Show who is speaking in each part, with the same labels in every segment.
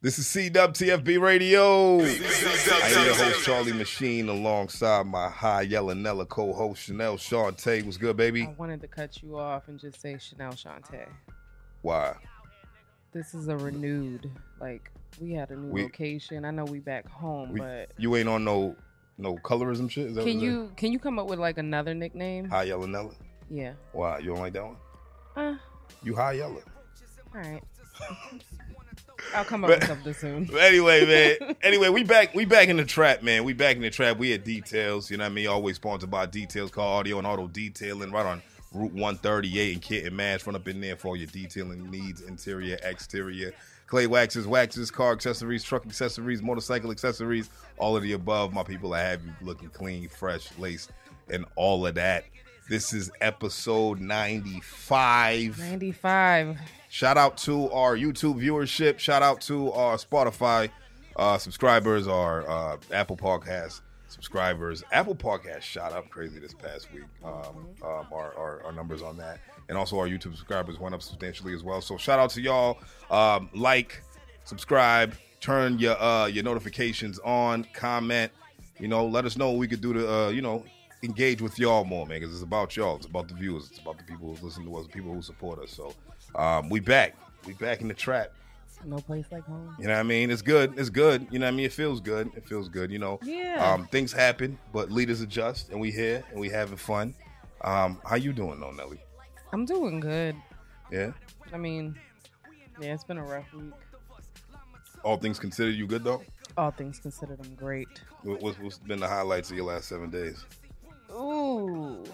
Speaker 1: This is CWTFB Radio. I am your host, Charlie Machine, alongside my high yelling Nella co host, Chanel Shantae. What's good, baby?
Speaker 2: I wanted to cut you off and just say Chanel Shantae.
Speaker 1: Why?
Speaker 2: This is a renewed, like, we had a new
Speaker 1: We-
Speaker 2: location. I know we back home,
Speaker 1: We-
Speaker 2: but
Speaker 1: you ain't on no no colorism shit? Is that
Speaker 2: can
Speaker 1: what it
Speaker 2: you can you come up with like another nickname?
Speaker 1: is? High yelling Nella?
Speaker 2: yeah.
Speaker 1: Why? You don't like that one?
Speaker 2: Uh,
Speaker 1: You high yelling.
Speaker 2: all right. I'll come up
Speaker 1: But-
Speaker 2: with something soon.
Speaker 1: But anyway, man. Anyway, we back. We back in the trap, man. We back in the trap. We at details. You know what I mean. Always sponsored by Details Car Audio and Auto Detailing, right on Route 138 and Kit and Mash. Run up in there for all your detailing needs, interior, exterior, clay waxes, waxes, car accessories, truck accessories, motorcycle accessories, all of the above. My people, I have you looking clean, fresh, laced, and all of that. This is episode 95.
Speaker 2: 95.
Speaker 1: Shout out to our YouTube viewership. Shout out to our Spotify uh, subscribers, our uh, Apple Podcast subscribers. Apple Podcast shot up crazy this past week. Um, um, our, our, our numbers on that. And also our YouTube subscribers went up substantially as well. So shout out to y'all. Um, like, subscribe, turn your uh, your notifications on, comment. You know, let us know what we could do to, uh, you know, engage with y'all more, man, because it's about y'all. It's about the viewers. It's about the people who listen to us, the people who support us. So um, we back. We back in the trap.
Speaker 2: No place like home.
Speaker 1: You know what I mean? It's good. It's good. You know what I mean? It feels good. It feels good. You know.
Speaker 2: Yeah.
Speaker 1: Um, things happen, but leaders adjust, and we here and we having fun. Um, how you doing though, Nelly?
Speaker 2: I'm doing good.
Speaker 1: Yeah.
Speaker 2: I mean, yeah, it's been a rough week.
Speaker 1: All things considered, you good though.
Speaker 2: All things considered, I'm great.
Speaker 1: What- What's, what's been the highlights of your last seven days?
Speaker 2: Ooh,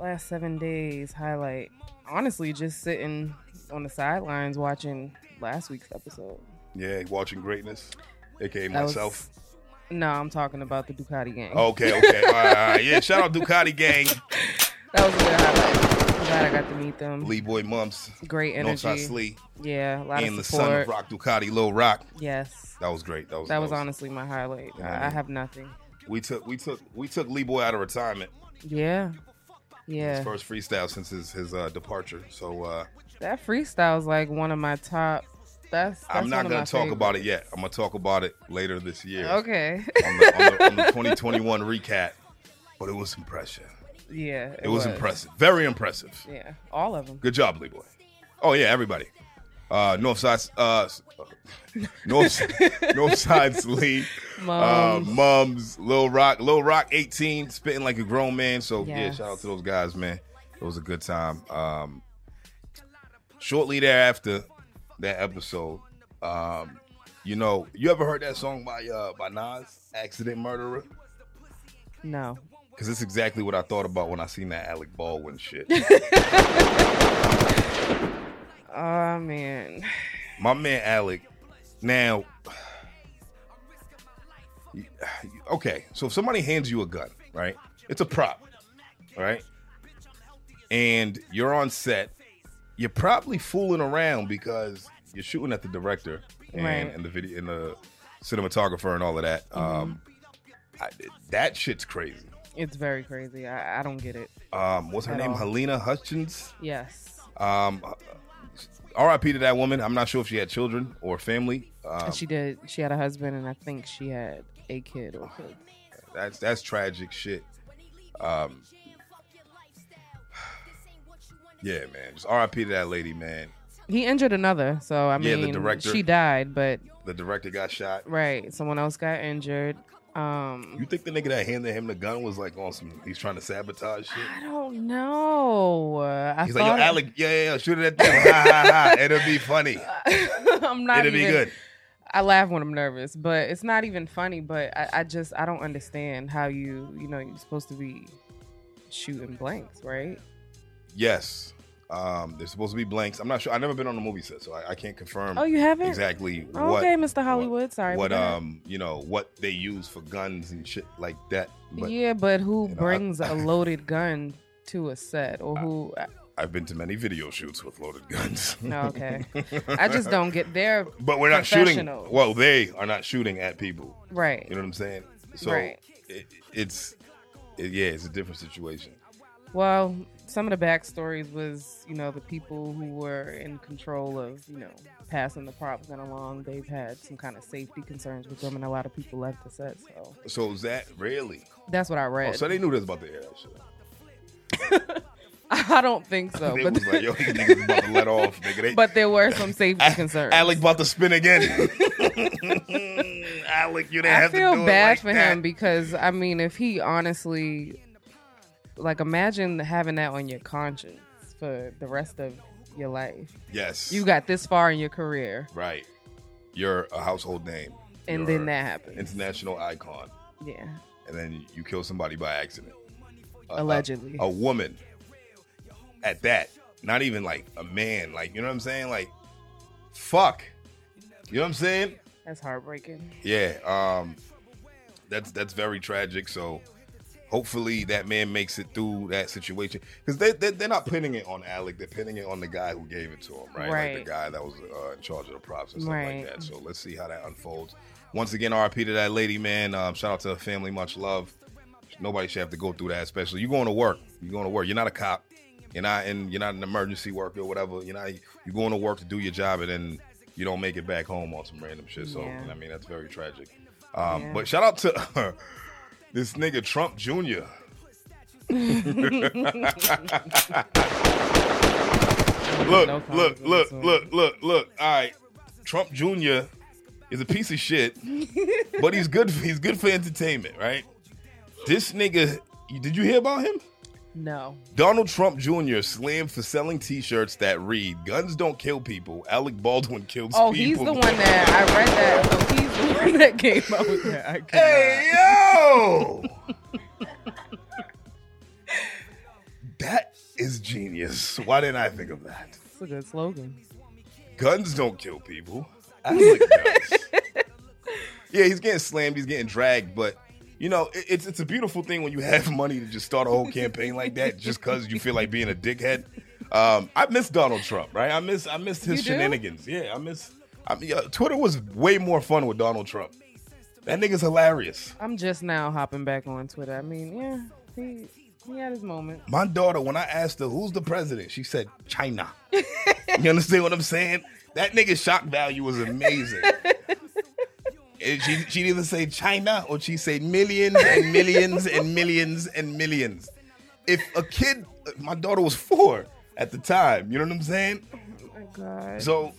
Speaker 2: last seven days highlight. Honestly, just sitting on the sidelines watching last week's episode.
Speaker 1: Yeah, watching greatness, aka
Speaker 2: That was-
Speaker 1: myself. Oh.
Speaker 2: no, I'm talking about the Ducati gang.
Speaker 1: Okay, okay, all right, all right. yeah. Shout out Ducati gang,
Speaker 2: that was a good highlight. I'm glad I got to meet them.
Speaker 1: Lee Boy Mumps,
Speaker 2: Great
Speaker 1: Northside
Speaker 2: energy.
Speaker 1: Slee,
Speaker 2: Yeah, a lot
Speaker 1: and the
Speaker 2: of
Speaker 1: son
Speaker 2: support.
Speaker 1: of Rock Ducati, Lil Rock.
Speaker 2: yes,
Speaker 1: That was great. That was
Speaker 2: that was honestly my highlight. I, I have nothing.
Speaker 1: We took we took we took Lee Boy out of retirement.
Speaker 2: Yeah,
Speaker 1: His
Speaker 2: yeah.
Speaker 1: first freestyle since his his uh, departure. So uh,
Speaker 2: That freestyle is like one of my top. That's, that's
Speaker 1: I'm not
Speaker 2: going
Speaker 1: gonna
Speaker 2: to
Speaker 1: talk about it yet. I'm gonna talk about it later this year
Speaker 2: Okay.
Speaker 1: on, the, on, the, on the 2021 recap. But it was impressive.
Speaker 2: yeah.
Speaker 1: It, was, impressive. Very impressive.
Speaker 2: Yeah, all of them.
Speaker 1: Good job, Lee Boy. Oh yeah, everybody. Uh, Northside, uh, North Northside Lee, uh,
Speaker 2: Mums.
Speaker 1: Mums, Lil Rock, Lil Rock, 18, spitting like a grown man. So yeah,
Speaker 2: Yes.
Speaker 1: shout out to those guys, man. It was a good time. Um, shortly thereafter, that episode, um, you know, you ever heard that song by uh, by Nas, "Accident Murderer"?
Speaker 2: No.
Speaker 1: Because it's exactly what I thought about when I seen that Alec Baldwin shit.
Speaker 2: Oh man.
Speaker 1: My man Alec. Now, okay, so if somebody hands you a gun, right? It's a prop, right? And you're on set, you're probably fooling around because you're shooting at the director and,
Speaker 2: Right. Mm-hmm.
Speaker 1: and the video and the cinematographer and all of that. Um, I, that shit's crazy.
Speaker 2: It's very crazy. I, I don't get it.
Speaker 1: Um, what's her
Speaker 2: At
Speaker 1: name?
Speaker 2: all.
Speaker 1: Helena Hutchins.
Speaker 2: Yes.
Speaker 1: Um, R.I.P. to that woman. I'm not sure if she had children or family. Um,
Speaker 2: she did. She had a husband, and I think she had a kid or kids.
Speaker 1: That's that's tragic shit. Um, yeah, man. Just R.I.P. to that lady, man.
Speaker 2: He injured another, so I
Speaker 1: Yeah,
Speaker 2: mean,
Speaker 1: the director-
Speaker 2: she died, but
Speaker 1: The director got shot.
Speaker 2: right, someone else got injured. Um,
Speaker 1: You think the nigga that handed him the gun was like on some? He's trying to sabotage shit.
Speaker 2: I don't know. Uh, I
Speaker 1: He's like,
Speaker 2: thought
Speaker 1: yo, Alec, yeah, yeah, yeah, shoot it at them. ha ha ha. It'll be funny.
Speaker 2: I'm not
Speaker 1: It'll be
Speaker 2: even-
Speaker 1: good.
Speaker 2: I laugh when I'm nervous, but it's not even funny. But I, I just I don't understand how you you know you're supposed to be shooting blanks, right?
Speaker 1: Yes. Um, there's supposed to be blanks. I'm not sure. I've never been on a movie set, so I, I can't confirm
Speaker 2: Oh, you haven't?
Speaker 1: exactly
Speaker 2: Oh,
Speaker 1: what.
Speaker 2: okay, Mr. Hollywood. Sorry.
Speaker 1: What
Speaker 2: but go ahead.
Speaker 1: um, you know, what they use for guns and shit like that. But
Speaker 2: yeah, but who
Speaker 1: you know, I-
Speaker 2: brings a loaded gun to a set, or who?
Speaker 1: I've been to many video shoots with loaded guns.
Speaker 2: no, okay. I just don't get there.
Speaker 1: But we're not shooting.
Speaker 2: Professionals.
Speaker 1: Well, they are not shooting at people.
Speaker 2: Right.
Speaker 1: You know what I'm saying? So
Speaker 2: Right.
Speaker 1: it, it's it, yeah, it's a different situation.
Speaker 2: Well, some of the backstories was, you know, the people who were in control of, you know, passing the prop gun along, they've had some kind of safety concerns with them, and a lot of people left the set. So
Speaker 1: So is that really?
Speaker 2: that's what I
Speaker 1: Oh,
Speaker 2: read.
Speaker 1: so they knew this about the air that shit.
Speaker 2: I don't think so,
Speaker 1: they
Speaker 2: Oh, but,
Speaker 1: was like, yo, these niggas about to let off, nigga. They,
Speaker 2: but there were some safety
Speaker 1: A-
Speaker 2: concerns.
Speaker 1: Alec about to spin again. Alec, you didn't
Speaker 2: I
Speaker 1: have
Speaker 2: feel
Speaker 1: to do
Speaker 2: bad
Speaker 1: it like
Speaker 2: for
Speaker 1: that.
Speaker 2: him because I mean, if he honestly, like, imagine having that on your conscience for the rest of your life.
Speaker 1: Yes,
Speaker 2: You got this far in your career,
Speaker 1: right. You're a household name,
Speaker 2: and
Speaker 1: You're
Speaker 2: then that happens.
Speaker 1: international icon,
Speaker 2: yeah,
Speaker 1: and then you kill somebody by accident. A- a-
Speaker 2: allegedly.
Speaker 1: a woman at that not even like a man like you know what i'm saying like fuck you know what i'm saying
Speaker 2: That's heartbreaking.
Speaker 1: yeah um that's that's very tragic so hopefully that man makes it through that situation because they, they, they're not pinning it on alec they're pinning it on the guy who gave it to him right, like
Speaker 2: Right.
Speaker 1: the guy that was uh, in charge of the props and stuff
Speaker 2: Right.
Speaker 1: like that so let's see how that unfolds once again rp to that lady man um, shout out to her family much love nobody should have to go through that especially you're going to work you're going to work you're not a cop you're not in you're not an emergency worker or whatever you're not you're going to work to do your job and then you don't make it back home on some random shit so
Speaker 2: Yeah.
Speaker 1: i mean that's very tragic um,
Speaker 2: Yeah.
Speaker 1: but shout out to this nigga trump jr look
Speaker 2: No comment
Speaker 1: look
Speaker 2: on
Speaker 1: look
Speaker 2: this one.
Speaker 1: look look look all right trump jr is a piece of shit but he's good he's good for entertainment right this nigga did you hear about him
Speaker 2: No.
Speaker 1: Donald Trump Jr. slammed for selling T-shirts that read "Guns don't kill people." Alec Baldwin kills
Speaker 2: Oh, he's
Speaker 1: people.
Speaker 2: the one that I read that. So he's the one that came up with that. I could
Speaker 1: Hey yo, that is genius. Why didn't I think of that?
Speaker 2: not. It's a good slogan.
Speaker 1: Guns don't kill people. Alec does. yeah, he's getting slammed. He's getting dragged, but. You know, it- it's it's a beautiful thing when you have money to just start a whole campaign like that, just because you feel like being a dickhead. Um, I miss Donald Trump, right? I miss I missed his
Speaker 2: You do?
Speaker 1: shenanigans. Yeah, I miss. I mean, uh, Twitter was way more fun with Donald Trump. That nigga's hilarious.
Speaker 2: I'm just now hopping back on Twitter. I mean, yeah, he, he had his moment.
Speaker 1: My daughter, when I asked her who's the president, she said China. you understand what I'm saying? That nigga's shock value was amazing. And she she either say China or she say millions and millions and millions and millions. If a kid, my daughter was four at the time. You know what I'm saying?
Speaker 2: Oh my God.
Speaker 1: So,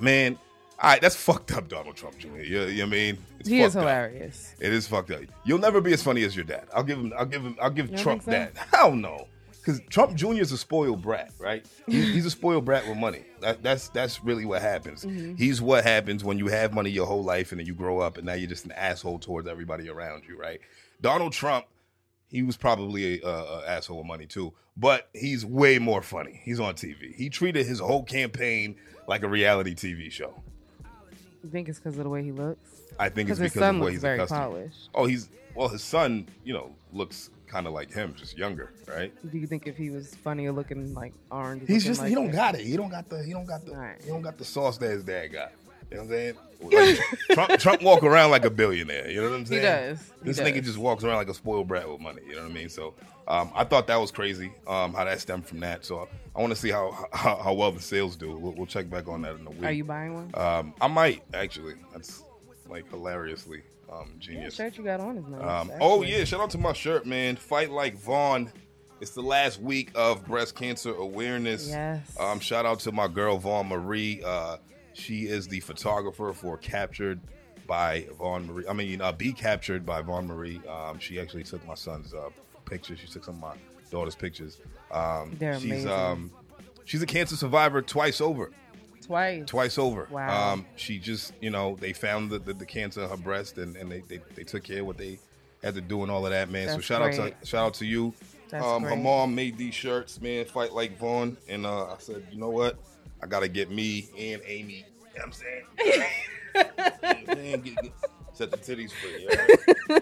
Speaker 1: man, all right, that's fucked up, Donald Trump Jr. You, you know what I mean? It's
Speaker 2: he is
Speaker 1: fucked up.
Speaker 2: hilarious.
Speaker 1: It is fucked up. You'll never be as funny as your dad. I'll give him. I'll give him. I'll give
Speaker 2: don't
Speaker 1: Trump that.
Speaker 2: think
Speaker 1: Hell no, because Trump Jr. is a spoiled brat, right? He's, he's a spoiled brat with money. That, that's that's really what happens.
Speaker 2: Mm-hmm.
Speaker 1: He's what happens when you have money your whole life and then you grow up and now you're just an asshole towards everybody around you, right? Donald Trump, he was probably a, a, a asshole with money too, but he's way more funny. He's on TV. He treated his whole campaign like a reality TV show.
Speaker 2: You think it's because of the way he looks?
Speaker 1: I think it's because
Speaker 2: Because his son
Speaker 1: of what
Speaker 2: looks
Speaker 1: he's
Speaker 2: very
Speaker 1: accustomed.
Speaker 2: polished.
Speaker 1: Oh, he's well. His son, you know, looks kind of like him, just younger, right?
Speaker 2: Do you think if he was funnier looking like orange?
Speaker 1: He's
Speaker 2: looking
Speaker 1: just
Speaker 2: like
Speaker 1: he don't
Speaker 2: that-
Speaker 1: got it. He don't got the he don't got the
Speaker 2: Right.
Speaker 1: he don't got the sauce that his dad got. You know what I'm saying? Like, Trump Trump walk around like a billionaire. You know what I'm
Speaker 2: He
Speaker 1: saying?
Speaker 2: does. He
Speaker 1: This
Speaker 2: does.
Speaker 1: nigga just walks around like a spoiled brat with money. You know what I mean? So um, I thought that was crazy. Um, how that stemmed from that. So I want to see how, how how well the sales do. We'll, we'll check back on that in a week.
Speaker 2: Are you buying one?
Speaker 1: um, I might actually. That's like hilariously um,
Speaker 2: Yeah,
Speaker 1: genius.
Speaker 2: shirt you got on is nice.
Speaker 1: Um, oh
Speaker 2: actually.
Speaker 1: yeah, shout out to my shirt, man. Fight like Vaughn. It's the last week of breast cancer awareness.
Speaker 2: Yes.
Speaker 1: Um, shout out to my girl Vaughn Marie. Uh, she is the photographer for Captured by Vaughn Marie. I mean, uh, Be Captured by Vaughn Marie. Um, she actually took my son's uh, pictures. She took some of my daughter's pictures. Um,
Speaker 2: They're
Speaker 1: she's
Speaker 2: amazing.
Speaker 1: um, she's a cancer survivor twice over
Speaker 2: Twice.
Speaker 1: twice over.
Speaker 2: Wow.
Speaker 1: Um, she just, you know, they found the, the, the cancer in her breast, and, and they, they, they took care of what they had to do and all of that, man. so
Speaker 2: That's
Speaker 1: shout out
Speaker 2: great.
Speaker 1: to shout out to you.
Speaker 2: That's
Speaker 1: um, Her
Speaker 2: great.
Speaker 1: mom made these shirts, man. Fight like Vaughn, and uh, I said, you know what? I gotta get me and Amy. You know what I'm saying, You know what I'm saying? Get- get- set the titties free. all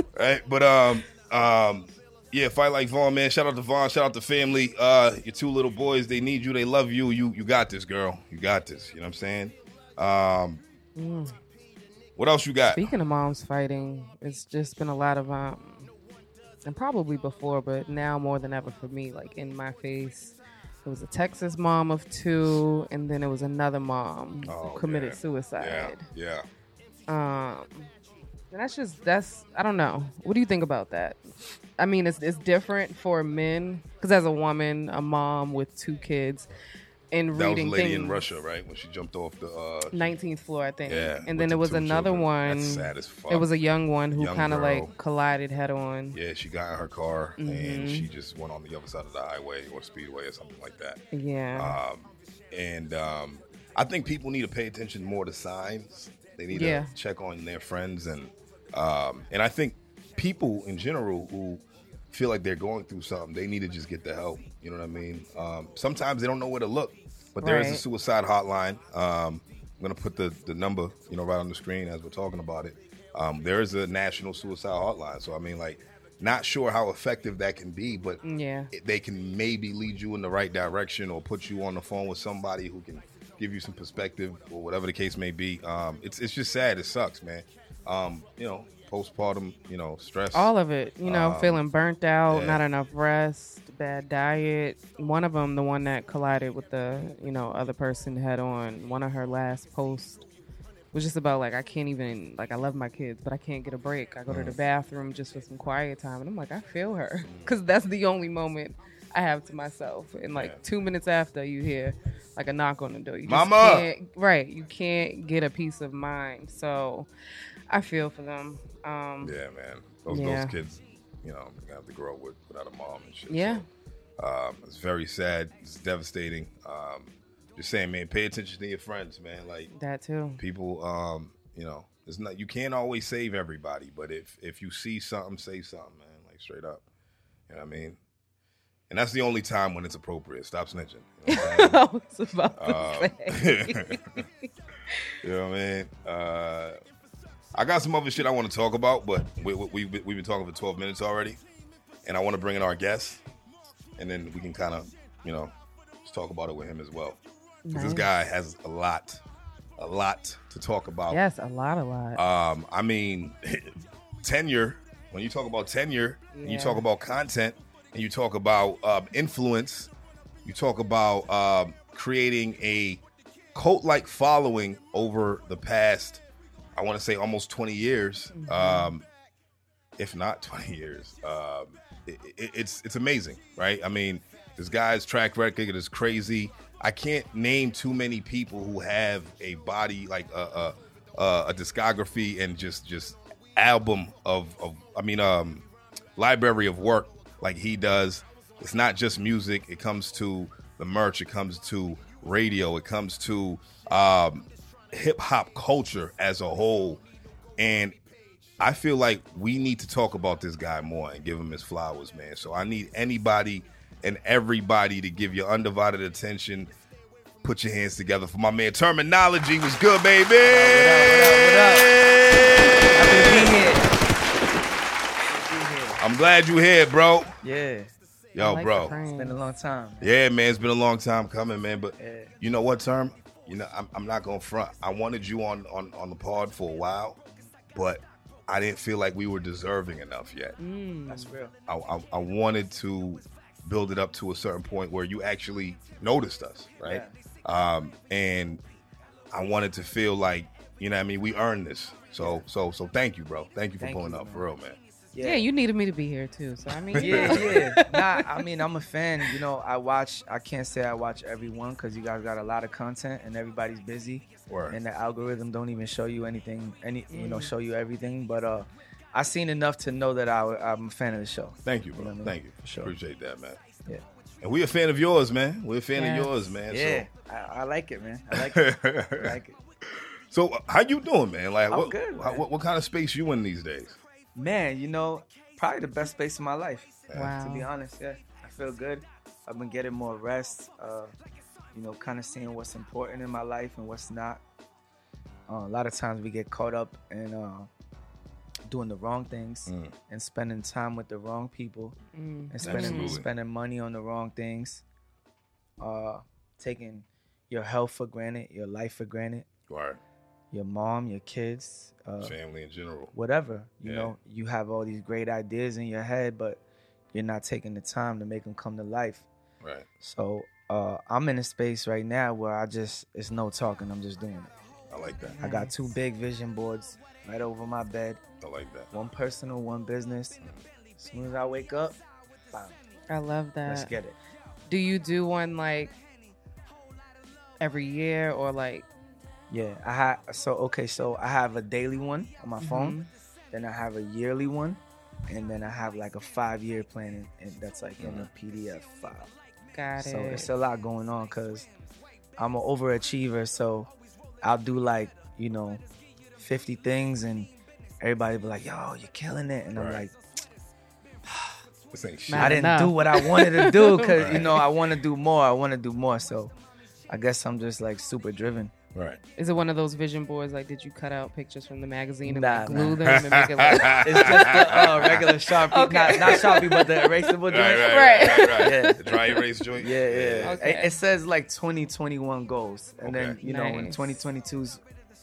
Speaker 1: right? right? But um, um, yeah, fight like Vaughn, man. Shout out to Vaughn. Shout out to family. Uh, your two little boys, they need you. They love you. You you got this, girl. You got this. You know what I'm saying? Um,
Speaker 2: Mm.
Speaker 1: what else you got?
Speaker 2: Speaking of moms fighting, it's just been a lot of um, and probably before, but now more than ever for me, like in my face. It was a Texas mom of two, and then it was another mom
Speaker 1: Oh,
Speaker 2: who committed
Speaker 1: yeah. Yeah,
Speaker 2: suicide.
Speaker 1: yeah.
Speaker 2: Um, and that's just that's I don't know. What do you think about that? I mean, it's it's different for men because as a woman, a mom with two kids, and
Speaker 1: That was a
Speaker 2: reading
Speaker 1: lady
Speaker 2: things,
Speaker 1: in Russia, right? When she jumped off the. Uh,
Speaker 2: 19th floor, I think.
Speaker 1: yeah. with
Speaker 2: and then
Speaker 1: the
Speaker 2: there was
Speaker 1: two
Speaker 2: another
Speaker 1: children.
Speaker 2: one.
Speaker 1: That's sad as fuck.
Speaker 2: It was a young one who
Speaker 1: Young
Speaker 2: kind of
Speaker 1: girl.
Speaker 2: like collided head on.
Speaker 1: Yeah, she got in her car and
Speaker 2: Mhm.
Speaker 1: she just went on the other side of the highway or speedway or something like that.
Speaker 2: Yeah.
Speaker 1: Um, and um, I think people need to pay attention more to signs. They need
Speaker 2: Yeah.
Speaker 1: to check on their friends and um, and I think people in general who feel like they're going through something, they need to just get the help. You know what I mean? Um, sometimes they don't know where to look, but there is a
Speaker 2: Right.
Speaker 1: suicide hotline. Um, I'm gonna put the, the number you know right on the screen as we're talking about it. Um, there is a national suicide hotline, so I mean like. Not sure how effective that can be, but
Speaker 2: yeah.
Speaker 1: it- they can maybe lead you in the right direction or put you on the phone with somebody who can give you some perspective or whatever the case may be. Um, it's it's just sad. It sucks, man. Um, you know, postpartum, you know, stress.
Speaker 2: All of it, you know,
Speaker 1: Um,
Speaker 2: feeling burnt out,
Speaker 1: yeah.
Speaker 2: not enough rest, bad diet. One of them, the one that collided with the, you know, other person head on. One of her last posts was just about like I can't even like I love my kids, but I can't get a break. I go
Speaker 1: Mm.
Speaker 2: to the bathroom just for some quiet time, and I'm like I feel her because that's the only moment I have to myself. And like
Speaker 1: Yeah.
Speaker 2: two minutes after, you hear like a knock on the door. You just
Speaker 1: Mama!
Speaker 2: can't- right? You can't get a peace of mind. So I feel for them. Um,
Speaker 1: yeah, man. Those,
Speaker 2: Yeah.
Speaker 1: those kids, you know, they have to grow up with, without a mom and shit.
Speaker 2: yeah.
Speaker 1: So, um, it's very sad. It's devastating. Um, just saying, man, pay attention to your friends, man. Like,
Speaker 2: That too.
Speaker 1: people um you know it's not you can't always save everybody but if if you see something say something man like straight up you know what i mean and that's the only time when it's appropriate stop snitching you know what
Speaker 2: I was about to
Speaker 1: Um,
Speaker 2: say.
Speaker 1: i mean, You know what I mean? uh i got some other shit i want to talk about but we, we, we've, been- we've been talking for 12 minutes already and i want to bring in our guest and then we can kind of you know just talk about it with him as well 'Cause this
Speaker 2: Nice.
Speaker 1: guy has a lot a lot to talk about
Speaker 2: yes, a lot, a lot.
Speaker 1: Um, I mean, tenure. When you talk about tenure, and you
Speaker 2: Yeah.
Speaker 1: talk about content, and you talk about um, influence, you talk about um, creating a cult-like following over the past, I want to say, almost twenty years,
Speaker 2: Mm-hmm.
Speaker 1: um, if not twenty years. Um, it, it, it's it's amazing, right? I mean, this guy's track record is crazy. I can't name too many people who have a body like a a, a, a discography and just just album of, of I mean um library of work like he does. It's not just music. It comes to the merch. It comes to radio. It comes to um, hip hop culture as a whole. And I feel like we need to talk about this guy more and give him his flowers, man. So I need anybody and everybody to give your undivided attention. Put your hands together for my man. Terminology was good, baby. I'm glad you here, bro.
Speaker 3: Yeah,
Speaker 1: Yo,
Speaker 2: I like
Speaker 1: bro.
Speaker 2: the frame.
Speaker 3: it's been a long time.
Speaker 1: Yeah, man, it's been a long time coming, man. But
Speaker 3: Yeah.
Speaker 1: you know what, term? You know, I'm, I'm not gonna front. I wanted you on, on on the pod for a while, but I didn't feel like we were deserving enough yet.
Speaker 3: That's real.
Speaker 1: I, I, I wanted to build it up to a certain point where you actually noticed us, right? Um, and I wanted to feel like, you know, what I mean, we earned this. So, so, so, thank you, bro. Thank you for
Speaker 3: Thank
Speaker 1: pulling
Speaker 3: you,
Speaker 1: up,
Speaker 3: man.
Speaker 1: for real, man.
Speaker 2: yeah. you needed me to be here too. So I mean,
Speaker 3: yeah, yeah. Nah, I mean, I'm a fan. You know, I watch. I can't say I watch everyone because you guys got a lot of content and everybody's busy,
Speaker 1: Word.
Speaker 3: and the algorithm don't even show you anything. Any, you know, show you everything. But uh, I seen enough to know that I, I'm a fan of the show.
Speaker 1: Thank you, bro.
Speaker 3: You know what I mean?
Speaker 1: Thank you.
Speaker 3: For sure.
Speaker 1: Appreciate that, man.
Speaker 3: Yeah,
Speaker 1: And we a fan of yours, man. We're a fan
Speaker 2: Yes.
Speaker 1: of yours, man.
Speaker 3: yeah. I, I like it, man. I like it. I
Speaker 1: So,
Speaker 3: like it.
Speaker 1: so uh, how you doing, man? Like,
Speaker 3: I'm
Speaker 1: what,
Speaker 3: good,
Speaker 1: how-
Speaker 3: man.
Speaker 1: what what kind of space you in these days?
Speaker 3: Man, you know, probably the best space of my life.
Speaker 2: Wow.
Speaker 3: To be honest, yeah. I feel good. I've been getting more rest, uh, you know, kind of seeing what's important in my life and what's not. Uh, a lot of times we get caught up in uh, doing the wrong things
Speaker 1: Mm.
Speaker 3: and spending time with the wrong people
Speaker 2: Mm.
Speaker 3: and spending
Speaker 1: Absolutely.
Speaker 3: spending money on the wrong things, uh, taking your health for granted, your life for granted.
Speaker 1: Right.
Speaker 3: your mom, your kids, uh,
Speaker 1: family in general.
Speaker 3: whatever. You
Speaker 1: Yeah.
Speaker 3: know, you have all these great ideas in your head, but you're not taking the time to make them come to life.
Speaker 1: Right.
Speaker 3: So uh, I'm in a space right now where I just it's no talking. I'm just doing it.
Speaker 1: I like that.
Speaker 3: I got two big vision boards right over my bed.
Speaker 1: I like that.
Speaker 3: One personal, one business. As soon as I wake up, bam,
Speaker 2: I love that.
Speaker 3: let's get it.
Speaker 2: Do you do one like every year or like
Speaker 3: Yeah, I have. So okay, so I have a daily one on my phone.
Speaker 2: Mm-hmm.
Speaker 3: Then I have a yearly one, and then I have like a five-year plan, and, and that's like in a PDF file.
Speaker 2: got
Speaker 3: So
Speaker 2: it?
Speaker 3: it's a lot going on because I'm an overachiever. So I'll do like, you know, 50 things and everybody be like, yo, you're killing it. And I'm
Speaker 1: Right.
Speaker 3: like,
Speaker 1: This ain't shit.
Speaker 2: Not
Speaker 3: I didn't
Speaker 2: enough.
Speaker 3: do what I wanted to do because, you
Speaker 1: Right.
Speaker 3: know, I want to do more. I want to do more. So I guess I'm just like super driven.
Speaker 1: Right.
Speaker 2: Is it one of those vision boards? Like, did you cut out pictures from the magazine and like,
Speaker 3: Nah,
Speaker 2: glue
Speaker 3: nah.
Speaker 2: them and make it look?
Speaker 3: It's just the uh, regular Sharpie, not, not Sharpie, but the erasable joint.
Speaker 1: Right, right, right, right, right.
Speaker 3: Yeah.
Speaker 1: The dry erase joint.
Speaker 3: Yeah, yeah.
Speaker 2: Okay.
Speaker 3: It, it says like 2021 goals, and then
Speaker 1: Okay.
Speaker 3: you know when
Speaker 2: Nice.
Speaker 3: 2022's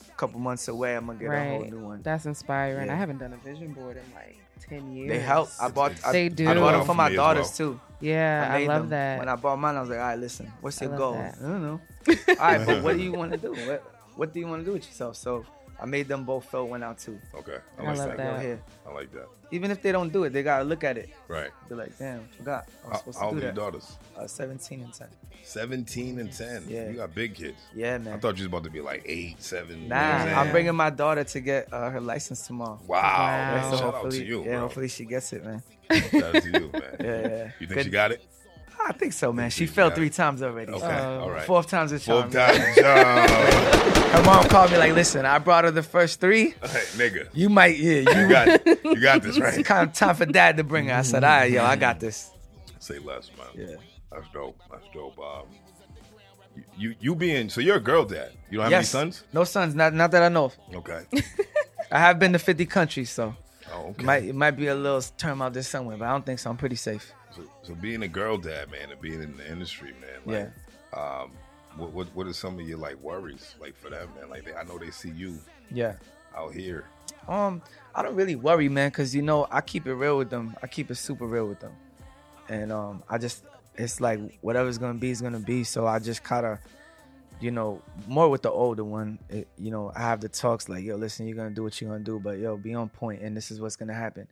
Speaker 3: a couple months away, I'm gonna get a whole
Speaker 2: right.
Speaker 3: new one.
Speaker 2: That's inspiring.
Speaker 3: Yeah.
Speaker 2: I haven't done a vision board in like ten years.
Speaker 3: They help. I bought. I,
Speaker 2: They do.
Speaker 3: I bought them
Speaker 1: Well,
Speaker 3: for my
Speaker 1: me as
Speaker 3: daughters
Speaker 1: well.
Speaker 3: too.
Speaker 2: yeah, I,
Speaker 3: made
Speaker 2: love
Speaker 3: them.
Speaker 2: that.
Speaker 3: When I bought mine, I was like, all right, listen, what's
Speaker 2: I
Speaker 3: your
Speaker 2: love
Speaker 3: goal?
Speaker 2: that.
Speaker 3: I don't know. all right, but what do you want to do? What, what do you want to do with yourself? So I made them both fill one out too.
Speaker 1: Okay. I
Speaker 2: I
Speaker 1: like
Speaker 2: love
Speaker 1: that.
Speaker 2: that.
Speaker 3: Go ahead.
Speaker 1: I like that.
Speaker 3: Even if they don't do it, they gotta look at it.
Speaker 1: Right.
Speaker 3: Be like, damn, forgot. I was
Speaker 1: How
Speaker 3: supposed
Speaker 1: how
Speaker 3: to do
Speaker 1: old are your
Speaker 3: that.
Speaker 1: daughters?
Speaker 3: Uh, 17 and 10.
Speaker 1: 17 and 10.
Speaker 3: Yeah.
Speaker 1: You got big kids.
Speaker 3: Yeah, man.
Speaker 1: I thought you was about to be like 8, 7. you know
Speaker 3: Nah,
Speaker 1: what
Speaker 3: I'm
Speaker 1: saying?
Speaker 3: bringing my daughter to get uh, her license tomorrow.
Speaker 1: Wow. man.
Speaker 2: So
Speaker 1: Shout out
Speaker 3: hopefully,
Speaker 1: to you.
Speaker 3: yeah,
Speaker 1: bro.
Speaker 3: hopefully she gets it, man.
Speaker 1: Shout out to you, man.
Speaker 3: Yeah, yeah.
Speaker 1: You think
Speaker 3: Good-
Speaker 1: she got it?
Speaker 3: I think so, man. She
Speaker 1: she
Speaker 3: fell
Speaker 1: got
Speaker 3: three
Speaker 1: it.
Speaker 3: times already.
Speaker 1: Okay.
Speaker 2: Uh,
Speaker 1: All right.
Speaker 3: Fourth time's a charm.
Speaker 1: Fourth time job.
Speaker 3: Her mom called me like, "Listen, I brought her the first three.
Speaker 1: Hey, nigga.
Speaker 3: You might, yeah,
Speaker 1: You
Speaker 3: you.
Speaker 1: got it. You got this, right?
Speaker 3: It's kind of time for dad to bring her." I said, "All right, yo, I got this."
Speaker 1: Say less, man.
Speaker 3: Yeah.
Speaker 1: That's dope. That's dope. Um, you, you being, so you're a girl dad. You don't have
Speaker 3: yes.
Speaker 1: any sons?
Speaker 3: No sons. Not, not that I know. of.
Speaker 1: Okay.
Speaker 3: I have been to 50 countries, so
Speaker 1: Oh, okay.
Speaker 3: it might it might be a little term out there somewhere, but I don't think so. I'm pretty safe.
Speaker 1: So, so being a girl dad, man, and being in the industry, man, like, um, what, what what are some of your like worries, like for them, man? Like, they, I know they see you
Speaker 3: Yeah.
Speaker 1: out here,
Speaker 3: Um, I don't really worry, man, because you know I keep it real with them. I keep it super real with them, and um, I just it's like whatever's gonna be is gonna be. So I just kind of, you know, more with the older one. It, you know, I have the talks like, yo, listen, you're gonna do what you're gonna do, but yo, be on point, and this is what's gonna happen.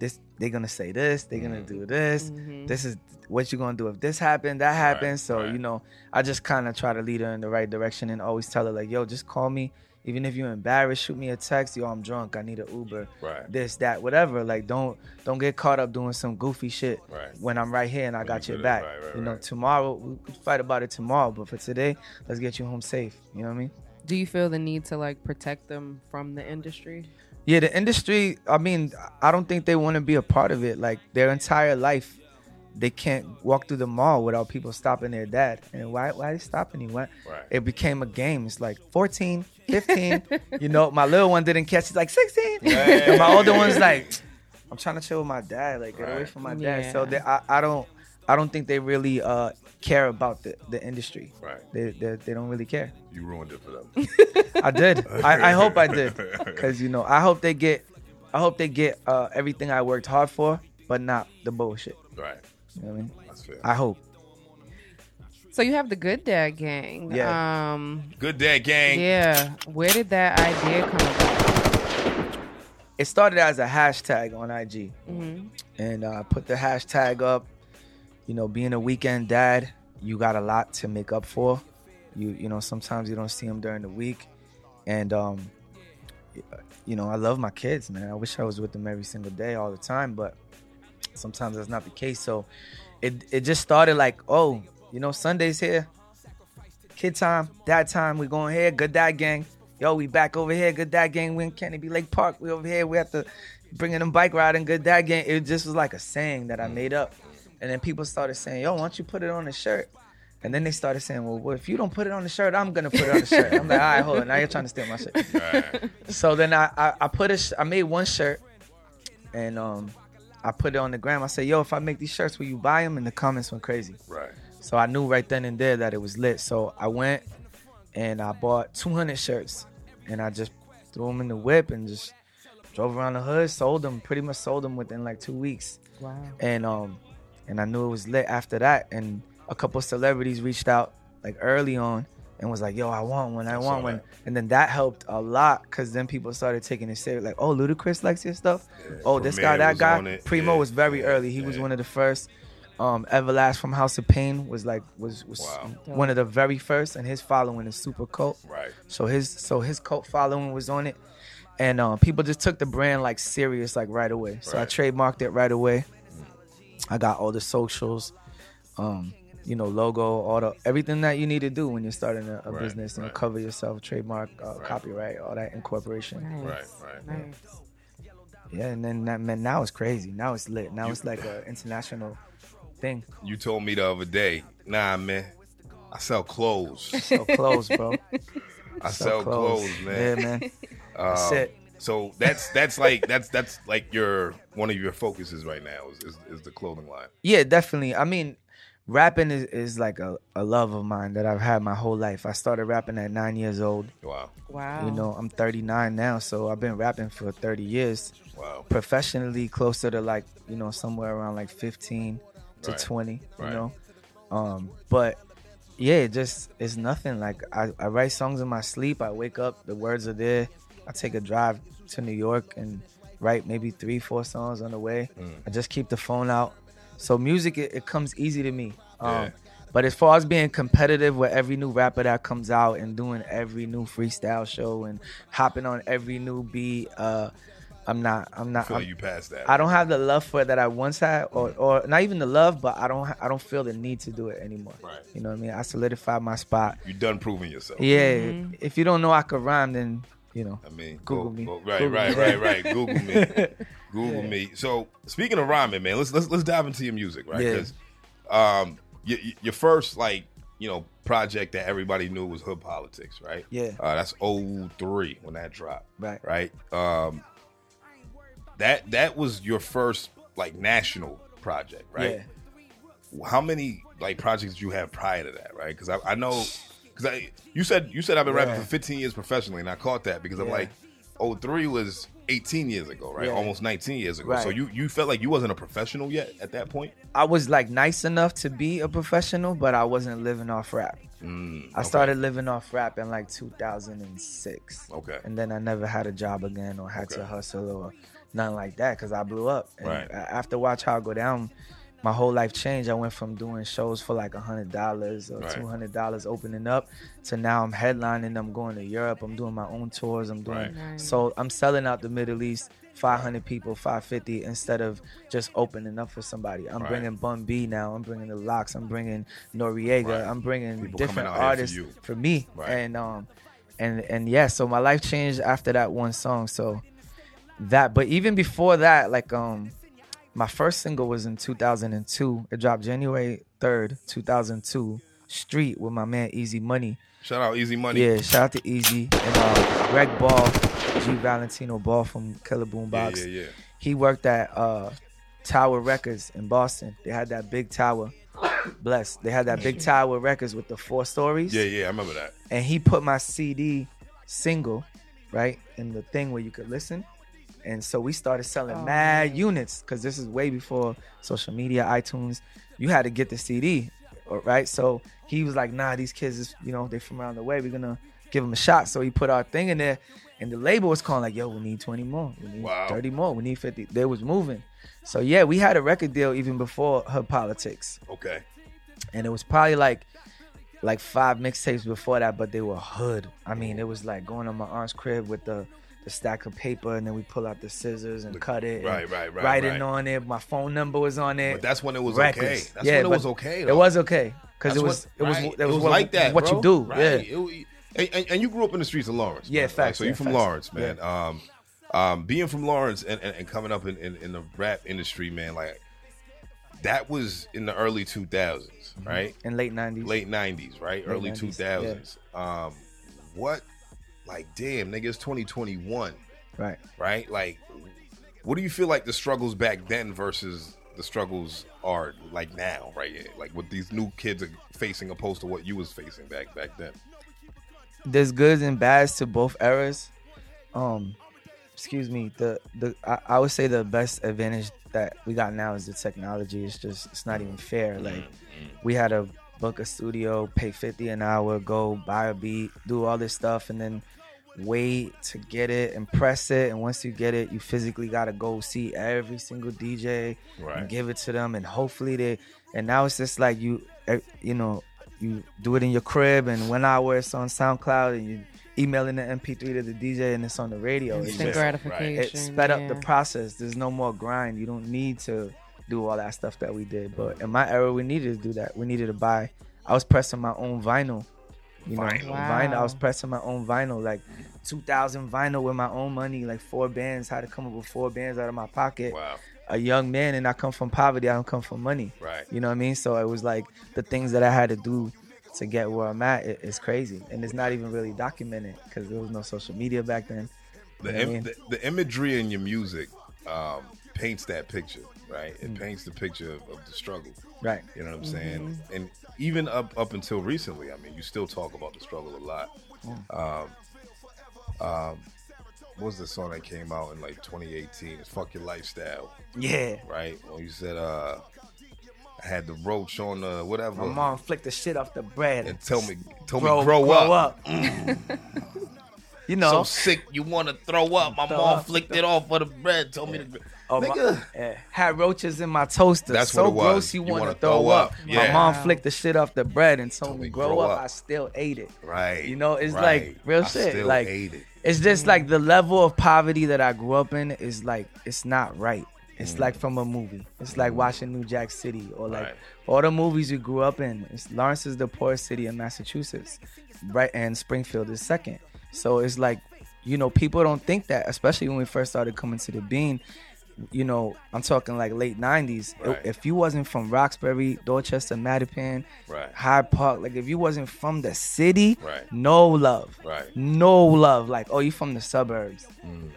Speaker 3: This they're gonna say this, they're gonna do this.
Speaker 2: Mhm.
Speaker 3: This is what you're gonna do if this happened, that happened. so
Speaker 1: right.
Speaker 3: you know, I just kind of try to lead her in the right direction and always tell her like, yo, just call me. Even if you're embarrassed, shoot me a text. Yo, I'm drunk. I need an Uber.
Speaker 1: right?
Speaker 3: This, that, whatever. Like, don't don't get caught up doing some goofy shit
Speaker 1: Right.
Speaker 3: when I'm right here and I got
Speaker 1: you
Speaker 3: your
Speaker 1: good at-
Speaker 3: back.
Speaker 1: right, right,
Speaker 3: you know,
Speaker 1: right.
Speaker 3: tomorrow we could fight about it tomorrow, but for today, let's get you home safe. You know what I mean?
Speaker 2: Do you feel the need to like protect them from the industry?
Speaker 3: Yeah, the industry. I mean, I don't think they want to be a part of it. Like their entire life, they can't walk through the mall without people stopping their dad. And why? Why they stopping you? Why?
Speaker 1: Right.
Speaker 3: It became a game. It's like 14, 15. you know, my little one didn't catch. He's like 16. and my older one's like, I'm trying to chill with my dad. Like get away
Speaker 1: Right.
Speaker 3: from my dad. So
Speaker 2: Yeah.
Speaker 3: they, I, I don't, I don't think they really uh, care about the, the industry.
Speaker 1: Right.
Speaker 3: They, they, they don't really care.
Speaker 1: You ruined it for them.
Speaker 3: I did. I, I hope I did, because you know, I hope they get, I hope they get uh, everything I worked hard for, but not the bullshit.
Speaker 1: right.
Speaker 3: You know what I mean?
Speaker 1: That's fair.
Speaker 3: I hope.
Speaker 2: So you have the Good Dad Gang.
Speaker 3: Yeah.
Speaker 2: Um,
Speaker 1: Good day, gang.
Speaker 2: yeah. Where did that idea come about?
Speaker 3: It started as a hashtag on IG,
Speaker 2: Mm-hmm.
Speaker 3: and uh, I put the hashtag up. You know, being a weekend dad, you got a lot to make up for. You you know, sometimes you don't see them during the week, and um, you know, I love my kids, man. I wish I was with them every single day, all the time, but sometimes that's not the case. So it it just started like, oh, you know, Sunday's here. Kid time, dad time, we going here, good dad gang. Yo, we back over here, good dad gang. We in Kennedy Lake Park. We over here. We have to bringing them bike riding, good dad gang. It just was like a saying that I made up. And then people started saying, yo, why don't you put it on a shirt? And then they started saying, well, well, if you don't put it on the shirt, I'm gonna put it on the shirt. I'm like, all right, hold on. Now you're trying to steal my shirt
Speaker 1: Right.
Speaker 3: so then I, I I put a sh- I made one shirt, and um I put it on the gram. I said, "Yo, if I make these shirts, will you buy them?" And the comments went crazy.
Speaker 1: Right.
Speaker 3: So I knew right then and there that it was lit. So I went and I bought 200 shirts, and I just threw them in the whip and just drove around the hood, sold them, pretty much sold them within like two weeks.
Speaker 2: Wow.
Speaker 3: And um, and I knew it was lit after that. And a couple celebrities reached out like early on and was like, "Yo, I want one, I,
Speaker 1: I saw
Speaker 3: want one."
Speaker 1: that.
Speaker 3: And then that helped a lot because then people started taking it serious. Like, "Oh, Ludacris likes your stuff. oh, this guy,
Speaker 1: Premier
Speaker 3: that
Speaker 1: was on
Speaker 3: guy."
Speaker 1: it.
Speaker 3: Primo
Speaker 1: Yeah,
Speaker 3: was very
Speaker 1: yeah,
Speaker 3: early. He was
Speaker 1: yeah.
Speaker 3: one of the first. Um, Everlast from House of Pain was like was was
Speaker 1: Wow.
Speaker 3: one of the very first, and his following is super cult.
Speaker 1: Right.
Speaker 3: So his so his cult following was on it, and uh, people just took the brand like serious like right away. So I
Speaker 1: Right.
Speaker 3: trademarked it right away. I got all the socials, um, you know, logo, all the everything that you need to do when you're starting a, a
Speaker 1: Right,
Speaker 3: business and
Speaker 1: right.
Speaker 3: cover yourself, trademark, uh,
Speaker 1: Right.
Speaker 3: copyright, all that incorporation.
Speaker 2: Nice.
Speaker 1: Right, right.
Speaker 2: Nice.
Speaker 3: Yeah, and then that man, now it's crazy. Now it's lit. Now it's like a international thing.
Speaker 1: You told me the other day, nah, man, I sell clothes.
Speaker 3: So close, bro.
Speaker 1: I
Speaker 3: So
Speaker 1: sell
Speaker 3: close.
Speaker 1: clothes, man.
Speaker 3: Yeah, man.
Speaker 1: Um,
Speaker 3: That's it.
Speaker 1: So that's that's like that's that's like your one of your focuses right now is is, is the clothing line.
Speaker 3: Yeah, definitely. I mean, rapping is, is like a, a love of mine that I've had my whole life. I started rapping at nine years old.
Speaker 1: Wow,
Speaker 2: Wow.
Speaker 3: You know, I'm 39 now, so I've been rapping for 30 years.
Speaker 1: wow,
Speaker 3: Professionally, closer to like, you know, somewhere around like 15 to
Speaker 1: Right.
Speaker 3: 20,
Speaker 1: Right.
Speaker 3: you know? Um, but yeah, it just, it's nothing. Like, I, I write songs in my sleep. I wake up, the words are there. I take a drive to New York and write maybe three, four songs on the way.
Speaker 1: Mm.
Speaker 3: I just keep the phone out. So music, it, it comes easy to me. Um,
Speaker 1: Yeah.
Speaker 3: But as far as being competitive with every new rapper that comes out and doing every new freestyle show and hopping on every new beat, uh, I'm not. I'm
Speaker 1: I
Speaker 3: not.
Speaker 1: feel
Speaker 3: I'm,
Speaker 1: you passed that.
Speaker 3: I don't have the love for it that I once had, or, or not even the love, but I don't. ha- I don't feel the need to do it anymore.
Speaker 1: Right.
Speaker 3: You know what I mean? I solidified my spot.
Speaker 1: You done proving yourself.
Speaker 3: Yeah. If you don't know I could rhyme, then you know.
Speaker 1: I mean,
Speaker 3: Google
Speaker 1: go-
Speaker 3: me.
Speaker 1: go- right,
Speaker 3: Google
Speaker 1: right,
Speaker 3: me.
Speaker 1: right, right. Google me. Google me. So speaking of rhyming, man, let's let's let's dive into your music, right?
Speaker 3: Yeah.
Speaker 1: Because um, your, your first like you know project that everybody knew was Hood Politics, right?
Speaker 3: Yeah.
Speaker 1: Uh, that's 03 when that dropped,
Speaker 3: Right.
Speaker 1: right? Um, that that was your first like national project, right?
Speaker 3: Yeah.
Speaker 1: How many like projects did you have prior to that, right? Because I, I know because I you said you said I've been rapping
Speaker 3: Yeah.
Speaker 1: for 15 years professionally, and I caught that because I'm
Speaker 3: Yeah.
Speaker 1: like, 03 was 18 years ago, right?
Speaker 3: Yeah.
Speaker 1: Almost 19 years ago.
Speaker 3: Right.
Speaker 1: So you you felt like you wasn't a professional yet at that point.
Speaker 3: I was like nice enough to be a professional, but I wasn't living off rap.
Speaker 1: Mm,
Speaker 3: I
Speaker 1: okay.
Speaker 3: started living off rap in like 2006.
Speaker 1: Okay.
Speaker 3: And then I never had a job again or had
Speaker 1: Okay.
Speaker 3: to hustle or nothing like that because I blew up. And
Speaker 1: Right.
Speaker 3: a- after Watch How It Go Down, my whole life changed. I went from doing shows for like $100 or
Speaker 1: Right.
Speaker 3: $200 opening up to now I'm headlining, I'm going to Europe, I'm doing my own tours, I'm doing
Speaker 1: Right.
Speaker 2: Nice.
Speaker 3: so I'm selling out the Middle East 500 people, 550 instead of just opening up for somebody. I'm
Speaker 1: Right.
Speaker 3: bringing Bun B now. I'm bringing the Locks. I'm bringing Noriega.
Speaker 1: Right.
Speaker 3: I'm bringing
Speaker 1: People
Speaker 3: different
Speaker 1: coming out here for
Speaker 3: artists
Speaker 1: you.
Speaker 3: for me.
Speaker 1: Right.
Speaker 3: And um and and yeah, so my life changed after that one song. So that but even before that like um my first single was in 2002. It dropped January 3rd, 2002. Street with my man Easy Money.
Speaker 1: Shout out Easy Money.
Speaker 3: Yeah, shout out to Easy and uh, Greg Ball, G Valentino Ball from Killer Boom
Speaker 1: yeah,
Speaker 3: Box.
Speaker 1: yeah, yeah.
Speaker 3: He worked at uh, Tower Records in Boston. They had that big tower. Bless. They had that big tower records with the four stories.
Speaker 1: Yeah, yeah, I remember that.
Speaker 3: And he put my CD single, right, in the thing where you could listen. And so we started selling
Speaker 2: Oh,
Speaker 3: mad
Speaker 2: man.
Speaker 3: units because this is way before social media, iTunes. You had to get the CD, or- right? So he was like, "Nah, these kids is, you know, they from around the way. We're gonna give them a shot." So he put our thing in there, and the label was calling like, "Yo, we need 20 more, we need
Speaker 1: Wow.
Speaker 3: 30 more, we need 50." They was moving. So yeah, we had a record deal even before her politics,
Speaker 1: Okay.
Speaker 3: and it was probably like like five mixtapes before that, but they were hood. I mean, it was like going on my aunt's crib with the the stack of paper, and then we pull out the scissors and cut it. and
Speaker 1: Right, right, right,
Speaker 3: Writing
Speaker 1: right.
Speaker 3: on it, my phone number was on it.
Speaker 1: But that's when it was okay.
Speaker 3: Records.
Speaker 1: That's
Speaker 3: Yeah,
Speaker 1: when it
Speaker 3: but
Speaker 1: was okay.
Speaker 3: It
Speaker 1: though.
Speaker 3: was okay because
Speaker 1: That's
Speaker 3: it was
Speaker 1: what-
Speaker 3: it
Speaker 1: right.
Speaker 3: was it was, what, like that. What
Speaker 1: bro.
Speaker 3: you do,
Speaker 1: Right.
Speaker 3: yeah.
Speaker 1: It- and, and, and you grew up in the streets of Lawrence.
Speaker 3: Yeah,
Speaker 1: man.
Speaker 3: facts,
Speaker 1: Like, so you
Speaker 3: yeah,
Speaker 1: from
Speaker 3: facts.
Speaker 1: Lawrence, man. Um, um, being from Lawrence and, and, and coming up in, in, in the rap industry, man, like that was in the early 2000s, right?
Speaker 3: In late nineties,
Speaker 1: Late 90s, right?
Speaker 3: Mm-hmm. Late
Speaker 1: early
Speaker 3: 90s,
Speaker 1: 2000s. Um, what, like, damn, nigga, it's 2021,
Speaker 3: right?
Speaker 1: right? Like, what do you feel like the struggles back then versus the struggles are like now, right? Like what these new kids are facing opposed to what you was facing back back then.
Speaker 3: there's goods and bads to both eras. Um, excuse me. The the I, I would say the best advantage that we got now is the technology. It's just it's not even fair. Like we had to book a studio, pay fifty an hour, go buy a beat, do all this stuff, and then wait to get it and press it. And once you get it, you physically gotta go see every single DJ and
Speaker 1: Right.
Speaker 3: give it to them, and hopefully they. And now it's just like you, eh, you know, you do it in your crib, and one hour it's on SoundCloud, and you emailing the MP3 to the DJ, and it's on the radio. It's
Speaker 2: Instant
Speaker 1: Right.
Speaker 3: just,
Speaker 2: gratification.
Speaker 3: it sped up the
Speaker 2: yeah.
Speaker 3: process. There's no more grind. You don't need to do all that stuff that we did. But in my era, we needed to do that. We needed to buy. I was pressing my own vinyl. You know,
Speaker 1: Vinyl.
Speaker 3: vinyl. I was
Speaker 2: Wow.
Speaker 3: pressing my own vinyl, like 2,000 vinyl with my own money, like four bands. Had to come up with four bands out of my pocket.
Speaker 1: Wow.
Speaker 3: A young man, and I come from poverty. I don't come from money.
Speaker 1: Right.
Speaker 3: You know what I mean? So it was like the things that I had to do to get where I'm at it, it's crazy, and it's not even really documented because there was no social media back then.
Speaker 1: the,
Speaker 3: know what
Speaker 1: im-
Speaker 3: I mean?
Speaker 1: the, the imagery in your music um, paints that picture, right? It paints the picture of, of the struggle.
Speaker 3: Right.
Speaker 1: You know what I'm saying? And even up up until recently, I mean, you still talk about the struggle a lot. Um, um, what was the song that came out in like 2018? It's "Fuck Your Lifestyle,"
Speaker 3: Yeah.
Speaker 1: right? When you said, uh, "I had the roach on the whatever,"
Speaker 3: My mom flicked the shit off the bread
Speaker 1: and tell me, tell me, grow, up. Mm.
Speaker 3: you know,
Speaker 1: sick, you want to throw up. My
Speaker 3: Throw
Speaker 1: mom
Speaker 3: up.
Speaker 1: flicked it off for the bread. Told me to.
Speaker 3: oh, my-
Speaker 1: Nigga.
Speaker 3: yeah, had roaches in my toaster.
Speaker 1: That's
Speaker 3: so
Speaker 1: what it was.
Speaker 3: gross you,
Speaker 1: You
Speaker 3: want to
Speaker 1: wanna
Speaker 3: throw,
Speaker 1: throw
Speaker 3: up.
Speaker 1: up. Yeah.
Speaker 3: My mom flicked the shit off the bread and told,
Speaker 1: Told
Speaker 3: me
Speaker 1: me,
Speaker 3: grow
Speaker 1: "Grow
Speaker 3: up.
Speaker 1: up."
Speaker 3: I still ate it.
Speaker 1: Right.
Speaker 3: You know, it's
Speaker 1: right.
Speaker 3: like real
Speaker 1: I
Speaker 3: shit.
Speaker 1: still
Speaker 3: like
Speaker 1: ate it.
Speaker 3: it's just like the level of poverty that I grew up in is like it's not right. It's like from a movie. It's like watching New Jack City or like
Speaker 1: Mm. Right.
Speaker 3: all the movies you grew up in. It's Lawrence is the poorest city in Massachusetts, right? And Springfield is second. So it's like, you know, people don't think that, especially when we first started coming to the Bean. You know, I'm talking like late '90s.
Speaker 1: Right.
Speaker 3: If you wasn't from Roxbury, Dorchester, Mattapan,
Speaker 1: Right.
Speaker 3: Hyde Park, like if you wasn't from the city,
Speaker 1: Right.
Speaker 3: no love
Speaker 1: Right. Mm.
Speaker 3: no love. Like, oh, you from the suburbs.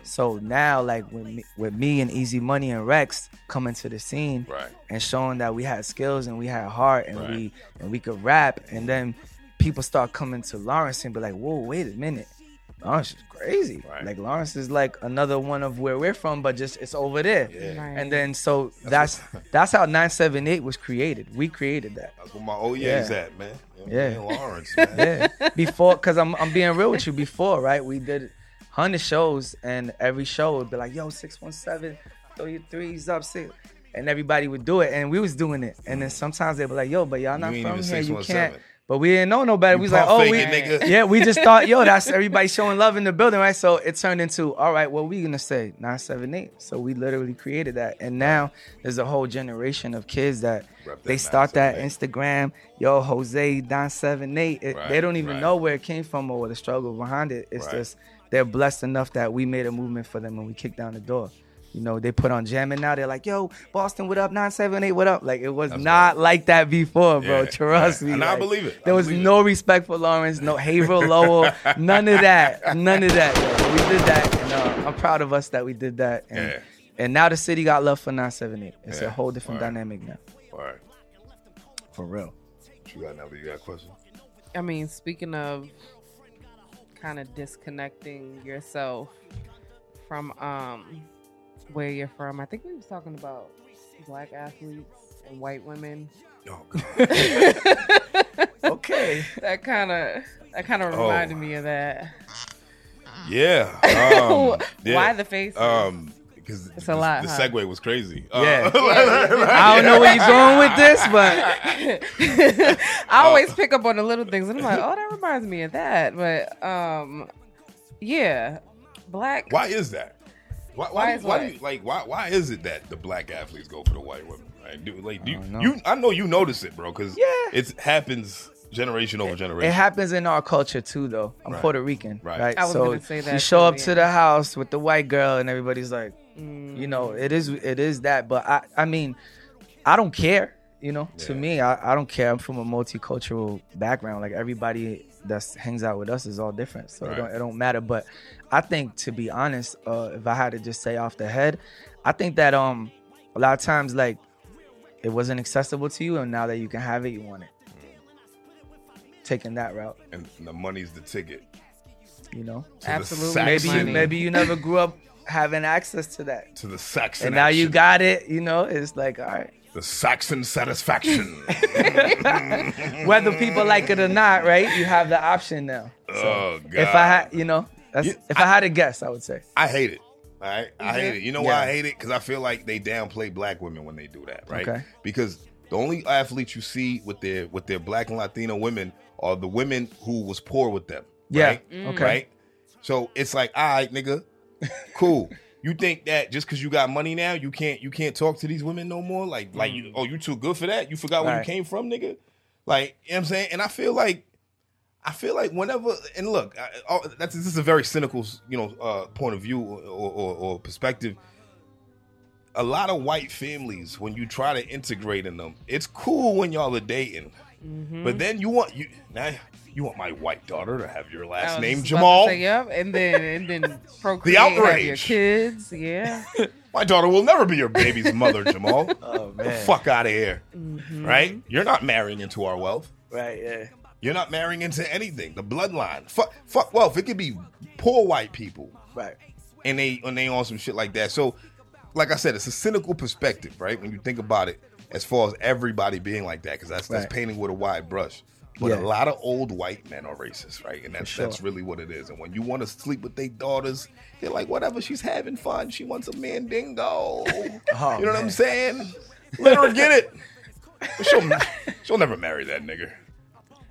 Speaker 3: So now, like with me, with me and Easy Money and Rex coming to the scene
Speaker 1: Right.
Speaker 3: and showing that we had skills and we had heart and
Speaker 1: Right.
Speaker 3: we and we could rap, and then people start coming to Lawrence and be like, whoa, wait a minute. Lawrence is crazy.
Speaker 1: Right.
Speaker 3: Like Lawrence is like another one of where we're from, but just it's over there.
Speaker 1: Yeah.
Speaker 2: Right.
Speaker 3: And then so that's that's how 978 was created. We created that.
Speaker 1: That's where my old years
Speaker 3: Yeah.
Speaker 1: at, oh, man. You know,
Speaker 3: Yeah.
Speaker 1: in Lawrence, man.
Speaker 3: yeah. Before, because I'm, I'm being real with you. Before, right? We did 100 shows, and every show would be like, yo, 617, throw your threes up, six. And everybody would do it, and we was doing it. And then sometimes they'd be like, yo, but y'all not
Speaker 1: ain't
Speaker 3: from
Speaker 1: even
Speaker 3: here. You
Speaker 1: 617.
Speaker 3: can't. But we didn't know nobody. we was like,
Speaker 1: pump
Speaker 3: oh, we,
Speaker 1: faking, nigga.
Speaker 3: yeah, we just thought, yo, that's everybody showing love in the building, right? So it turned into, all right, what we gonna say? 978. So we literally created that. And now there's a whole generation of kids that
Speaker 1: Rep that
Speaker 3: they start that
Speaker 1: 978.
Speaker 3: Instagram, yo, Jose, 978. It-
Speaker 1: Right,
Speaker 3: they don't even
Speaker 1: right.
Speaker 3: know where it came from or the struggle behind it. It's
Speaker 1: Right.
Speaker 3: just they're blessed enough that we made a movement for them and we kicked down the door. You know, they put on jam and now they're like, yo, Boston, what up? 978, what up? Like, it was not like that before, bro.
Speaker 1: Yeah,
Speaker 3: Trust
Speaker 1: right.
Speaker 3: me.
Speaker 1: And I
Speaker 3: like,
Speaker 1: believe it. I
Speaker 3: There was
Speaker 1: believe it.
Speaker 3: no respect for Lawrence, no Haverhill Lowell, none of that. None of that. yo. We did that. And uh, I'm proud of us that we did that. And,
Speaker 1: Yeah.
Speaker 3: and now the city got love for 978. It's
Speaker 1: Yeah.
Speaker 3: a whole different
Speaker 1: All right.
Speaker 3: dynamic now.
Speaker 1: All right.
Speaker 3: For real.
Speaker 1: What you got now? You got a question?
Speaker 2: I mean, speaking of kind of disconnecting yourself from um where you're from, I think we was talking about black athletes and white women.
Speaker 1: Oh, God.
Speaker 3: Okay.
Speaker 2: That kind of that kind of
Speaker 1: Oh.
Speaker 2: reminded me of that.
Speaker 1: yeah. Um, yeah.
Speaker 2: Oh, Why the face?
Speaker 1: Um, because
Speaker 2: It's a lot,
Speaker 1: The
Speaker 2: huh?
Speaker 1: segue was crazy.
Speaker 3: Yeah.
Speaker 1: Uh,
Speaker 3: I don't know where you're going with this, but
Speaker 2: I
Speaker 1: uh.
Speaker 2: always pick up on the little things, and I'm like, oh, that reminds me of that. But um, yeah, black.
Speaker 1: why is that? Why, why,
Speaker 2: Why
Speaker 1: do-
Speaker 2: is
Speaker 1: why
Speaker 2: what?
Speaker 1: do you like why why is it that the black athletes go for the white women? Like, do, like do
Speaker 3: I
Speaker 1: you,
Speaker 3: don't know.
Speaker 1: you I know you notice it, bro, because
Speaker 3: Yeah.
Speaker 1: it happens generation over generation.
Speaker 3: it happens in our culture too, though. I'm
Speaker 1: Right.
Speaker 3: Puerto Rican,
Speaker 1: Right.
Speaker 3: right?
Speaker 2: I was
Speaker 3: so
Speaker 2: gonna say that
Speaker 3: you show up
Speaker 2: too,
Speaker 3: to
Speaker 2: yeah.
Speaker 3: the house with the white girl, and everybody's like,
Speaker 2: Mm.
Speaker 3: you know, it is it is that. But I, I mean, I don't care. You know, to
Speaker 1: Yeah.
Speaker 3: me, I, I don't care. I'm from a multicultural background. Like everybody that hangs out with us is all different, so
Speaker 1: Right.
Speaker 3: it, don't, it don't matter. But I think, to be honest, uh, if I had to just say off the head, I think that um, a lot of times like
Speaker 1: Mm.
Speaker 3: it wasn't accessible to you, and now that you can have it, you want it. taking that route.
Speaker 1: and the money's the ticket.
Speaker 3: You know,
Speaker 1: To the
Speaker 2: Absolutely
Speaker 1: Saxon-
Speaker 3: maybe you,
Speaker 2: Money.
Speaker 3: maybe you never grew up having access to that,
Speaker 1: to the Saxon.
Speaker 3: and now you
Speaker 1: action.
Speaker 3: got it. You know, it's like all right,
Speaker 1: the Saxon satisfaction.
Speaker 3: whether people like it or not, right? You have the option now.
Speaker 1: oh God!
Speaker 3: If I had, you know, that's,
Speaker 1: You-
Speaker 3: if I, had a guess, I would say
Speaker 1: I hate it. All right, I hate it. You know why I
Speaker 3: Yeah.
Speaker 1: hate it? Because I feel like they downplay black women when they do that, right?
Speaker 3: Okay.
Speaker 1: Because the only athletes you see with their with their black and Latino women are the women who was poor with them.
Speaker 3: Yeah.
Speaker 1: Right?
Speaker 3: Mm. Okay.
Speaker 1: Right. So it's like, all right, nigga, cool. You think that just because you got money now, you can't you can't talk to these women no more? Like like
Speaker 2: Mm.
Speaker 1: you, oh, you too good for that? You forgot where
Speaker 3: Right.
Speaker 1: you came from, nigga. Like you know what I'm saying, and I feel like I feel like whenever and look, I, oh, that's this is a very cynical, you know, uh, point of view or, or, or perspective. A lot of white families, when you try to integrate in them, it's cool when y'all are dating,
Speaker 2: Mm-hmm.
Speaker 1: but then you want you now you want my white daughter to have your
Speaker 2: I
Speaker 1: last
Speaker 2: was
Speaker 1: name
Speaker 2: just about to
Speaker 1: Jamal.
Speaker 2: say, yep, and then and then procreate have your
Speaker 1: outrage.
Speaker 2: kids. Yeah,
Speaker 1: My daughter will never be your baby's mother, Jamal.
Speaker 3: Oh
Speaker 1: the fuck out of here, right? You're not marrying into our wealth.
Speaker 3: right? Yeah,
Speaker 1: You're not marrying into anything. The bloodline, fuck, fuck wealth. It could be poor white people.
Speaker 3: right.
Speaker 1: and they and they on some shit like that. So, like I said, it's a cynical perspective, right? When you think about it, as far as everybody being like that, because that's
Speaker 3: Right.
Speaker 1: that's painting with a wide brush. But
Speaker 3: Yeah.
Speaker 1: a lot of old white men are racist, right? And that's
Speaker 3: sure.
Speaker 1: that's really what it is. And when you want to sleep with their daughters, they're like, whatever, she's having fun. She wants a mandingo. you know what I'm
Speaker 3: Oh, man.
Speaker 1: saying? Let her get it. But She'll, she'll never marry that nigga.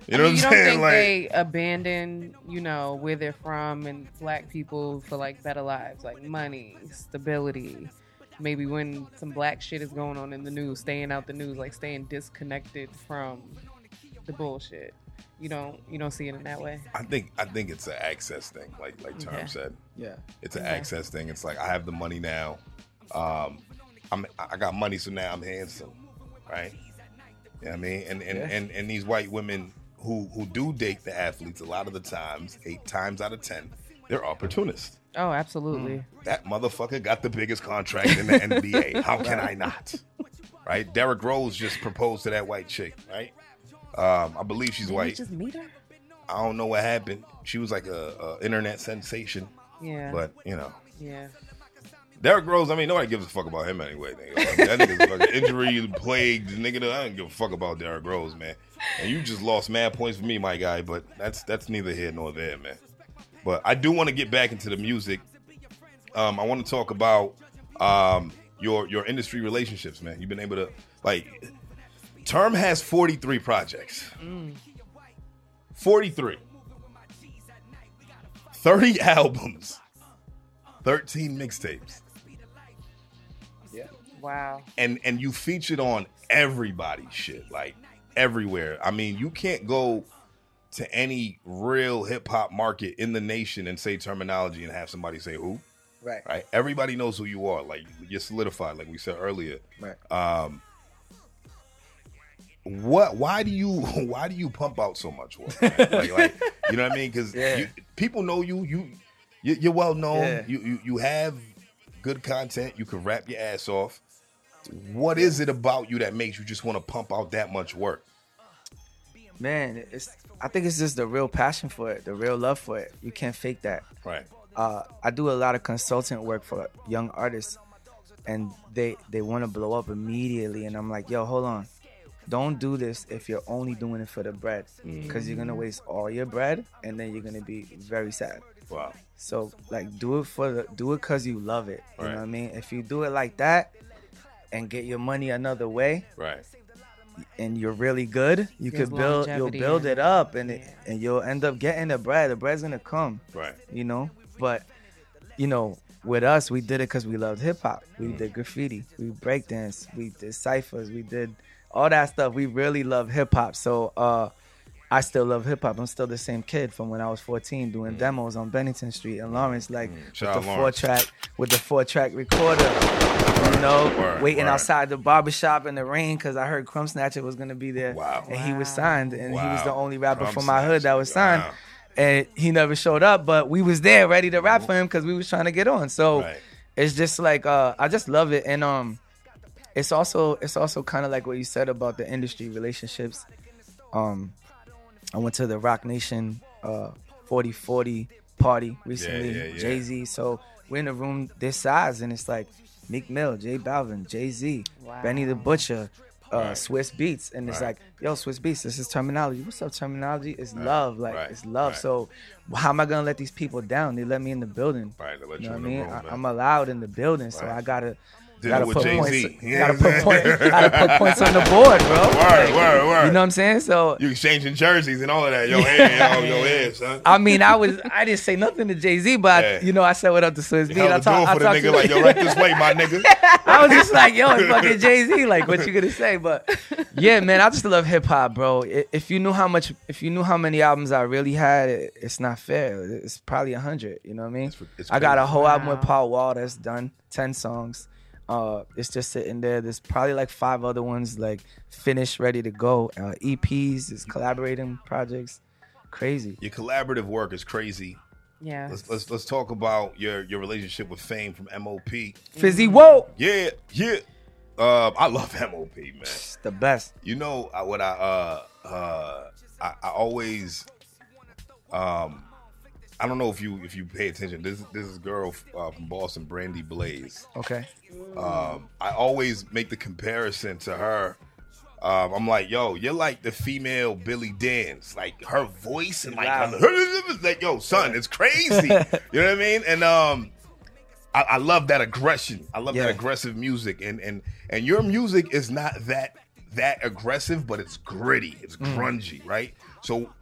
Speaker 1: You know
Speaker 2: I mean,
Speaker 1: what
Speaker 2: you
Speaker 1: I'm
Speaker 2: don't
Speaker 1: saying?
Speaker 2: think
Speaker 1: like,
Speaker 2: they abandon, you know, where they're from and black people for like better lives, like money, stability. Maybe when some black shit is going on in the news, staying out the news, like staying disconnected from the bullshit. You don't you don't see it in that way.
Speaker 1: I think I think it's an access thing, like like Tom
Speaker 2: Okay.
Speaker 1: said.
Speaker 3: Yeah,
Speaker 1: It's an
Speaker 2: Okay.
Speaker 1: access thing. It's like I have the money now. Um, I'm I got money, so now I'm handsome, right? You know what I mean, and and,
Speaker 3: Yeah.
Speaker 1: and and these white women who who do date the athletes a lot of the times, eight times out of ten, they're opportunists.
Speaker 2: Oh, absolutely.
Speaker 1: That motherfucker got the biggest contract in the NBA. How can I not? Right? Derrick Rose just proposed to that white chick, right? Um, I believe she's
Speaker 2: Did we
Speaker 1: white.
Speaker 2: just meet her?
Speaker 1: I don't know what happened. She was like a, a internet sensation,
Speaker 2: Yeah.
Speaker 1: but you know,
Speaker 2: yeah.
Speaker 1: Derrick Rose, I mean, nobody gives a fuck about him anyway. Nigga. Like, that nigga's fucking injury plagued. Nigga, I don't give a fuck about Derrick Rose, man. And you just lost mad points for me, my guy. But that's that's neither here nor there, man. But I do want to get back into the music. Um, I want to talk about um, your your industry relationships, man. You've been able to like. Term has forty three projects. Forty three. 30 albums, 13 mixtapes.
Speaker 3: yeah.
Speaker 2: Wow.
Speaker 1: and and you featured on everybody's shit, like everywhere. I mean, you can't go to any real hip hop market in the nation and say terminology and have somebody say who,
Speaker 3: Right.
Speaker 1: right? Everybody knows who you are. Like you're solidified, like we said earlier.
Speaker 3: Right.
Speaker 1: Um, what? Why do you? Why do you pump out so much work? man? Like, like, you know what I mean? Because
Speaker 3: Yeah.
Speaker 1: people know you. You you- you're well known.
Speaker 3: Yeah.
Speaker 1: You, you you have good content. You can rap your ass off. What is it about you that makes you just want to pump out that much work?
Speaker 3: Man, it's I think it's just the real passion for it, the real love for it. You can't fake that.
Speaker 1: Right.
Speaker 3: uh, I do a lot of consultant work for young artists, and they they want to blow up immediately, and I'm like, yo, hold on, don't do this if you're only doing it for the bread, because you're gonna waste all your bread, and then you're gonna be very sad.
Speaker 1: Wow.
Speaker 3: So like, do it for the do it cause you love it. You
Speaker 1: Right.
Speaker 3: know what I mean? If you do it like that, and get your money another way,
Speaker 1: Right.
Speaker 3: and you're really good, you
Speaker 2: There's
Speaker 3: could build you'll
Speaker 2: longevity
Speaker 3: build
Speaker 2: in
Speaker 3: it
Speaker 2: it.
Speaker 3: up, and it,
Speaker 2: Yeah.
Speaker 3: and you'll end up getting the bread. The bread's gonna come
Speaker 1: Right.
Speaker 3: you know. But you know, with us, we did it because we loved hip hop. We
Speaker 1: Mm.
Speaker 3: did graffiti, we breakdance, we did ciphers, we did all that stuff. We really love hip hop. So uh, I still love hip hop. I'm still the same kid from when I was 14 doing demos on Bennington Street and Lawrence, like
Speaker 1: Mm. Shout out
Speaker 3: with the four
Speaker 1: Lawrence.
Speaker 3: track with the four track recorder. You know,
Speaker 1: Word,
Speaker 3: waiting
Speaker 1: word.
Speaker 3: outside the barbershop in the rain because I heard Crumb Snatcher was gonna be there,
Speaker 1: Wow.
Speaker 3: and he was
Speaker 2: Wow.
Speaker 3: signed, and he was
Speaker 1: Wow.
Speaker 3: the only rapper
Speaker 1: Crumb
Speaker 3: from my hood that was
Speaker 1: Snatcher.
Speaker 3: signed
Speaker 1: Wow.
Speaker 3: and he never showed up but we was there ready to rap for him because we was trying to get on so
Speaker 1: Right.
Speaker 3: it's just like uh i just love it and um it's also it's also kind of like what you said about the industry relationships um I went to the Rock Nation uh, 4040 party recently,
Speaker 1: yeah, yeah.
Speaker 3: Jay Z. So we're in a room this size, and it's like Meek Mill, Jay Balvin, Jay Z,
Speaker 2: Wow.
Speaker 3: Benny the Butcher, uh,
Speaker 1: Right.
Speaker 3: Swiss Beats, and it's
Speaker 1: Right.
Speaker 3: like, yo, Swiss Beats, this is terminology. What's up, terminology? It's love, like
Speaker 1: Right.
Speaker 3: it's love.
Speaker 1: Right.
Speaker 3: So how am I gonna let these people down? They let me in the building.
Speaker 1: Right, they let
Speaker 3: you
Speaker 1: you
Speaker 3: know what I
Speaker 1: in the
Speaker 3: mean?
Speaker 1: room,
Speaker 3: I,
Speaker 1: man.
Speaker 3: I'm allowed in the building, so
Speaker 1: Right.
Speaker 3: I gotta.
Speaker 1: Dinner
Speaker 3: gotta
Speaker 1: with
Speaker 3: put,
Speaker 1: Jay-Z.
Speaker 3: points,
Speaker 1: You know
Speaker 3: gotta,
Speaker 1: what I'm
Speaker 3: put point,
Speaker 1: saying?
Speaker 3: gotta put points on the board, bro.
Speaker 1: Word, word, word.
Speaker 3: You know what I'm saying? So
Speaker 1: You exchanging jerseys and all of that. Yo, head, yo, yo, head, son.
Speaker 3: I mean, I was I didn't say nothing to Jay Z, but
Speaker 1: Yeah.
Speaker 3: you know, I said what up to Swizz Beatz.
Speaker 1: Held
Speaker 3: I
Speaker 1: the door
Speaker 3: talked. I
Speaker 1: for the
Speaker 3: talked
Speaker 1: nigga like, yo,
Speaker 3: to
Speaker 1: right this way, my nigga.
Speaker 3: I was just like, yo, it's fucking Jay Z. Like, what you gonna say? But yeah, man, I just love hip hop, bro. I- If you knew how much, if you knew how many albums I really had, it- it's not fair. It's probably a hundred. You know what I mean?
Speaker 1: It's- it's
Speaker 3: I got a
Speaker 1: crazy.
Speaker 3: whole album with
Speaker 2: Wow.
Speaker 3: Paul Wall that's done, ten songs. Uh, it's just sitting there. There's probably like five other ones like finished, ready to go. Uh, EPs, it's collaborating projects, crazy.
Speaker 1: Your collaborative work is crazy.
Speaker 2: Yeah.
Speaker 1: Let's let's let's talk about your your relationship with Fame from MOP.
Speaker 3: Fizzy Whoa,
Speaker 1: Yeah, yeah. Uh, I love MOP, man.
Speaker 3: the best.
Speaker 1: You know I, what I uh uh I, I always um I don't know if you if you pay attention. This this is a girl uh, from Boston, Brandy Blaze.
Speaker 3: Okay.
Speaker 1: Um, I always make the comparison to her. Um, I'm like, yo, you're like the female Billy Dance, like her voice and like,
Speaker 3: Wow.
Speaker 1: her- like, yo, son, it's crazy. you know what I mean? And um, I, I love that aggression. I love
Speaker 3: Yeah.
Speaker 1: that aggressive music, and and and your music is not that that aggressive, but it's gritty, it's
Speaker 3: Mm.
Speaker 1: grungy, right? So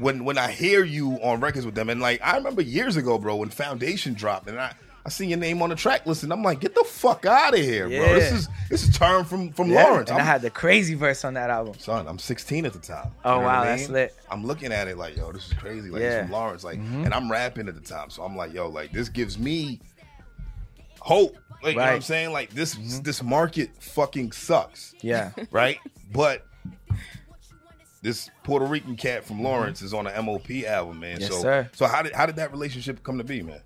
Speaker 1: when when I hear you on records with them, and like I remember years ago, bro, when Foundation dropped, and I I see your name on the track list, and I'm like, get the fuck out of here, bro. This
Speaker 3: Yeah.
Speaker 1: is this is term from from
Speaker 3: Yeah,
Speaker 1: Lawrence.
Speaker 3: And i
Speaker 1: I'm-
Speaker 3: had the crazy verse on that album.
Speaker 1: son, I'm 16 at the time.
Speaker 3: Oh,
Speaker 1: what
Speaker 3: wow, that's lit.
Speaker 1: I'm looking at it like, yo, this is crazy. Like
Speaker 3: Yeah. Mm-hmm.
Speaker 1: it's from Lawrence, like, and I'm rapping at the time, so I'm like, yo, like this gives me hope. Like, You know what I'm
Speaker 3: Right. Mm-hmm.
Speaker 1: saying? Like this this market fucking sucks
Speaker 3: Yeah.
Speaker 1: right? But this Puerto Rican cat from Lawrence is on an MOP album, man.
Speaker 3: Yes,
Speaker 1: so,
Speaker 3: sir.
Speaker 1: so how did how did that relationship come to be, man?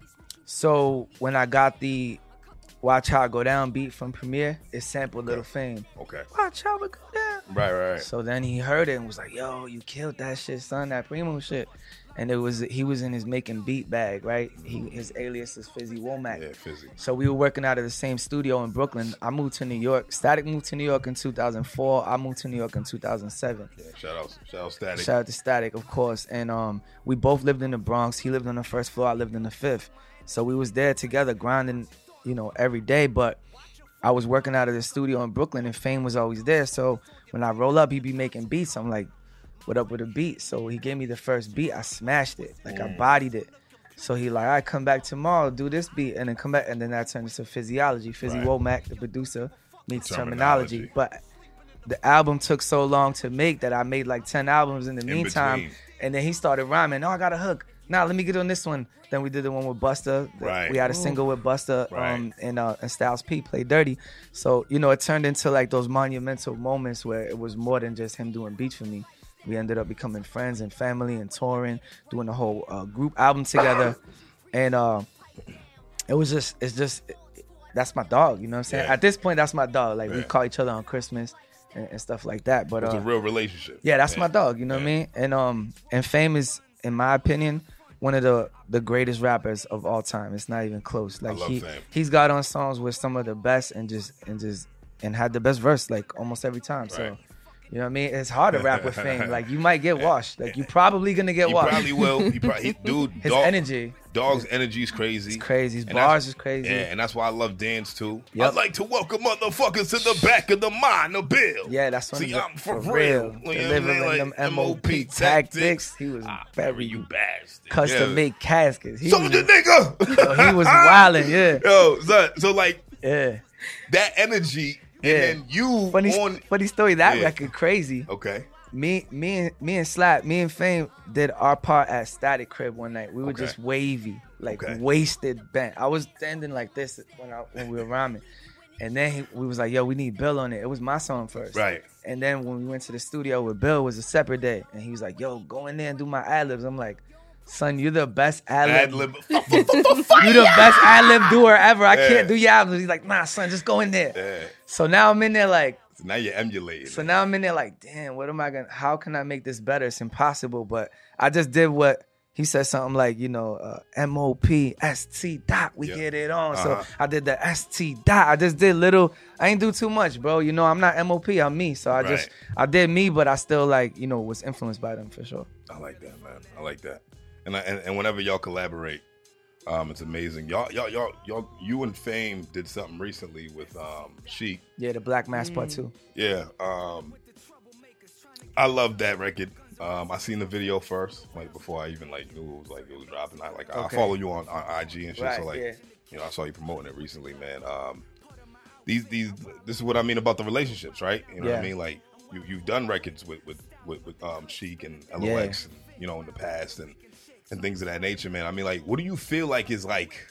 Speaker 3: so when I got the Watch How It Go Down beat from Premiere, it sampled Little Fame.
Speaker 1: Okay,
Speaker 3: Watch How It Go Down.
Speaker 1: right, right, right.
Speaker 3: So then he heard it and was like, "Yo, you killed that shit, son. That primo shit." And it was he was in his making beat bag, right? He his alias is Fizzy Womack.
Speaker 1: Mm-hmm. yeah, fizzy.
Speaker 3: So we were working out of the same studio in Brooklyn. I moved to New York. Static moved to New York in 2004. I moved to New York in 2007.
Speaker 1: Shout out, shout out, Static.
Speaker 3: Shout out to Static, of course. And um, we both lived in the Bronx. He lived on the first floor. I lived on the fifth. So we was there together, grinding, you know, every day. But I was working out of the studio in Brooklyn, and Fame was always there. So when I roll up, he be making beats. I'm like, "What up with the beat?" So he gave me the first beat. I smashed it, like
Speaker 1: Mm.
Speaker 3: I bodied it. So he like, "I come back tomorrow, do this beat, and then come back." And then that turned into physiology. Fizzy
Speaker 1: Right.
Speaker 3: Womack, the producer, meets
Speaker 1: Terminology.
Speaker 3: terminology. But the album took so long to make that I made like 10 albums in the
Speaker 1: In
Speaker 3: meantime.
Speaker 1: between.
Speaker 3: And then he started rhyming. Oh, I got a hook. Now let me get on this one. Then we did the one with Busta. The-
Speaker 1: Right.
Speaker 3: We had a single with Busta
Speaker 1: Right.
Speaker 3: um, and uh, and Styles P played Dirty. So you know it turned into like those monumental moments where it was more than just him doing beats for me. We ended up becoming friends and family and touring, doing the whole uh, group album together, and uh, it was just it's just that's my dog. You know what I'm saying?
Speaker 1: Yeah.
Speaker 3: At this point, that's my dog. Like we
Speaker 1: Yeah.
Speaker 3: call each other on Christmas and, and stuff like that. But
Speaker 1: It's a
Speaker 3: uh,
Speaker 1: real relationship.
Speaker 3: yeah, that's
Speaker 1: Yeah.
Speaker 3: my dog. You know what I mean? And um, and Fame is, in my opinion, one of the the greatest rappers of all time. It's not even close. Like
Speaker 1: love
Speaker 3: he
Speaker 1: Fame.
Speaker 3: he's got on songs with some of the best and just and just and had the best verse like almost every time.
Speaker 1: Right.
Speaker 3: So. You know what I mean? It's hard to rap with fame. Like you might get washed. Like you're probably gonna get
Speaker 1: He
Speaker 3: washed.
Speaker 1: probably will. He probably, he, dude,
Speaker 3: His
Speaker 1: dog,
Speaker 3: energy,
Speaker 1: dog's energy is crazy.
Speaker 3: It's crazy. His
Speaker 1: And that's-
Speaker 3: bars is crazy.
Speaker 1: Yeah, and that's why I love dance too.
Speaker 3: Yep.
Speaker 1: I like to welcome motherfuckers to the back of the mind, the bill.
Speaker 3: Yeah, that's one
Speaker 1: See,
Speaker 3: of the,
Speaker 1: I'm for, real. You know what I mean?
Speaker 3: Delivering
Speaker 1: Like,
Speaker 3: them MOP tactics. He was
Speaker 1: I bury
Speaker 3: very
Speaker 1: you bastard.
Speaker 3: custom
Speaker 1: Ah. Yeah.
Speaker 3: made caskets. He was,
Speaker 1: Soldier nigga.
Speaker 3: he was wilding, yeah.
Speaker 1: Yo, so, so like
Speaker 3: Yeah.
Speaker 1: that energy,
Speaker 3: Yeah.
Speaker 1: and then you
Speaker 3: Funny,
Speaker 1: on.
Speaker 3: funny story. That
Speaker 1: Yeah.
Speaker 3: record crazy.
Speaker 1: Okay,
Speaker 3: Me, me, and me and Slap, me and Fame did our part at Static Crib one night. We were
Speaker 1: Okay.
Speaker 3: just wavy, like
Speaker 1: Okay.
Speaker 3: wasted bent. I was standing like this when I when we were rhyming, and then he, we was like, "Yo, we need Bill on it." It was my song first,
Speaker 1: right.
Speaker 3: And then when we went to the studio with Bill, it was a separate day, and he was like, "Yo, go in there and do my ad libs." I'm like, "Son, you're the best ad
Speaker 1: Ad
Speaker 3: lib.
Speaker 1: lib. Fuck, fuck, fuck, fuck, fuck.
Speaker 3: You the best ad lib doer ever. I
Speaker 1: Yeah.
Speaker 3: can't do your ad libs." He's like, "Nah, son, just go in there."
Speaker 1: Yeah.
Speaker 3: So now I'm in there like,
Speaker 1: So now you're emulating.
Speaker 3: So
Speaker 1: it.
Speaker 3: now I'm in there like, damn, what am I gonna? How can I make this better? It's impossible. But I just did what he said. Something like, you know, uh, M O P S T dot. We
Speaker 1: Yeah.
Speaker 3: get it on.
Speaker 1: Uh-huh.
Speaker 3: So I did the S T dot. I just did little. I ain't do too much, bro. You know, I'm not M O P. I'm me. So I just I did me, but I still like, you know, was influenced by them for sure.
Speaker 1: I like that, man. I like that. And I, and, and whenever y'all collaborate, um, it's amazing. Y'all, y'all, y'all, y'all, you and Fame did something recently with um Sheik.
Speaker 3: Yeah, the Black Mass Part Two.
Speaker 1: Yeah. Um, I love that record. Um, I seen the video first, like before I even like knew it was like it was dropping. I like I
Speaker 3: Okay.
Speaker 1: follow you on, on IG and shit, so
Speaker 3: Right,
Speaker 1: like
Speaker 3: yeah.
Speaker 1: you know I saw you promoting it recently, man. Um, these these this is what I mean about the relationships, right? You know what I
Speaker 3: Yeah.
Speaker 1: mean? Like you you've done records with with with, with um Chic and LOX, and, you know, in the past and and things of that nature, man. I mean, like, what do you feel like is like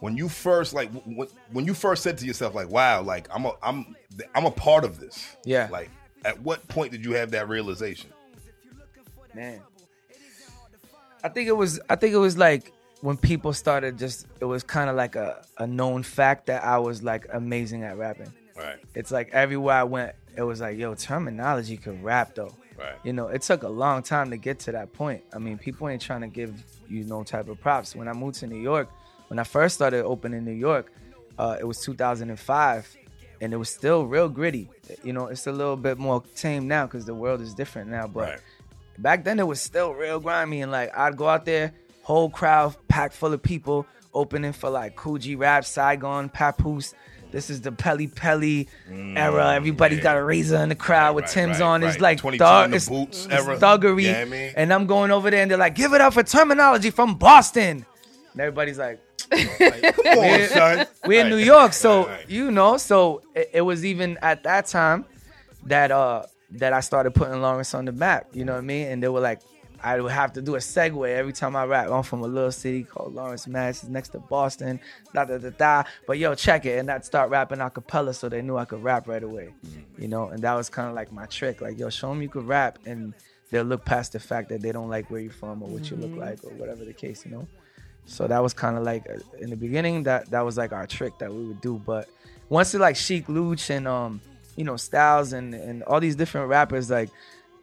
Speaker 1: when you first like w- w- when you first said to yourself like wow like i'm a i'm i'm a part of this
Speaker 3: Yeah.
Speaker 1: like at what point did you have that realization
Speaker 3: man. I think it was I think it was like when people started just it was kind of like a, a known fact that I was like amazing at rapping.
Speaker 1: right
Speaker 3: It's like everywhere I went, it was like, yo, terminology could rap though.
Speaker 1: Right.
Speaker 3: You know, it took a long time to get to that point. I mean, people ain't trying to give you no type of props. When I moved to New York, when I first started opening New York, uh, it was 2005, and it was still real gritty. You know, it's a little bit more tame now because the world is different now. But
Speaker 1: Right.
Speaker 3: back then, it was still real grimy, and like I'd go out there, whole crowd packed full of people, opening for like Coogee Rap, Saigon, Papoose. This is the Pelly Pelly era. Everybody
Speaker 1: Mm, yeah.
Speaker 3: got a razor in the crowd with
Speaker 1: right,
Speaker 3: Tim's
Speaker 1: right,
Speaker 3: on.
Speaker 1: right.
Speaker 3: It's like
Speaker 1: 22 in
Speaker 3: thug,
Speaker 1: the
Speaker 3: it's,
Speaker 1: boots
Speaker 3: it's
Speaker 1: era.
Speaker 3: thuggery.
Speaker 1: Yeah, I mean.
Speaker 3: And I'm going over there and they're like, give it up for terminology from Boston. And everybody's like,
Speaker 1: Like, come on, son.
Speaker 3: we're in
Speaker 1: Right.
Speaker 3: New York, so
Speaker 1: Right, right.
Speaker 3: you know, so it, it was even at that time that uh that I started putting Lawrence on the map. You know what I mean? And they were like, I would have to do a segue every time I rap. I'm from a little city called Lawrence, Mass. It's next to Boston. Da da da da. But yo, check it, and I'd start rapping a cappella, so they knew I could rap right away.
Speaker 1: Mm-hmm.
Speaker 3: You know, and that was kind of like my trick. Like, yo, show them you could rap, and they'll look past the fact that they don't like where you're from or what you look like or whatever the case. You know. So that was kind of like uh, in the beginning that that was like our trick that we would do. But once it like Chic Luch and um you know Styles and and all these different rappers like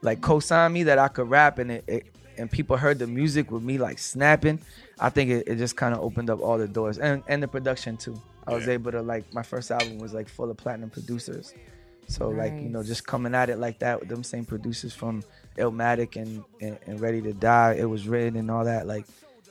Speaker 3: like co-signed me that I could rap and it, it and people heard the music with me like snapping. I think it, it just kind of opened up all the doors and and the production too. I was
Speaker 1: Yeah.
Speaker 3: able to like my first album was like full of platinum producers. So like you know
Speaker 2: Nice.
Speaker 3: just coming at it like that with them same producers from Illmatic and, and and Ready to Die, it was written and all that like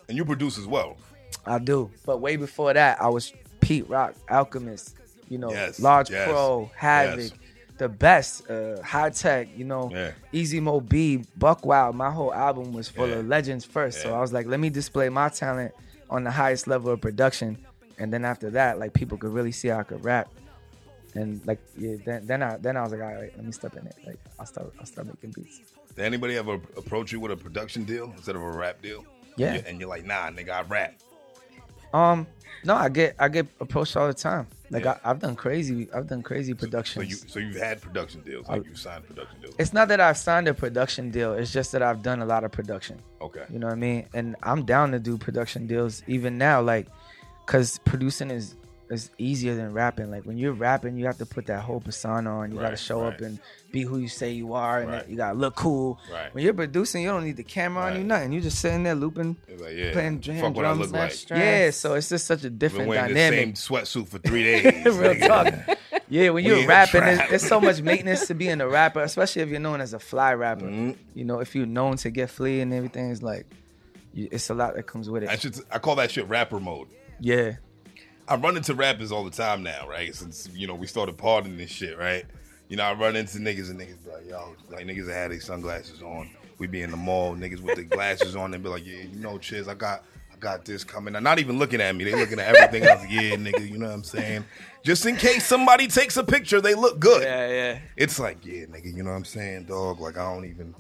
Speaker 1: and you produce as well
Speaker 3: I do. But way before that, I was Pete Rock, Alchemist, you know,
Speaker 1: Yes,
Speaker 3: Large
Speaker 1: yes,
Speaker 3: Pro, Havoc,
Speaker 1: yes.
Speaker 3: the best, uh, High Tech, you know,
Speaker 1: Yeah.
Speaker 3: Easy Mo B, Buck Wild. My whole album was full
Speaker 1: Yeah.
Speaker 3: of legends first. So
Speaker 1: Yeah.
Speaker 3: I was like, let me display my talent on the highest level of production. And then after that, like people could really see how I could rap. And like yeah, then, then I then I was like, all right, let me step in it. Like I'll start I'll start making beats.
Speaker 1: did anybody ever approach you with a production deal instead of a rap deal
Speaker 3: Yeah.
Speaker 1: and you're, and you're like nah nigga i rap
Speaker 3: Um, no, I get I get approached all the time. Like
Speaker 1: Yeah.
Speaker 3: I, I've done crazy I've done crazy productions.
Speaker 1: so you so you've had production deals like you signed production deals
Speaker 3: it's not that I've signed a production deal. It's just that I've done a lot of production.
Speaker 1: okay
Speaker 3: You know what I mean? And I'm down to do production deals even now, like, cause producing is is easier than rapping. Like when you're rapping, you have to put that whole persona on. You gotta
Speaker 1: Right,
Speaker 3: show up
Speaker 1: right.
Speaker 3: and be who you say you are, and
Speaker 1: Right.
Speaker 3: you gotta look cool.
Speaker 1: Right.
Speaker 3: When you're producing, you don't need the camera on
Speaker 1: Right.
Speaker 3: you, nothing. You just sitting there looping.
Speaker 1: It's like, yeah,
Speaker 3: Playing
Speaker 1: fuck
Speaker 3: jam
Speaker 1: what I
Speaker 3: drums,
Speaker 1: look like.
Speaker 2: less stress.
Speaker 3: Yeah, so it's just such a
Speaker 1: Been
Speaker 3: different
Speaker 1: wearing
Speaker 3: dynamic.
Speaker 1: the same sweatsuit for three days.
Speaker 3: Real
Speaker 1: nigga.
Speaker 3: talk. Yeah, when you're
Speaker 1: in the
Speaker 3: rapping, there's,
Speaker 1: trap.
Speaker 3: there's so much maintenance to being a rapper, especially if you're known as a fly rapper.
Speaker 1: Mhm.
Speaker 3: You know, if you're known to get flea and everything, it's like you, it's a lot that comes with it.
Speaker 1: I should I call that shit rapper mode.
Speaker 3: yeah,
Speaker 1: I run into rappers all the time now, right? Since you know we started partying this shit, right? You know, I run into niggas and niggas be like, yo, like niggas that had their sunglasses on. We be in the mall, niggas with their glasses on, and be like, yeah, you know, Chiz, I got, I got this coming. They're not even looking at me; they looking at everything else. Yeah, nigga, you know what I'm saying? Just in case somebody takes a picture, they look good.
Speaker 3: yeah.
Speaker 1: It's like, yeah, nigga, you know what I'm saying, dog? Like, I don't even,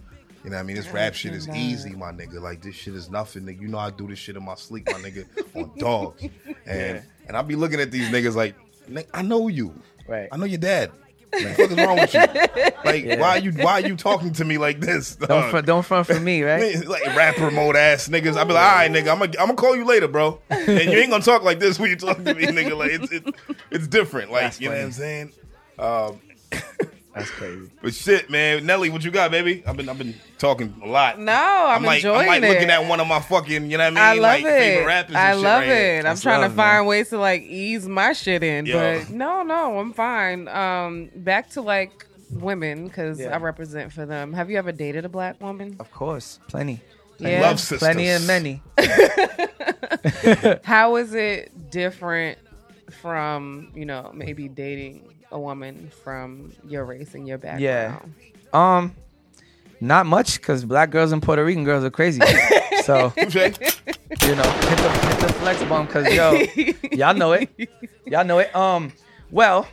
Speaker 1: you know what I mean? This rap shit is easy, my nigga. Like, this shit is nothing, nigga. You know, I do this shit in my sleep, my nigga, on dogs. And and I be looking at these niggas like, nigga, I know you.
Speaker 3: Right.
Speaker 1: I know your dad. Like, what the fuck is wrong with you? Like, why are you why are you talking to me like this?
Speaker 3: Don't
Speaker 1: dog?
Speaker 3: front, don't front for me, right?
Speaker 1: Man, Like rapper mode ass niggas. I be like, all right, nigga, I'm gonna I'm gonna call you later, bro. And you ain't gonna talk like this when you talk to me, nigga. Like it's it's, it's different. Like
Speaker 3: That's
Speaker 1: you know what
Speaker 3: funny.
Speaker 1: I'm saying. Um,
Speaker 3: That's crazy.
Speaker 1: but shit, man, Nelly, what you got, baby? I've been I've been talking a lot.
Speaker 2: No, I'm,
Speaker 1: like
Speaker 2: enjoying
Speaker 1: I'm like
Speaker 2: it.
Speaker 1: looking at one of my fucking, you know what I mean?
Speaker 2: I love
Speaker 1: like,
Speaker 2: it.
Speaker 1: Favorite rappers and
Speaker 2: I
Speaker 1: shit
Speaker 2: love
Speaker 1: right
Speaker 2: it.
Speaker 1: here.
Speaker 2: I'm
Speaker 3: That's
Speaker 2: trying
Speaker 3: love,
Speaker 2: to
Speaker 3: man.
Speaker 2: find ways to like ease my shit in,
Speaker 1: Yeah.
Speaker 2: but no, no, I'm fine. Um, back to like women because
Speaker 3: Yeah.
Speaker 2: I represent for them. Have you ever dated a black woman?
Speaker 3: Of course, plenty.
Speaker 2: Yeah.
Speaker 1: Love sisters.
Speaker 3: Plenty and many.
Speaker 2: How is it different from you know maybe dating a woman from your race and your background?
Speaker 3: Um, not much because black girls and Puerto Rican girls are crazy. so
Speaker 1: Okay.
Speaker 3: you know, hit the, hit the flex bomb because yo, y'all know it, y'all know it. Um, well,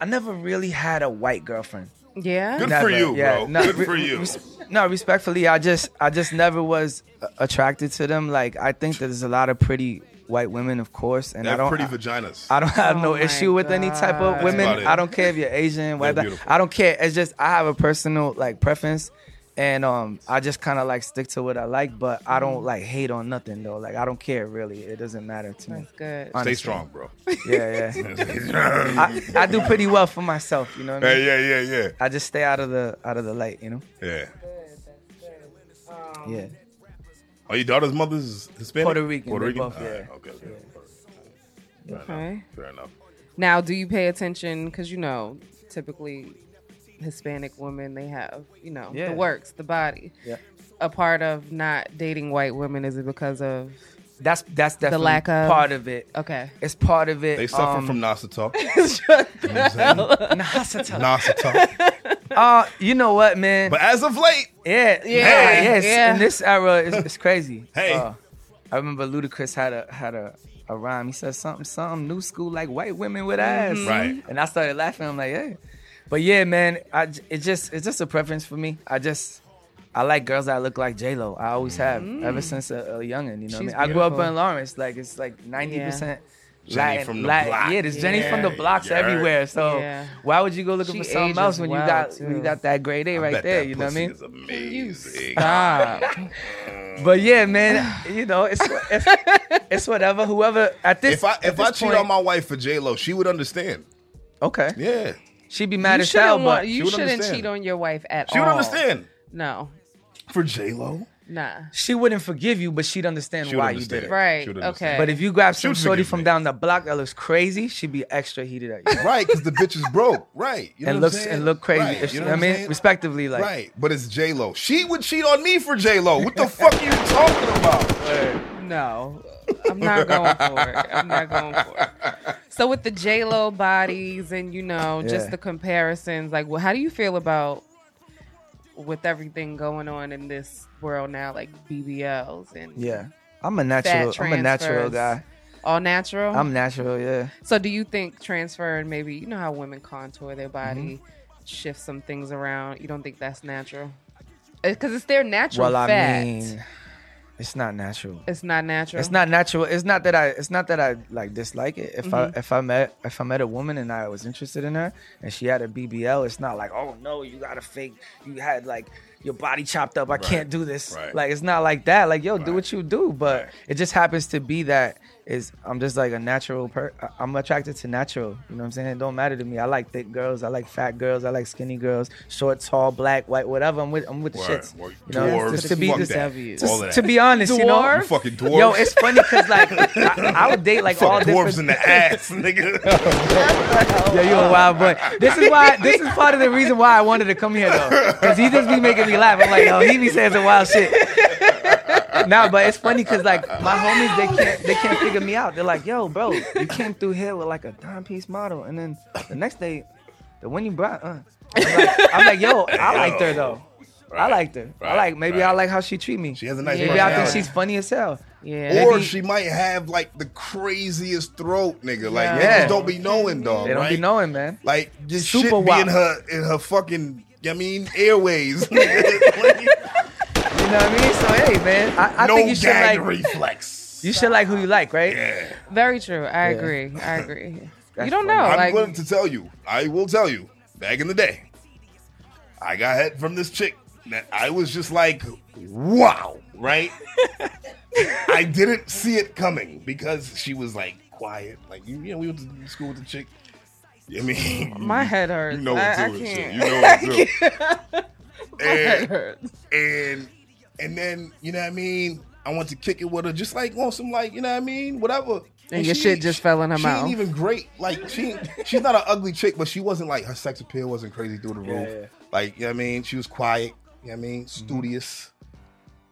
Speaker 3: I never really had a white girlfriend.
Speaker 2: Yeah.
Speaker 1: Good
Speaker 3: Never,
Speaker 1: for you,
Speaker 3: yeah.
Speaker 1: bro.
Speaker 3: No,
Speaker 1: Good
Speaker 3: re-
Speaker 1: for you.
Speaker 3: res- no, respectfully, I just I just never was uh, attracted to them. Like I think that there's a lot of pretty white women, of course, and
Speaker 1: They
Speaker 3: I
Speaker 1: have
Speaker 3: don't
Speaker 1: pretty
Speaker 3: I-
Speaker 1: vaginas.
Speaker 3: I don't have
Speaker 2: Oh
Speaker 3: no
Speaker 2: my
Speaker 3: issue with any type
Speaker 2: God.
Speaker 3: of women.
Speaker 1: That's about it.
Speaker 3: I don't care if you're Asian, whether
Speaker 1: beautiful.
Speaker 3: I don't care. It's just I have a personal like preference, and um, I just kind of like stick to what I like. But I don't
Speaker 2: Mm.
Speaker 3: like hate on nothing though. Like I don't care really. It doesn't matter to me.
Speaker 2: That's good.
Speaker 1: Stay
Speaker 3: honestly.
Speaker 1: strong, bro.
Speaker 3: Yeah, yeah.
Speaker 1: yeah,
Speaker 3: I, I do pretty well for myself. You know what I mean?
Speaker 1: yeah, yeah, yeah.
Speaker 3: I just stay out of the out of the light. You know?
Speaker 1: Yeah.
Speaker 2: Oh.
Speaker 3: Yeah.
Speaker 1: Are your daughter's mother's Hispanic?
Speaker 3: Puerto Rican,
Speaker 1: Puerto
Speaker 3: they
Speaker 1: Rican.
Speaker 3: both,
Speaker 1: All right,
Speaker 3: yeah.
Speaker 1: Okay. okay. Fair enough.
Speaker 2: Okay.
Speaker 1: Fair enough.
Speaker 2: Now, do you pay attention? Because you know, typically Hispanic women they have you know
Speaker 3: Yeah.
Speaker 2: the works, the body.
Speaker 3: Yeah.
Speaker 2: A part of not dating white women is it because of
Speaker 3: That's that's definitely
Speaker 2: lack of-
Speaker 3: part of it.
Speaker 2: okay.
Speaker 3: It's part of it.
Speaker 1: They suffer
Speaker 3: um,
Speaker 1: from NASA talk.
Speaker 2: Shut the hell up.
Speaker 1: NASA talk.
Speaker 3: Uh, you know what, man?
Speaker 1: But as of late,
Speaker 3: Yeah, yeah,
Speaker 2: Yeah,
Speaker 3: yes.
Speaker 2: yeah.
Speaker 3: In this era, it's, it's crazy.
Speaker 1: Hey.
Speaker 3: Uh, I remember Ludacris had a had a, a rhyme. He said something, something new school like white women with ass,
Speaker 2: Mm-hmm.
Speaker 1: Right.
Speaker 3: And I started laughing. I'm like, yeah, but yeah, man. I j- it just it's just a preference for me. I just I like girls that look like J Lo. I always have ever since a, a youngin. You know, what I
Speaker 2: Mm. She's
Speaker 3: mean, I grew up
Speaker 2: beautiful.
Speaker 3: in Lawrence. Like it's like ninety percent.
Speaker 1: Jenny
Speaker 3: Latin,
Speaker 1: from the
Speaker 3: Latin.
Speaker 1: block.
Speaker 3: Yeah, there's Jenny from the
Speaker 1: Yeah,
Speaker 3: blocks
Speaker 1: you heard?
Speaker 3: everywhere. So
Speaker 2: Yeah.
Speaker 3: why would you go looking
Speaker 2: She
Speaker 3: for something
Speaker 2: ages
Speaker 3: else when you
Speaker 2: well,
Speaker 3: got when
Speaker 2: too.
Speaker 3: you got that grade A
Speaker 1: I
Speaker 3: right
Speaker 1: bet
Speaker 3: there?
Speaker 1: that
Speaker 3: you know what I
Speaker 1: pussy
Speaker 3: mean?
Speaker 1: Is amazing.
Speaker 2: Stop.
Speaker 3: But yeah, man, you know, it's it's, it's whatever. Whoever at this
Speaker 1: If I
Speaker 3: at
Speaker 1: if
Speaker 3: this
Speaker 1: I cheat
Speaker 3: point-
Speaker 1: on my wife for J Lo, she would understand.
Speaker 3: okay,
Speaker 1: Yeah,
Speaker 3: she'd be mad
Speaker 2: you
Speaker 3: as hell.
Speaker 2: shouldn't, want,
Speaker 3: But
Speaker 1: she
Speaker 2: you
Speaker 1: would
Speaker 2: shouldn't
Speaker 1: understand.
Speaker 2: cheat on your wife at
Speaker 1: she would
Speaker 3: Oh.
Speaker 2: all.
Speaker 1: understand.
Speaker 2: No,
Speaker 1: For J Lo,
Speaker 2: nah.
Speaker 3: she wouldn't forgive you, but she'd understand
Speaker 1: She would
Speaker 3: why
Speaker 1: understand.
Speaker 3: you did it.
Speaker 2: Right,
Speaker 1: She would
Speaker 2: okay.
Speaker 1: understand.
Speaker 3: But if you grab
Speaker 1: She
Speaker 3: some
Speaker 1: would
Speaker 3: shorty
Speaker 1: forgive
Speaker 3: from
Speaker 1: me.
Speaker 3: down the block that looks crazy, she'd be extra heated at you
Speaker 1: right? Because the bitch is broke, right? You know what
Speaker 3: and
Speaker 1: I'm
Speaker 3: looks
Speaker 1: saying?
Speaker 3: and look crazy.
Speaker 1: Right,
Speaker 3: If
Speaker 1: you
Speaker 3: she-
Speaker 1: know
Speaker 3: I
Speaker 1: what I'm
Speaker 3: mean,
Speaker 1: saying?
Speaker 3: respectively, like
Speaker 1: right? But it's J Lo. She would cheat on me for J Lo. What the fuck are you talking about?
Speaker 2: No, I'm not going for it. I'm not going for it. So with the J Lo bodies and you know just
Speaker 3: Yeah.
Speaker 2: the comparisons, like, well, how do you feel about with everything going on in this world now, like BBLs and
Speaker 3: yeah, I'm a natural. I'm a natural
Speaker 2: transfers.
Speaker 3: guy.
Speaker 2: all natural?
Speaker 3: I'm natural. Yeah,
Speaker 2: so do you think transfer and maybe you know how women contour their body,
Speaker 3: Mm-hmm.
Speaker 2: shift some things around? You don't think that's natural? Because it's their natural
Speaker 3: well, I
Speaker 2: fat.
Speaker 3: mean, it's not natural.
Speaker 2: it's not natural.
Speaker 3: It's not natural. It's not that I. It's not that I like dislike it. If
Speaker 1: Mm-hmm.
Speaker 3: I if I met if I met a woman and I was interested in her and she had a BBL, it's not like oh no, you got a fake. You had like your body chopped up. I can't do this.
Speaker 1: Right.
Speaker 3: Like it's not like that. Like yo, do what you do. But it just happens to be that is I'm just like a natural. Per- I- I'm attracted to natural. You know what I'm saying? It don't matter to me. I like thick girls. I like fat girls. I like skinny girls. Short, tall, black, white, whatever. I'm with. I'm with the
Speaker 1: Word,
Speaker 3: shits.
Speaker 1: word.
Speaker 3: You know,
Speaker 1: Dwarves,
Speaker 3: just to be
Speaker 1: fuck
Speaker 3: just,
Speaker 1: that.
Speaker 2: just
Speaker 1: All of that.
Speaker 3: to be honest. You know,
Speaker 2: Dwarf?
Speaker 1: You fucking dwarves.
Speaker 3: Yo, it's funny because like I, I would date like all
Speaker 1: fuck dwarves
Speaker 3: different.
Speaker 1: in the ass, nigga.
Speaker 3: Yo, you a wild boy. This is why. This is part of the reason why I wanted to come here though, because he just be making me laugh. I'm like, yo, he be saying some wild shit. Nah, but it's funny because like my homies, they can't they can't figure me out. They're like, yo, bro, you came through here with like a dime piece model, and then the next day, the one you brought, uh, I'm, like, I'm like, yo, I liked her though. I liked her. I
Speaker 1: Right,
Speaker 3: like maybe I
Speaker 1: right.
Speaker 3: like how she treat me.
Speaker 1: She has a nice
Speaker 3: Maybe I think
Speaker 1: personality.
Speaker 3: she's funny as hell.
Speaker 2: yeah.
Speaker 1: Or
Speaker 3: Maybe-
Speaker 1: she might have like the craziest throat, nigga. Like
Speaker 2: Yeah.
Speaker 1: niggas don't be knowing, dog.
Speaker 3: They don't
Speaker 1: right?
Speaker 3: be knowing, man.
Speaker 1: Like just
Speaker 3: Super
Speaker 1: shit be
Speaker 3: wop.
Speaker 1: in her in her fucking. I mean, airways. no
Speaker 3: You know what I mean? So hey, man, I, I think you should
Speaker 1: gag
Speaker 3: like
Speaker 1: reflex.
Speaker 3: you should like who you like, right?
Speaker 1: yeah.
Speaker 2: Very true. I agree. I agree. you
Speaker 3: That's
Speaker 2: don't know.
Speaker 3: funny.
Speaker 1: I'm
Speaker 2: like,
Speaker 1: willing to tell you. I will tell you. Back in the day, I got hit from this chick that I was just like, wow, right? I didn't see it coming because she was like quiet. Like you, you know, we went to school with the chick. I mean,
Speaker 2: My head hurts.
Speaker 1: you know
Speaker 2: I,
Speaker 1: it too.
Speaker 2: I
Speaker 1: and shit.
Speaker 2: can't.
Speaker 1: You know it too.
Speaker 2: My head
Speaker 1: And-
Speaker 2: hurts.
Speaker 1: and and then you know what I mean. I want to kick it with her, just like on some like you know what I mean, whatever.
Speaker 2: And your shit just fell in her
Speaker 1: she
Speaker 2: mouth.
Speaker 1: ain't even great. Like she, she's not an ugly chick, but she wasn't like her sex appeal wasn't crazy through the
Speaker 3: Yeah,
Speaker 1: roof.
Speaker 3: yeah.
Speaker 1: Like you know what I mean, she was quiet. You know what I mean, studious.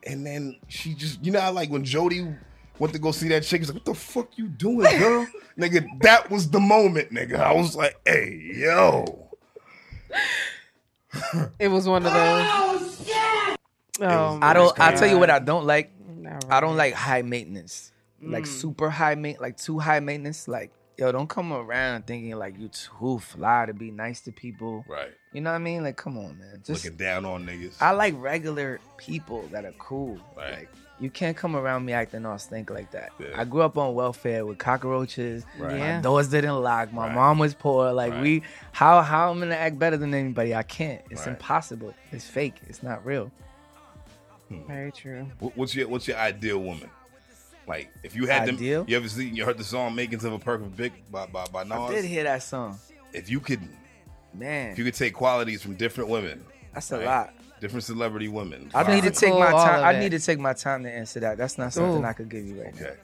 Speaker 1: And then she just, you know, how, like when Jody went to go see that chick, he's like, "What the fuck you doing, girl?" nigga, that was the moment, nigga. I was like, "Hey, yo."
Speaker 2: It was one of those.
Speaker 1: was-
Speaker 2: Oh,
Speaker 1: I
Speaker 3: I don't.
Speaker 1: That's
Speaker 3: I tell you what I don't like.
Speaker 2: Never.
Speaker 3: I don't like high maintenance, like
Speaker 2: Mm.
Speaker 3: super high maintenance, like too high maintenance. Like yo, don't come around thinking like you too fly to be nice to people.
Speaker 1: Right.
Speaker 3: You know what I mean? Like come on, man. Just
Speaker 1: Looking down on niggas.
Speaker 3: I like regular people that are cool.
Speaker 1: Right.
Speaker 3: Like you can't come around me acting all stink like that.
Speaker 1: Yeah.
Speaker 3: I grew up on welfare with cockroaches.
Speaker 1: Right.
Speaker 2: Yeah.
Speaker 3: My doors didn't lock. My
Speaker 1: Right.
Speaker 3: mom was poor. Like
Speaker 1: Right.
Speaker 3: we, how how I'm gonna act better than anybody? I can't. It's
Speaker 1: Right.
Speaker 3: impossible. It's fake. It's not real.
Speaker 2: Very true.
Speaker 1: Wh- What's your what's your ideal woman? Like if you had
Speaker 3: Ideal?
Speaker 1: them, you ever seen you heard the song "Makings of a Perfect Big" by by by
Speaker 3: I did
Speaker 1: Nas?
Speaker 3: hear that song,
Speaker 1: If you could,
Speaker 3: man.
Speaker 1: if you could take qualities from different women,
Speaker 3: that's a
Speaker 1: right?
Speaker 3: lot.
Speaker 1: different celebrity women.
Speaker 3: I need to
Speaker 1: fine.
Speaker 2: Wow.
Speaker 3: take my
Speaker 2: Cool, all
Speaker 3: time.
Speaker 2: of
Speaker 3: I
Speaker 2: it.
Speaker 3: need to take my time to answer that. That's not something
Speaker 2: Ooh.
Speaker 3: I could give you right now.
Speaker 1: Okay,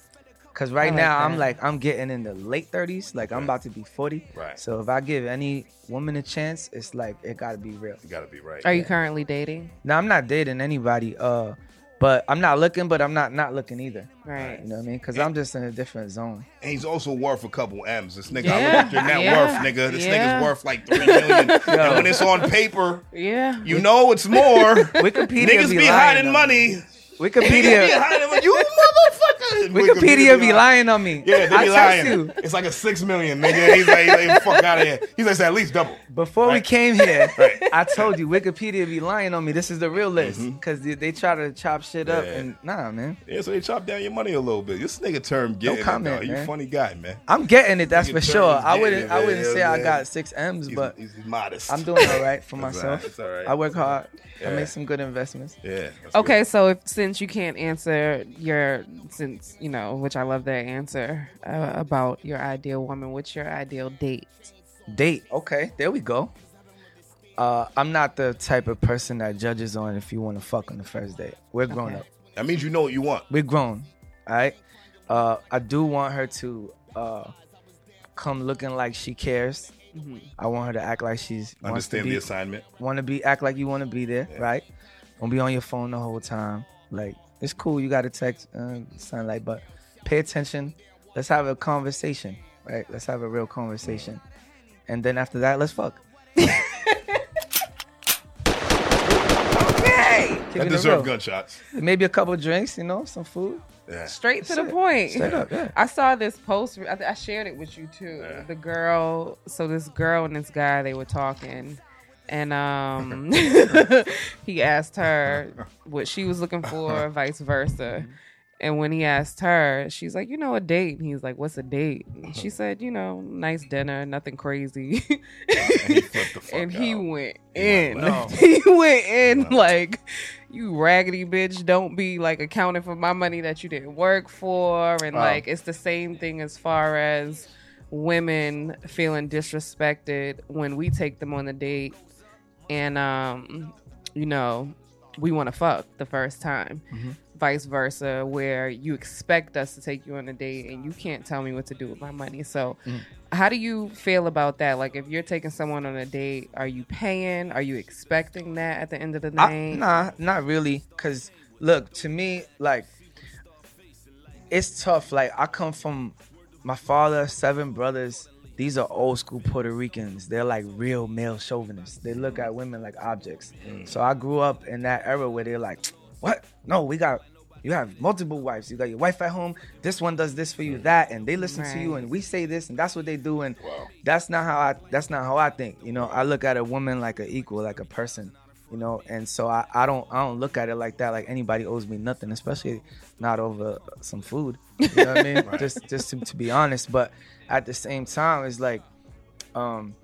Speaker 3: Cause right
Speaker 2: like
Speaker 3: now
Speaker 2: that.
Speaker 3: I'm like I'm getting in the late thirties. Like I'm
Speaker 1: Yeah.
Speaker 3: about to be forty.
Speaker 1: Right.
Speaker 3: So if I give any woman a chance, it's like it gotta be real.
Speaker 1: you gotta be right.
Speaker 2: Are you currently dating?
Speaker 3: Now I'm not dating anybody. Uh, but I'm not looking. But I'm not not looking either.
Speaker 2: Right.
Speaker 3: You know what I mean? Cause I'm just in a different zone.
Speaker 1: And he's also worth a couple M's. This nigga, I
Speaker 2: Yeah.
Speaker 1: looked at your net
Speaker 2: Yeah.
Speaker 1: worth, nigga. This
Speaker 2: Yeah.
Speaker 1: nigga's worth like three million. and when it's on paper,
Speaker 2: Yeah.
Speaker 1: you know it's more.
Speaker 3: Wikipedia
Speaker 1: niggas be,
Speaker 3: lying
Speaker 1: hiding
Speaker 3: on
Speaker 1: money.
Speaker 3: me.
Speaker 1: Niggas be
Speaker 3: Wikipedia.
Speaker 1: hiding money. You motherfucker.
Speaker 3: Wikipedia be lying on me.
Speaker 1: Yeah, they
Speaker 3: I
Speaker 1: be
Speaker 3: trust
Speaker 1: lying.
Speaker 3: you.
Speaker 1: It's like a six million, nigga. He's like, he's like fuck out of here. He's like, "It's at least double.
Speaker 3: Before we
Speaker 1: Right.
Speaker 3: came here,
Speaker 1: Right. Mm-hmm.
Speaker 3: I told you Wikipedia be lying on me. This is the real list because they, they try to chop shit up
Speaker 1: Yeah.
Speaker 3: and nah, man.
Speaker 1: Yeah, so they chop down your money a little bit. This nigga term getting it,
Speaker 3: comment,
Speaker 1: dog. You
Speaker 3: man.
Speaker 1: funny guy, man.
Speaker 3: I'm getting it. That's
Speaker 1: Nigga Terrence
Speaker 3: for sure. I
Speaker 1: getting
Speaker 3: wouldn't.
Speaker 1: it,
Speaker 3: I
Speaker 1: man.
Speaker 3: wouldn't say I
Speaker 1: Yeah.
Speaker 3: got six M's,
Speaker 1: He's,
Speaker 3: but
Speaker 1: he's modest.
Speaker 3: I'm doing all right for
Speaker 1: It's all right.
Speaker 3: myself.
Speaker 1: It's all right.
Speaker 3: I work hard. I
Speaker 1: Yeah.
Speaker 3: make some good investments.
Speaker 1: Yeah. that's
Speaker 2: Okay, so if since you can't answer your since you know, which I love that answer uh, about your ideal woman, what's your ideal date?
Speaker 3: Date. Okay, there we go. Uh, I'm not the type of person that judges on if you want to fuck on the first date. We're grown
Speaker 2: Okay.
Speaker 3: up.
Speaker 1: good. That means you know what you want.
Speaker 3: We're grown. All right. Uh, I do want her to uh, come looking like she cares. I want her to act like she's wants to
Speaker 1: Mm-hmm. Understand
Speaker 3: be-
Speaker 1: the assignment.
Speaker 3: want to be act like you want to be there, right? Don't be on your phone the whole time. Like it's cool, you got to text, uh, something like, but pay attention. Let's have a conversation, right? Let's have a real conversation, and then after that, let's fuck. okay.
Speaker 1: That deserve gunshots.
Speaker 3: Maybe a couple drinks, you know, some food.
Speaker 1: Yeah.
Speaker 2: Straight to the
Speaker 3: Straight-
Speaker 2: point.
Speaker 3: straight up, yeah.
Speaker 2: I saw this post. I, th- I shared it with you too.
Speaker 1: Yeah.
Speaker 2: The girl. So this girl and this guy, they were talking, and um, he asked her what she was looking for, vice versa. And when he asked her, she's like, "You know, a date." And he's like, "What's a date?" And she said, "You know, nice dinner, nothing crazy."
Speaker 1: And he flipped the fuck
Speaker 2: and he
Speaker 1: out.
Speaker 2: went
Speaker 1: He
Speaker 2: in.
Speaker 1: went left.
Speaker 2: he went in
Speaker 1: Wow.
Speaker 2: like, you raggedy bitch, don't be like accounting for my money that you didn't work for. And
Speaker 3: Wow.
Speaker 2: like, it's the same thing as far as women feeling disrespected when we take them on a date and, um, you know, we want to fuck the first time.
Speaker 1: Mm-hmm.
Speaker 2: Vice versa, where you expect us to take you on a date and you can't tell me what to do with my money. So,
Speaker 1: Mm.
Speaker 2: how do you feel about that? Like, if you're taking someone on a date, are you paying? Are you expecting that at the end of the
Speaker 3: I,
Speaker 2: night?
Speaker 3: nah, not really. Cause look, to me, like it's tough. Like I come from my father, seven brothers. These are old school Puerto Ricans. They're like real male chauvinists. They look at women like objects. So I grew up in that era where they're like, "What? No, we got you have multiple wives. You got your wife at home. This one does this for you, that, and they listen to you,
Speaker 2: Right.
Speaker 3: and we say this, and that's what they do, and
Speaker 1: Wow.
Speaker 3: that's not how I that's not how I think. You know, I look at a woman like an equal, like a person. You know, and so I, I don't I don't look at it like that. Like anybody owes me nothing, especially not over some food. You know what I mean? Just just to, to be honest, but at the same time, it's like, um,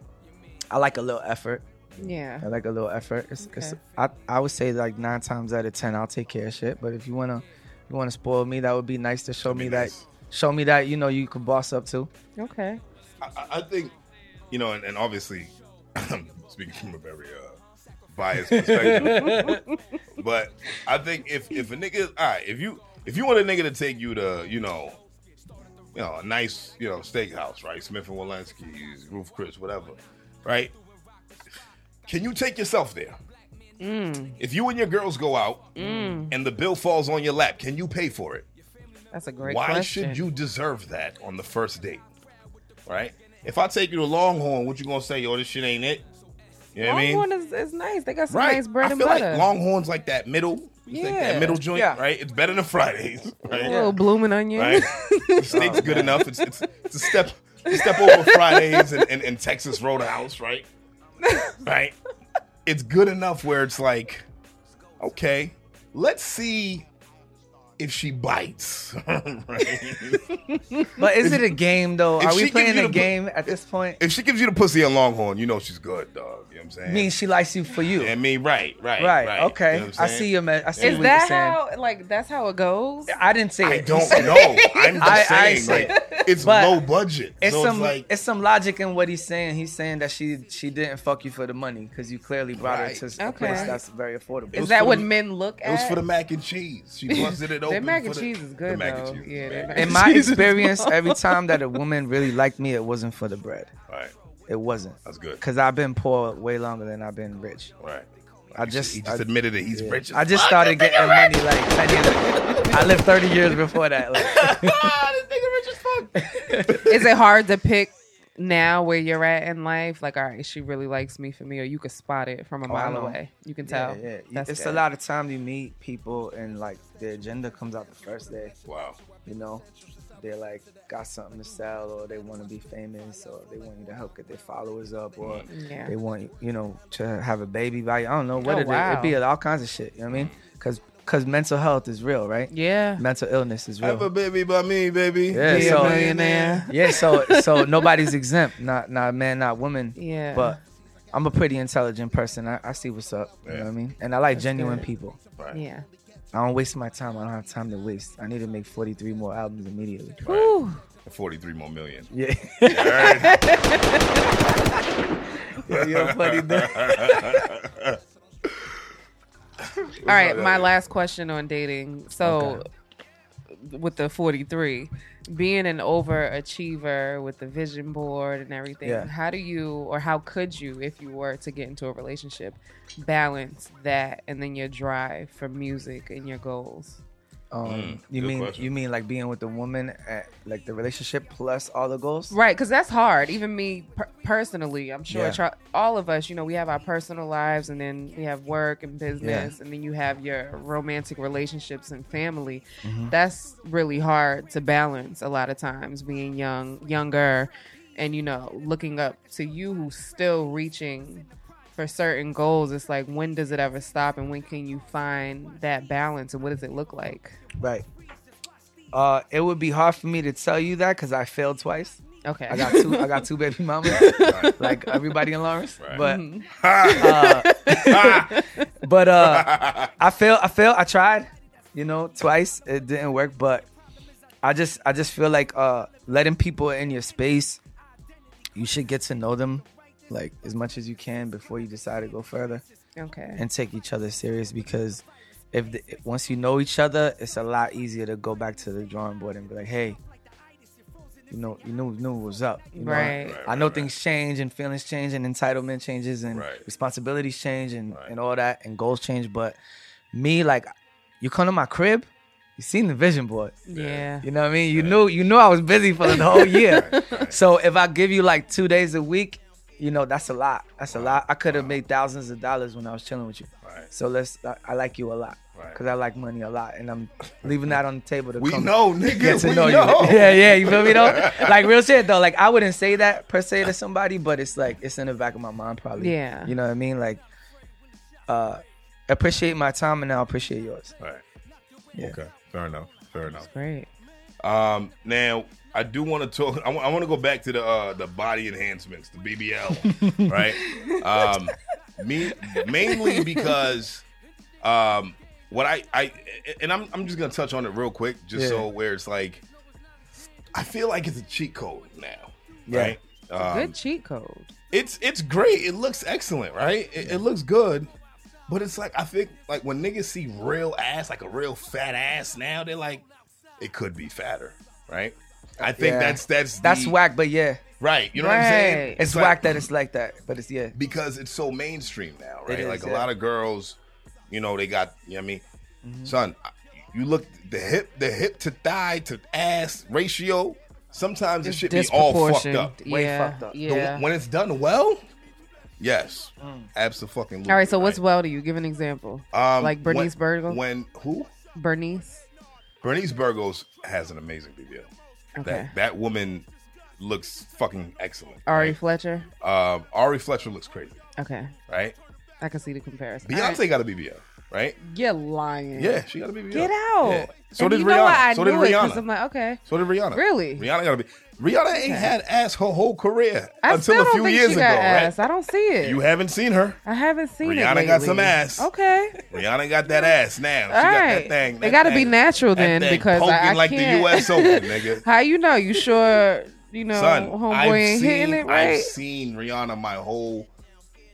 Speaker 3: I like a little effort.
Speaker 2: yeah.
Speaker 3: I like a little effort. It's, it's,
Speaker 2: Okay.
Speaker 3: I I would say like nine times out of ten, I'll take care of shit. But if you wanna you wanna spoil me, that would be nice to show
Speaker 1: That'd be
Speaker 3: me
Speaker 1: nice.
Speaker 3: that show me that you know you could boss up to.
Speaker 2: Okay.
Speaker 1: I, I- I think you know, and, and obviously, speaking from a very uh, biased perspective, but I think if if a nigga, all right, if you if you want a nigga to take you to, you know, you know, a nice, you know, steakhouse, right? Smith and Walensky's, Roof Chris, whatever, right? Can you take yourself there? If you and your girls go out and the bill falls on your lap, can you pay for it?
Speaker 2: That's a great
Speaker 1: Why
Speaker 2: question.
Speaker 1: should you deserve that on the first date? Right? If I take you to Longhorn, what you gonna say? Yo, this shit ain't it. You know what I mean?
Speaker 2: Longhorn is, is nice. They got some
Speaker 1: right.
Speaker 2: nice bread
Speaker 1: I
Speaker 2: and
Speaker 1: feel
Speaker 2: butter.
Speaker 1: like Longhorn's like that middle. Yeah.
Speaker 2: Yeah.
Speaker 1: that middle joint,
Speaker 3: Yeah.
Speaker 1: right? It's better than Fridays,
Speaker 2: a
Speaker 1: right?
Speaker 2: little blooming onion.
Speaker 1: Right? the steak's good enough. It's, it's, it's a step a step over Fridays and, and, and Texas Roadhouse, right? Right? It's good enough where it's like, okay, let's see if she bites. right?
Speaker 3: But is it a game though?
Speaker 1: if
Speaker 3: Are
Speaker 1: she
Speaker 3: we
Speaker 1: gives
Speaker 3: playing
Speaker 1: you
Speaker 3: a
Speaker 1: the-
Speaker 3: game at this point?
Speaker 1: if she gives you the pussy on Longhorn, you know she's good, dog. You know what I'm saying?
Speaker 3: I mean, she likes you for you.
Speaker 1: I mean, right, right,
Speaker 3: right.
Speaker 1: right.
Speaker 3: Okay.
Speaker 1: You know what
Speaker 3: I
Speaker 1: I'm
Speaker 3: see
Speaker 1: saying?
Speaker 3: your man. I see
Speaker 2: is
Speaker 3: what
Speaker 2: that
Speaker 3: you're saying.
Speaker 2: how like that's how it goes?
Speaker 3: I didn't say
Speaker 1: I
Speaker 3: it.
Speaker 1: don't
Speaker 3: He said-
Speaker 1: know. I'm just
Speaker 3: I- I
Speaker 1: saying,
Speaker 3: see.
Speaker 1: like, it's
Speaker 3: But
Speaker 1: low budget.
Speaker 3: It's
Speaker 1: so
Speaker 3: some
Speaker 1: it's like,
Speaker 3: it's some logic in what he's saying. He's saying that she she didn't fuck you for the money because you clearly brought
Speaker 1: Right.
Speaker 3: her to a
Speaker 2: Okay.
Speaker 3: place that's very affordable.
Speaker 1: was
Speaker 2: Is that
Speaker 1: for
Speaker 2: what
Speaker 1: the-
Speaker 2: men look at?
Speaker 1: it was for the mac and cheese. She busted it open.
Speaker 2: Their mac
Speaker 1: for
Speaker 2: and
Speaker 1: the-
Speaker 2: cheese is
Speaker 1: the
Speaker 2: good
Speaker 1: mac
Speaker 2: though.
Speaker 1: and cheese.
Speaker 2: yeah,
Speaker 1: is
Speaker 2: their
Speaker 1: bad.
Speaker 2: mac
Speaker 3: in
Speaker 2: and
Speaker 3: my
Speaker 2: cheese is
Speaker 3: experience, every time that a woman really liked me, it wasn't for the bread.
Speaker 1: All right,
Speaker 3: It wasn't.
Speaker 1: That's good.
Speaker 3: Because I've been poor way longer than I've been rich.
Speaker 1: all right.
Speaker 3: I
Speaker 1: He
Speaker 3: just-
Speaker 1: he just
Speaker 3: I-
Speaker 1: admitted that he's rich. as
Speaker 3: I just
Speaker 1: fuck.
Speaker 3: started getting money like 10 years ago. I lived 30 years before that. Like,
Speaker 1: Ah, this nigga rich as fuck.
Speaker 2: Is it hard to pick now where you're at in life? Like, all right, she really likes me for me, or you could spot it from a
Speaker 3: Oh, I
Speaker 2: mile
Speaker 3: know.
Speaker 2: away. You can
Speaker 3: yeah,
Speaker 2: tell.
Speaker 3: yeah.
Speaker 2: That's
Speaker 3: It's
Speaker 2: good.
Speaker 3: a lot of time you meet people and like their agenda comes out the first day.
Speaker 1: Wow.
Speaker 3: you know they like got something to sell or they want to be famous or they want you to help get their followers up or
Speaker 2: Yeah.
Speaker 3: they want you you know to have a baby by you. i don't know what
Speaker 2: Oh,
Speaker 3: it is.
Speaker 2: wow.
Speaker 3: it'd be all kinds of shit you know what i mean because because mental health is real right
Speaker 2: Yeah.
Speaker 3: mental illness is
Speaker 1: Have a
Speaker 3: real
Speaker 1: baby by me, baby.
Speaker 3: Yeah,
Speaker 1: Be a
Speaker 3: so-
Speaker 1: millionaire.
Speaker 3: yeah so so nobody's exempt not not man not woman
Speaker 2: Yeah.
Speaker 3: but i'm a pretty intelligent person i, I see what's up you know
Speaker 1: Yeah.
Speaker 3: what i mean and i like genuine
Speaker 2: good.
Speaker 3: people
Speaker 1: Right.
Speaker 2: Yeah.
Speaker 3: i don't waste my time i don't have time to waste i need to make 43 more albums immediately
Speaker 1: Right. Forty-three more million.
Speaker 3: yeah
Speaker 1: All right.
Speaker 3: you're funny dude.
Speaker 1: Mm,
Speaker 2: All right, my last question on dating. So, with the 43, being an overachiever with the vision board and everything,
Speaker 3: Yeah.
Speaker 2: how do you, or how could you, if you were to get into a relationship, balance that and then your drive for music and your goals?
Speaker 3: Um,
Speaker 1: Mm,
Speaker 3: you
Speaker 1: good
Speaker 3: mean
Speaker 1: question.
Speaker 3: you mean like being with the woman at like the relationship plus all the goals?
Speaker 2: Right, because that's hard. Even me per- personally, I'm sure
Speaker 3: Yeah.
Speaker 2: try- all of us, you know, we have our personal lives and then we have work and business and then you have your romantic relationships and family.
Speaker 3: Mm-hmm.
Speaker 2: That's really hard to balance a lot of times being young, younger, and, you know, looking up to you who's still reaching for certain goals. It's like, when does it ever stop and when can you find that balance and what does it look like?
Speaker 3: Right. Uh, it would be hard for me to tell you that because I failed twice.
Speaker 2: Okay.
Speaker 3: I got two. I got two baby mamas, like everybody in Lawrence.
Speaker 1: Right.
Speaker 3: But but uh, I failed. I failed. I tried. You know, twice it didn't work. But I just I just feel like uh, letting people in your space. You should get to know them, like as much as you can before you decide to go further.
Speaker 2: okay.
Speaker 3: and take each other serious because if the, once you know each other, it's a lot easier to go back to the drawing board and be like, hey, you know, you knew knew what was up. You know, I-
Speaker 2: Right.
Speaker 1: Right,
Speaker 3: I know
Speaker 1: right,
Speaker 3: things change and feelings change and entitlement changes and
Speaker 1: Right.
Speaker 3: responsibilities change and,
Speaker 1: Right.
Speaker 3: and all that and goals change. But me, like, you come to my crib, you seen the vision board.
Speaker 2: yeah.
Speaker 3: You know what I mean? You knew you knew I was busy for the whole year. So if I give you like two days a week, you know that's a lot. That's a lot. I could have made thousands of dollars when I was chilling with you.
Speaker 1: Right.
Speaker 3: So let's. I, I like you a lot
Speaker 1: Right.
Speaker 3: because I like money a lot, and I'm leaving that on the table to
Speaker 1: We
Speaker 3: come
Speaker 1: know, nigga.
Speaker 3: get to
Speaker 1: we
Speaker 3: know you. Yeah, yeah. You feel me though? Like real shit though. Like I wouldn't say that per se to somebody, but it's like it's in the back of my mind probably.
Speaker 2: Yeah.
Speaker 3: You know what I mean? Like, uh, appreciate my time, and I appreciate yours.
Speaker 1: All right.
Speaker 3: Yeah.
Speaker 1: Okay. Fair enough. Fair enough.
Speaker 2: Great.
Speaker 1: Um, now I do want to talk. I want to go back to the uh, the body enhancements, the BBL, right? Um, me mainly because um, what I I and I'm I'm just gonna touch on it real quick, just
Speaker 3: Yeah.
Speaker 1: so where it's like I feel like it's a cheat code now,
Speaker 3: Yeah.
Speaker 1: right? Um,
Speaker 2: Good cheat code.
Speaker 1: it's it's great. It looks excellent, right? It, it looks good, but it's like I think like when niggas see real ass, like a real fat ass, now they're like, it could be fatter, right? I think
Speaker 3: Yeah.
Speaker 1: that's that's
Speaker 3: That's
Speaker 1: the-
Speaker 3: whack, but yeah,
Speaker 1: right. You know what I'm saying?
Speaker 2: Right.
Speaker 3: it's
Speaker 1: like-
Speaker 3: whack that it's like that. But it's yeah,
Speaker 1: because it's so mainstream now, right?
Speaker 3: It is,
Speaker 1: like a
Speaker 3: yeah.
Speaker 1: lot of girls, you know, they got, you know what I mean?
Speaker 3: Mm-hmm.
Speaker 1: Son, I- you look the hip the hip to thigh to ass ratio, sometimes it
Speaker 2: It's
Speaker 1: should be all fucked
Speaker 2: disproportioned.
Speaker 1: up.
Speaker 3: Way
Speaker 2: yeah,
Speaker 3: fucked up. The
Speaker 1: The-
Speaker 2: Yeah.
Speaker 1: when it's done well, yes. Absolutely.
Speaker 2: All right. So what's well to you? Give an example.
Speaker 1: um,
Speaker 2: like Bernice
Speaker 1: when,
Speaker 2: Burgos?
Speaker 1: When who?
Speaker 2: Bernice.
Speaker 1: Bernice Burgos has an amazing BBL.
Speaker 2: Okay.
Speaker 1: That that woman looks fucking excellent.
Speaker 2: Ari
Speaker 1: right?
Speaker 2: Fletcher.
Speaker 1: Um, Ari Fletcher looks crazy,
Speaker 2: Okay.
Speaker 1: right?
Speaker 2: I can see the comparison. All
Speaker 1: Beyonce
Speaker 2: right.
Speaker 1: got a BBL, right?
Speaker 2: You're lying.
Speaker 1: Yeah, she got a BBL.
Speaker 2: Get out.
Speaker 1: Yeah. So
Speaker 2: And
Speaker 1: did
Speaker 2: you
Speaker 1: Rihanna.
Speaker 2: Know what? I
Speaker 1: so
Speaker 2: knew
Speaker 1: did
Speaker 2: it 'cause
Speaker 1: Rihanna.
Speaker 2: I'm like, okay.
Speaker 1: so did Rihanna.
Speaker 2: Really?
Speaker 1: Rihanna got to be. Rihanna ain't had ass her whole career
Speaker 2: I
Speaker 1: until
Speaker 2: still
Speaker 1: a
Speaker 2: don't
Speaker 1: few
Speaker 2: think
Speaker 1: years
Speaker 2: she
Speaker 1: ago,
Speaker 2: got
Speaker 1: right?
Speaker 2: ass. I don't see it.
Speaker 1: You haven't seen her.
Speaker 2: I haven't seen it.
Speaker 1: Rihanna got
Speaker 2: lately.
Speaker 1: some ass.
Speaker 2: Okay.
Speaker 1: Rihanna got that ass now. She
Speaker 2: All
Speaker 1: got that
Speaker 2: right.
Speaker 1: thing.
Speaker 2: it got to be
Speaker 1: now.
Speaker 2: natural then
Speaker 1: that thing
Speaker 2: because
Speaker 1: poking
Speaker 2: I, I
Speaker 1: like the
Speaker 2: can't.
Speaker 1: US Open, nigga.
Speaker 2: How you know? You sure? You know,
Speaker 1: Son,
Speaker 2: homeboy
Speaker 1: I've
Speaker 2: ain't
Speaker 1: seen,
Speaker 2: hitting it
Speaker 1: I've
Speaker 2: right.
Speaker 1: seen Rihanna my whole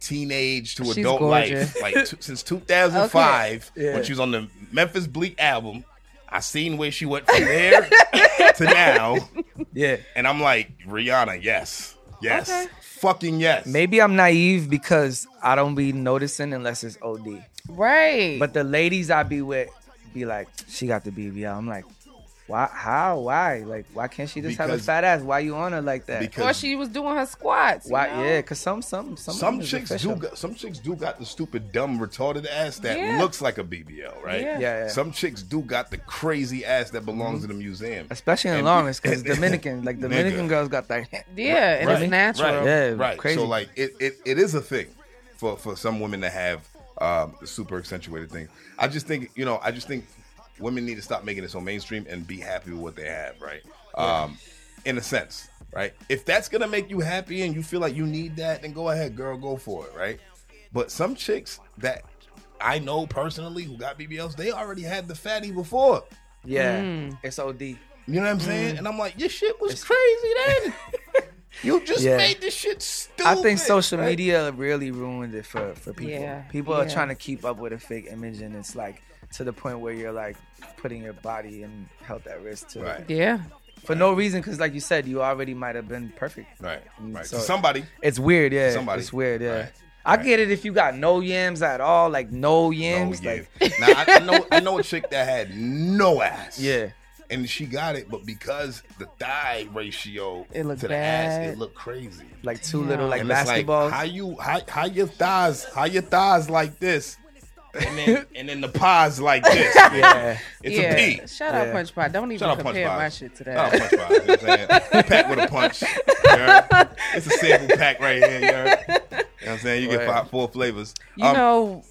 Speaker 1: teenage to
Speaker 2: She's
Speaker 1: adult
Speaker 2: gorgeous.
Speaker 1: life, like t- since 2005
Speaker 3: Okay. Yeah.
Speaker 1: when she was on the Memphis Bleak album. I seen where she went from there to now.
Speaker 3: yeah.
Speaker 1: And I'm like, Rihanna, yes. Yes.
Speaker 2: Okay.
Speaker 1: Fucking yes.
Speaker 3: Maybe I'm naive because I don't be noticing unless it's OD.
Speaker 2: Right.
Speaker 3: But the ladies I be with be like, she got the BBL. I'm like, why? How? Why? Like, why can't she just have a
Speaker 1: Because-
Speaker 3: fat ass? Why you on her like that?
Speaker 1: because
Speaker 2: or she was doing her squats. you
Speaker 3: why?
Speaker 2: know?
Speaker 3: Yeah, cause some some some,
Speaker 1: some
Speaker 3: is
Speaker 1: chicks
Speaker 3: official.
Speaker 1: do got, some chicks do got the stupid dumb retarded ass that
Speaker 2: Yeah.
Speaker 1: looks like a BBL, right?
Speaker 2: Yeah.
Speaker 3: Yeah, yeah. Mm-hmm.
Speaker 1: Some chicks do got the crazy ass that belongs in the museum.
Speaker 3: especially in
Speaker 1: And-
Speaker 3: Lawrence, cause
Speaker 1: and-
Speaker 3: Dominican, like
Speaker 1: Nigga.
Speaker 3: Dominican girls got that.
Speaker 2: Yeah, and
Speaker 1: Right,
Speaker 2: it's natural.
Speaker 1: Right,
Speaker 3: Yeah,
Speaker 1: right.
Speaker 3: crazy.
Speaker 1: So like it, it, it is a thing for, for some women to have um, the super accentuated thing. I just think you know I just think women need to stop making it so mainstream and be happy with what they have, right? Um, in a sense, right? If that's gonna make you happy and you feel like you need that, then go ahead, girl, go for it, right? But some chicks that I know personally who got BBLs, they already had the fatty before.
Speaker 3: Yeah,
Speaker 2: Mm.
Speaker 3: it's OD.
Speaker 1: You know what I'm saying? And I'm like, your shit was
Speaker 3: Mm. It's-
Speaker 1: crazy then. you just
Speaker 3: Yeah.
Speaker 1: made this shit stupid.
Speaker 3: I think social
Speaker 1: right?
Speaker 3: media really ruined it for for people.
Speaker 2: Yeah,
Speaker 3: People are
Speaker 2: yeah.
Speaker 3: trying to keep up with a fake image, and it's like to the point where you're like putting your body and health at risk to
Speaker 1: Right.
Speaker 2: Yeah.
Speaker 3: for no reason, because like you said, you already might have been perfect.
Speaker 1: Right, right.
Speaker 3: So-
Speaker 1: to somebody,
Speaker 3: It's weird, yeah.
Speaker 1: Somebody.
Speaker 3: It's weird, yeah.
Speaker 1: Right.
Speaker 3: I
Speaker 1: Right.
Speaker 3: get it if you got no yams at all, like no
Speaker 1: no,
Speaker 3: yams,
Speaker 1: oh, yeah.
Speaker 3: like
Speaker 1: now I, I know I know a chick that had no ass.
Speaker 3: yeah.
Speaker 1: and she got it, but because the thigh ratio
Speaker 2: It looked
Speaker 1: to the ass,
Speaker 2: bad.
Speaker 1: it looked crazy.
Speaker 3: Like too little, like
Speaker 1: and
Speaker 3: basketball.
Speaker 1: it's like how you how, how your thighs how your thighs like this, and then and then the paws like this.
Speaker 3: yeah,
Speaker 1: It's
Speaker 2: yeah.
Speaker 1: a P.
Speaker 2: Shut up,
Speaker 3: Yeah.
Speaker 2: Punch Pot. Don't even
Speaker 1: Shut up, Punch
Speaker 2: compare
Speaker 1: Pot.
Speaker 2: my shit to
Speaker 1: Shout out
Speaker 2: that.
Speaker 1: Punch Bob, you know what I'm saying? pack with a punch. you heard? It's a sample pack right here. You, heard? you know what I'm saying? You get
Speaker 3: Right.
Speaker 1: five, four flavors. Um,
Speaker 2: You know,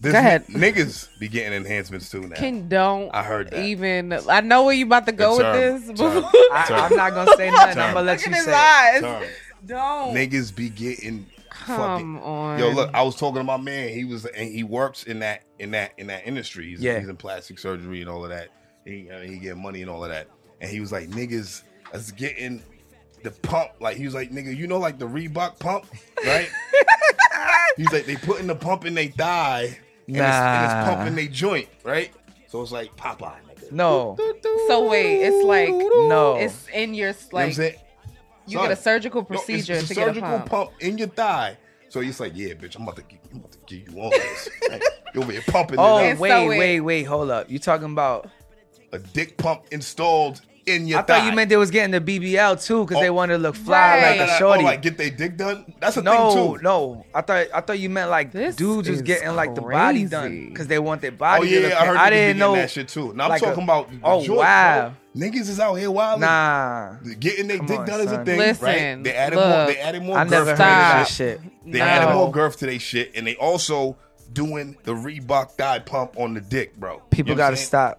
Speaker 1: this
Speaker 2: go ahead.
Speaker 1: n- niggas be getting enhancements too now.
Speaker 2: can don't
Speaker 1: I heard that.
Speaker 2: even. I know where you about to go
Speaker 1: The term,
Speaker 2: with this.
Speaker 1: term,
Speaker 2: but-
Speaker 3: I,
Speaker 1: term,
Speaker 3: I'm not gonna say nothing. I'm
Speaker 1: Turn.
Speaker 3: gonna
Speaker 2: Look
Speaker 3: let
Speaker 2: at
Speaker 3: you
Speaker 2: his
Speaker 3: say. it.
Speaker 2: eyes.
Speaker 1: term.
Speaker 2: Don't.
Speaker 1: niggas be getting
Speaker 2: Come
Speaker 1: fucking.
Speaker 2: on.
Speaker 1: Yo, look, I was talking to my man. He was and he works in that in that in that industry. He's,
Speaker 3: Yeah.
Speaker 1: he's in plastic surgery and all of that. He I mean, he get money and all of that. And he was like, niggas is getting the pump. Like he was like, nigga, you know, like the Reebok pump, right? he's like, they putting the pump in they thigh and, it's, and it's
Speaker 3: Nah.
Speaker 1: pumping they joint, right? So it's like Popeye, nigga.
Speaker 3: No,
Speaker 2: So wait, it's like
Speaker 3: No.
Speaker 2: it's in your
Speaker 1: You know what I'm
Speaker 2: like you,
Speaker 1: saying? Son.
Speaker 2: get a surgical
Speaker 1: No, it's-
Speaker 2: procedure
Speaker 1: it's,
Speaker 2: to
Speaker 1: a
Speaker 2: get a
Speaker 1: surgical
Speaker 2: pump.
Speaker 1: in your thigh. So he's like, "Yeah, bitch, I'm about to get, I'm about to get you on this. Like, you over here pumping
Speaker 3: Oh
Speaker 1: it
Speaker 2: And
Speaker 1: up.
Speaker 3: wait,
Speaker 2: so it-
Speaker 3: wait, wait, hold up. You talking about?
Speaker 1: a dick pump installed in your
Speaker 3: I
Speaker 1: thigh."
Speaker 3: thought you meant they was getting the BBL too, cause they
Speaker 1: Oh.
Speaker 3: wanted to look fly
Speaker 2: Right.
Speaker 3: like
Speaker 1: Nah, nah,
Speaker 3: a
Speaker 1: nah.
Speaker 3: shorty.
Speaker 1: Oh, like get they dick done. That's a
Speaker 3: no,
Speaker 1: thing too.
Speaker 3: no. I thought I thought you meant like
Speaker 2: This
Speaker 3: dudes
Speaker 2: is
Speaker 3: just getting like the body
Speaker 2: crazy.
Speaker 3: done, cause they want their
Speaker 1: Oh
Speaker 3: body. to
Speaker 1: yeah,
Speaker 3: look
Speaker 1: I heard.
Speaker 3: I
Speaker 1: niggas be
Speaker 3: didn't
Speaker 1: getting
Speaker 3: know
Speaker 1: that shit too. Now I'm
Speaker 3: like a-
Speaker 1: talking about.
Speaker 3: oh,
Speaker 1: joints, bro.
Speaker 3: wow.
Speaker 1: niggas is out here wild.
Speaker 3: Nah,
Speaker 1: getting they
Speaker 3: Come
Speaker 1: dick
Speaker 3: on,
Speaker 1: done is a
Speaker 3: son.
Speaker 1: thing.
Speaker 2: Listen,
Speaker 1: right? they added more.
Speaker 2: look,
Speaker 1: They added more.
Speaker 3: I never
Speaker 1: girth
Speaker 3: heard of
Speaker 1: to their
Speaker 3: that
Speaker 2: Stop.
Speaker 3: shit.
Speaker 1: They
Speaker 2: No.
Speaker 1: added more girth to their shit, and they also doing the Reebok thigh pump on the dick, bro. You
Speaker 3: People
Speaker 1: know what I'm
Speaker 3: gotta
Speaker 1: saying?
Speaker 3: stop.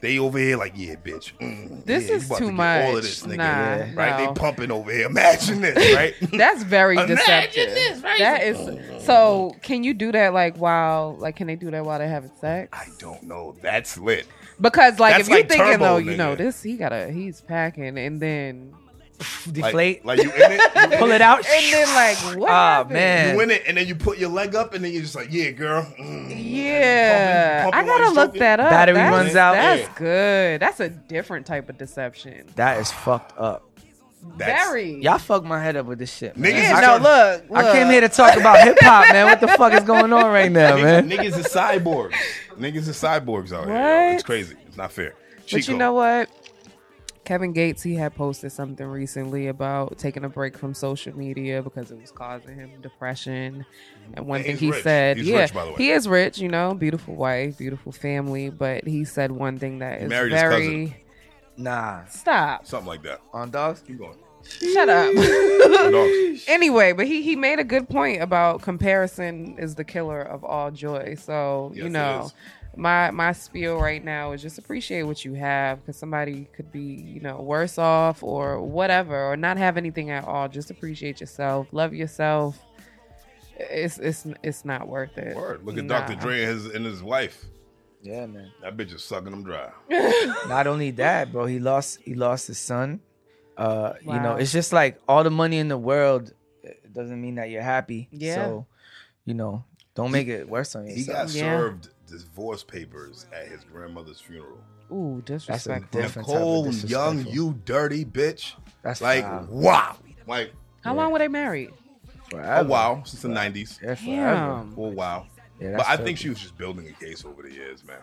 Speaker 1: They over here like, yeah, bitch. mm,
Speaker 2: This
Speaker 1: yeah, you
Speaker 2: is
Speaker 1: about
Speaker 2: too
Speaker 1: to get
Speaker 2: much.
Speaker 1: All of this, nigga.
Speaker 2: Nah,
Speaker 3: Yeah.
Speaker 1: Right?
Speaker 2: no.
Speaker 1: They pumping over here. Imagine this, right?
Speaker 2: That's very
Speaker 1: Imagine
Speaker 2: deceptive.
Speaker 1: this, right?
Speaker 2: That is so. Can you do that like while like can they do that while they're having sex?
Speaker 1: I don't know. That's lit.
Speaker 2: Because like
Speaker 1: That's
Speaker 2: if you
Speaker 1: like
Speaker 2: thinking
Speaker 1: turbo,
Speaker 2: though, you
Speaker 1: nigga.
Speaker 2: know this he gotta he's packing and then
Speaker 3: deflate,
Speaker 1: Like, like you in it, you in
Speaker 3: pull it out,
Speaker 2: And then like what?
Speaker 3: Ah
Speaker 2: happened?
Speaker 3: man,
Speaker 1: You in it, and then you put your leg up, and then you're just like, "Yeah, girl." Mm.
Speaker 2: Yeah,
Speaker 1: Pumping- pumping
Speaker 2: I
Speaker 1: while
Speaker 2: gotta
Speaker 1: you're
Speaker 2: look
Speaker 1: stroking.
Speaker 2: that up.
Speaker 3: Battery
Speaker 2: that's,
Speaker 3: runs out.
Speaker 2: That's
Speaker 1: Yeah.
Speaker 2: good. That's a different type of deception.
Speaker 3: that is fucked up.
Speaker 1: That's-
Speaker 2: Very.
Speaker 3: Y'all fucked my head up with this shit. Man.
Speaker 1: Niggas
Speaker 2: yeah,
Speaker 1: is
Speaker 2: no,
Speaker 1: turning-
Speaker 2: look,
Speaker 3: I came
Speaker 2: look.
Speaker 3: here to talk about hip hop, man. What the fuck is going on right now,
Speaker 1: Niggas,
Speaker 3: man?
Speaker 1: niggas is cyborgs. Niggas is cyborgs out here. yo. It's
Speaker 2: What?
Speaker 1: crazy. It's not fair.
Speaker 2: But you know what? Kevin Gates, he had posted something recently about taking a break from social media because it was causing him depression. And one
Speaker 1: And
Speaker 2: thing
Speaker 1: he's
Speaker 2: he
Speaker 1: rich.
Speaker 2: said,
Speaker 1: He's
Speaker 2: yeah,
Speaker 1: rich, by the way.
Speaker 2: he is rich, you know, beautiful wife, beautiful family. But he said one thing that is
Speaker 1: Married his cousin.
Speaker 2: very
Speaker 3: Nah,
Speaker 2: stop,
Speaker 1: something like that.
Speaker 3: on dogs.
Speaker 1: Keep going.
Speaker 2: shut up.
Speaker 1: Dogs.
Speaker 2: anyway, but he he made a good point about comparison is the killer of all joy. So
Speaker 1: Yes,
Speaker 2: you
Speaker 1: it
Speaker 2: know,
Speaker 1: is.
Speaker 2: my my spiel right now is just appreciate what you have because somebody could be you know worse off or whatever or not have anything at all. Just appreciate yourself, love yourself. It's it's it's not worth it.
Speaker 1: Word. Look at
Speaker 2: Nah.
Speaker 1: Dr. Dre and his, and his wife.
Speaker 3: Yeah, man.
Speaker 1: That bitch is sucking them dry.
Speaker 3: Not only that, bro, he lost he lost his son. Uh, you know,
Speaker 2: Wow.
Speaker 3: it's just like all the money in the world it doesn't mean that you're happy.
Speaker 2: Yeah.
Speaker 3: So, you know, don't make it worse on
Speaker 1: He got
Speaker 3: yourself.
Speaker 2: Yeah.
Speaker 1: served divorce papers at his grandmother's funeral.
Speaker 2: Ooh, disrespectful.
Speaker 3: diff- Different type of
Speaker 1: Nicole Young,
Speaker 3: disrespectful.
Speaker 1: you dirty bitch.
Speaker 3: That's
Speaker 1: Like,
Speaker 3: foul.
Speaker 1: wow. Like,
Speaker 2: How long were they married?
Speaker 1: oh,
Speaker 3: Forever.
Speaker 1: wow. Since the 90s.
Speaker 3: Yeah, forever.
Speaker 2: Damn.
Speaker 1: Oh, wow.
Speaker 3: Yeah, that's
Speaker 1: But I
Speaker 3: filthy.
Speaker 1: think she was just building a case over the years, man.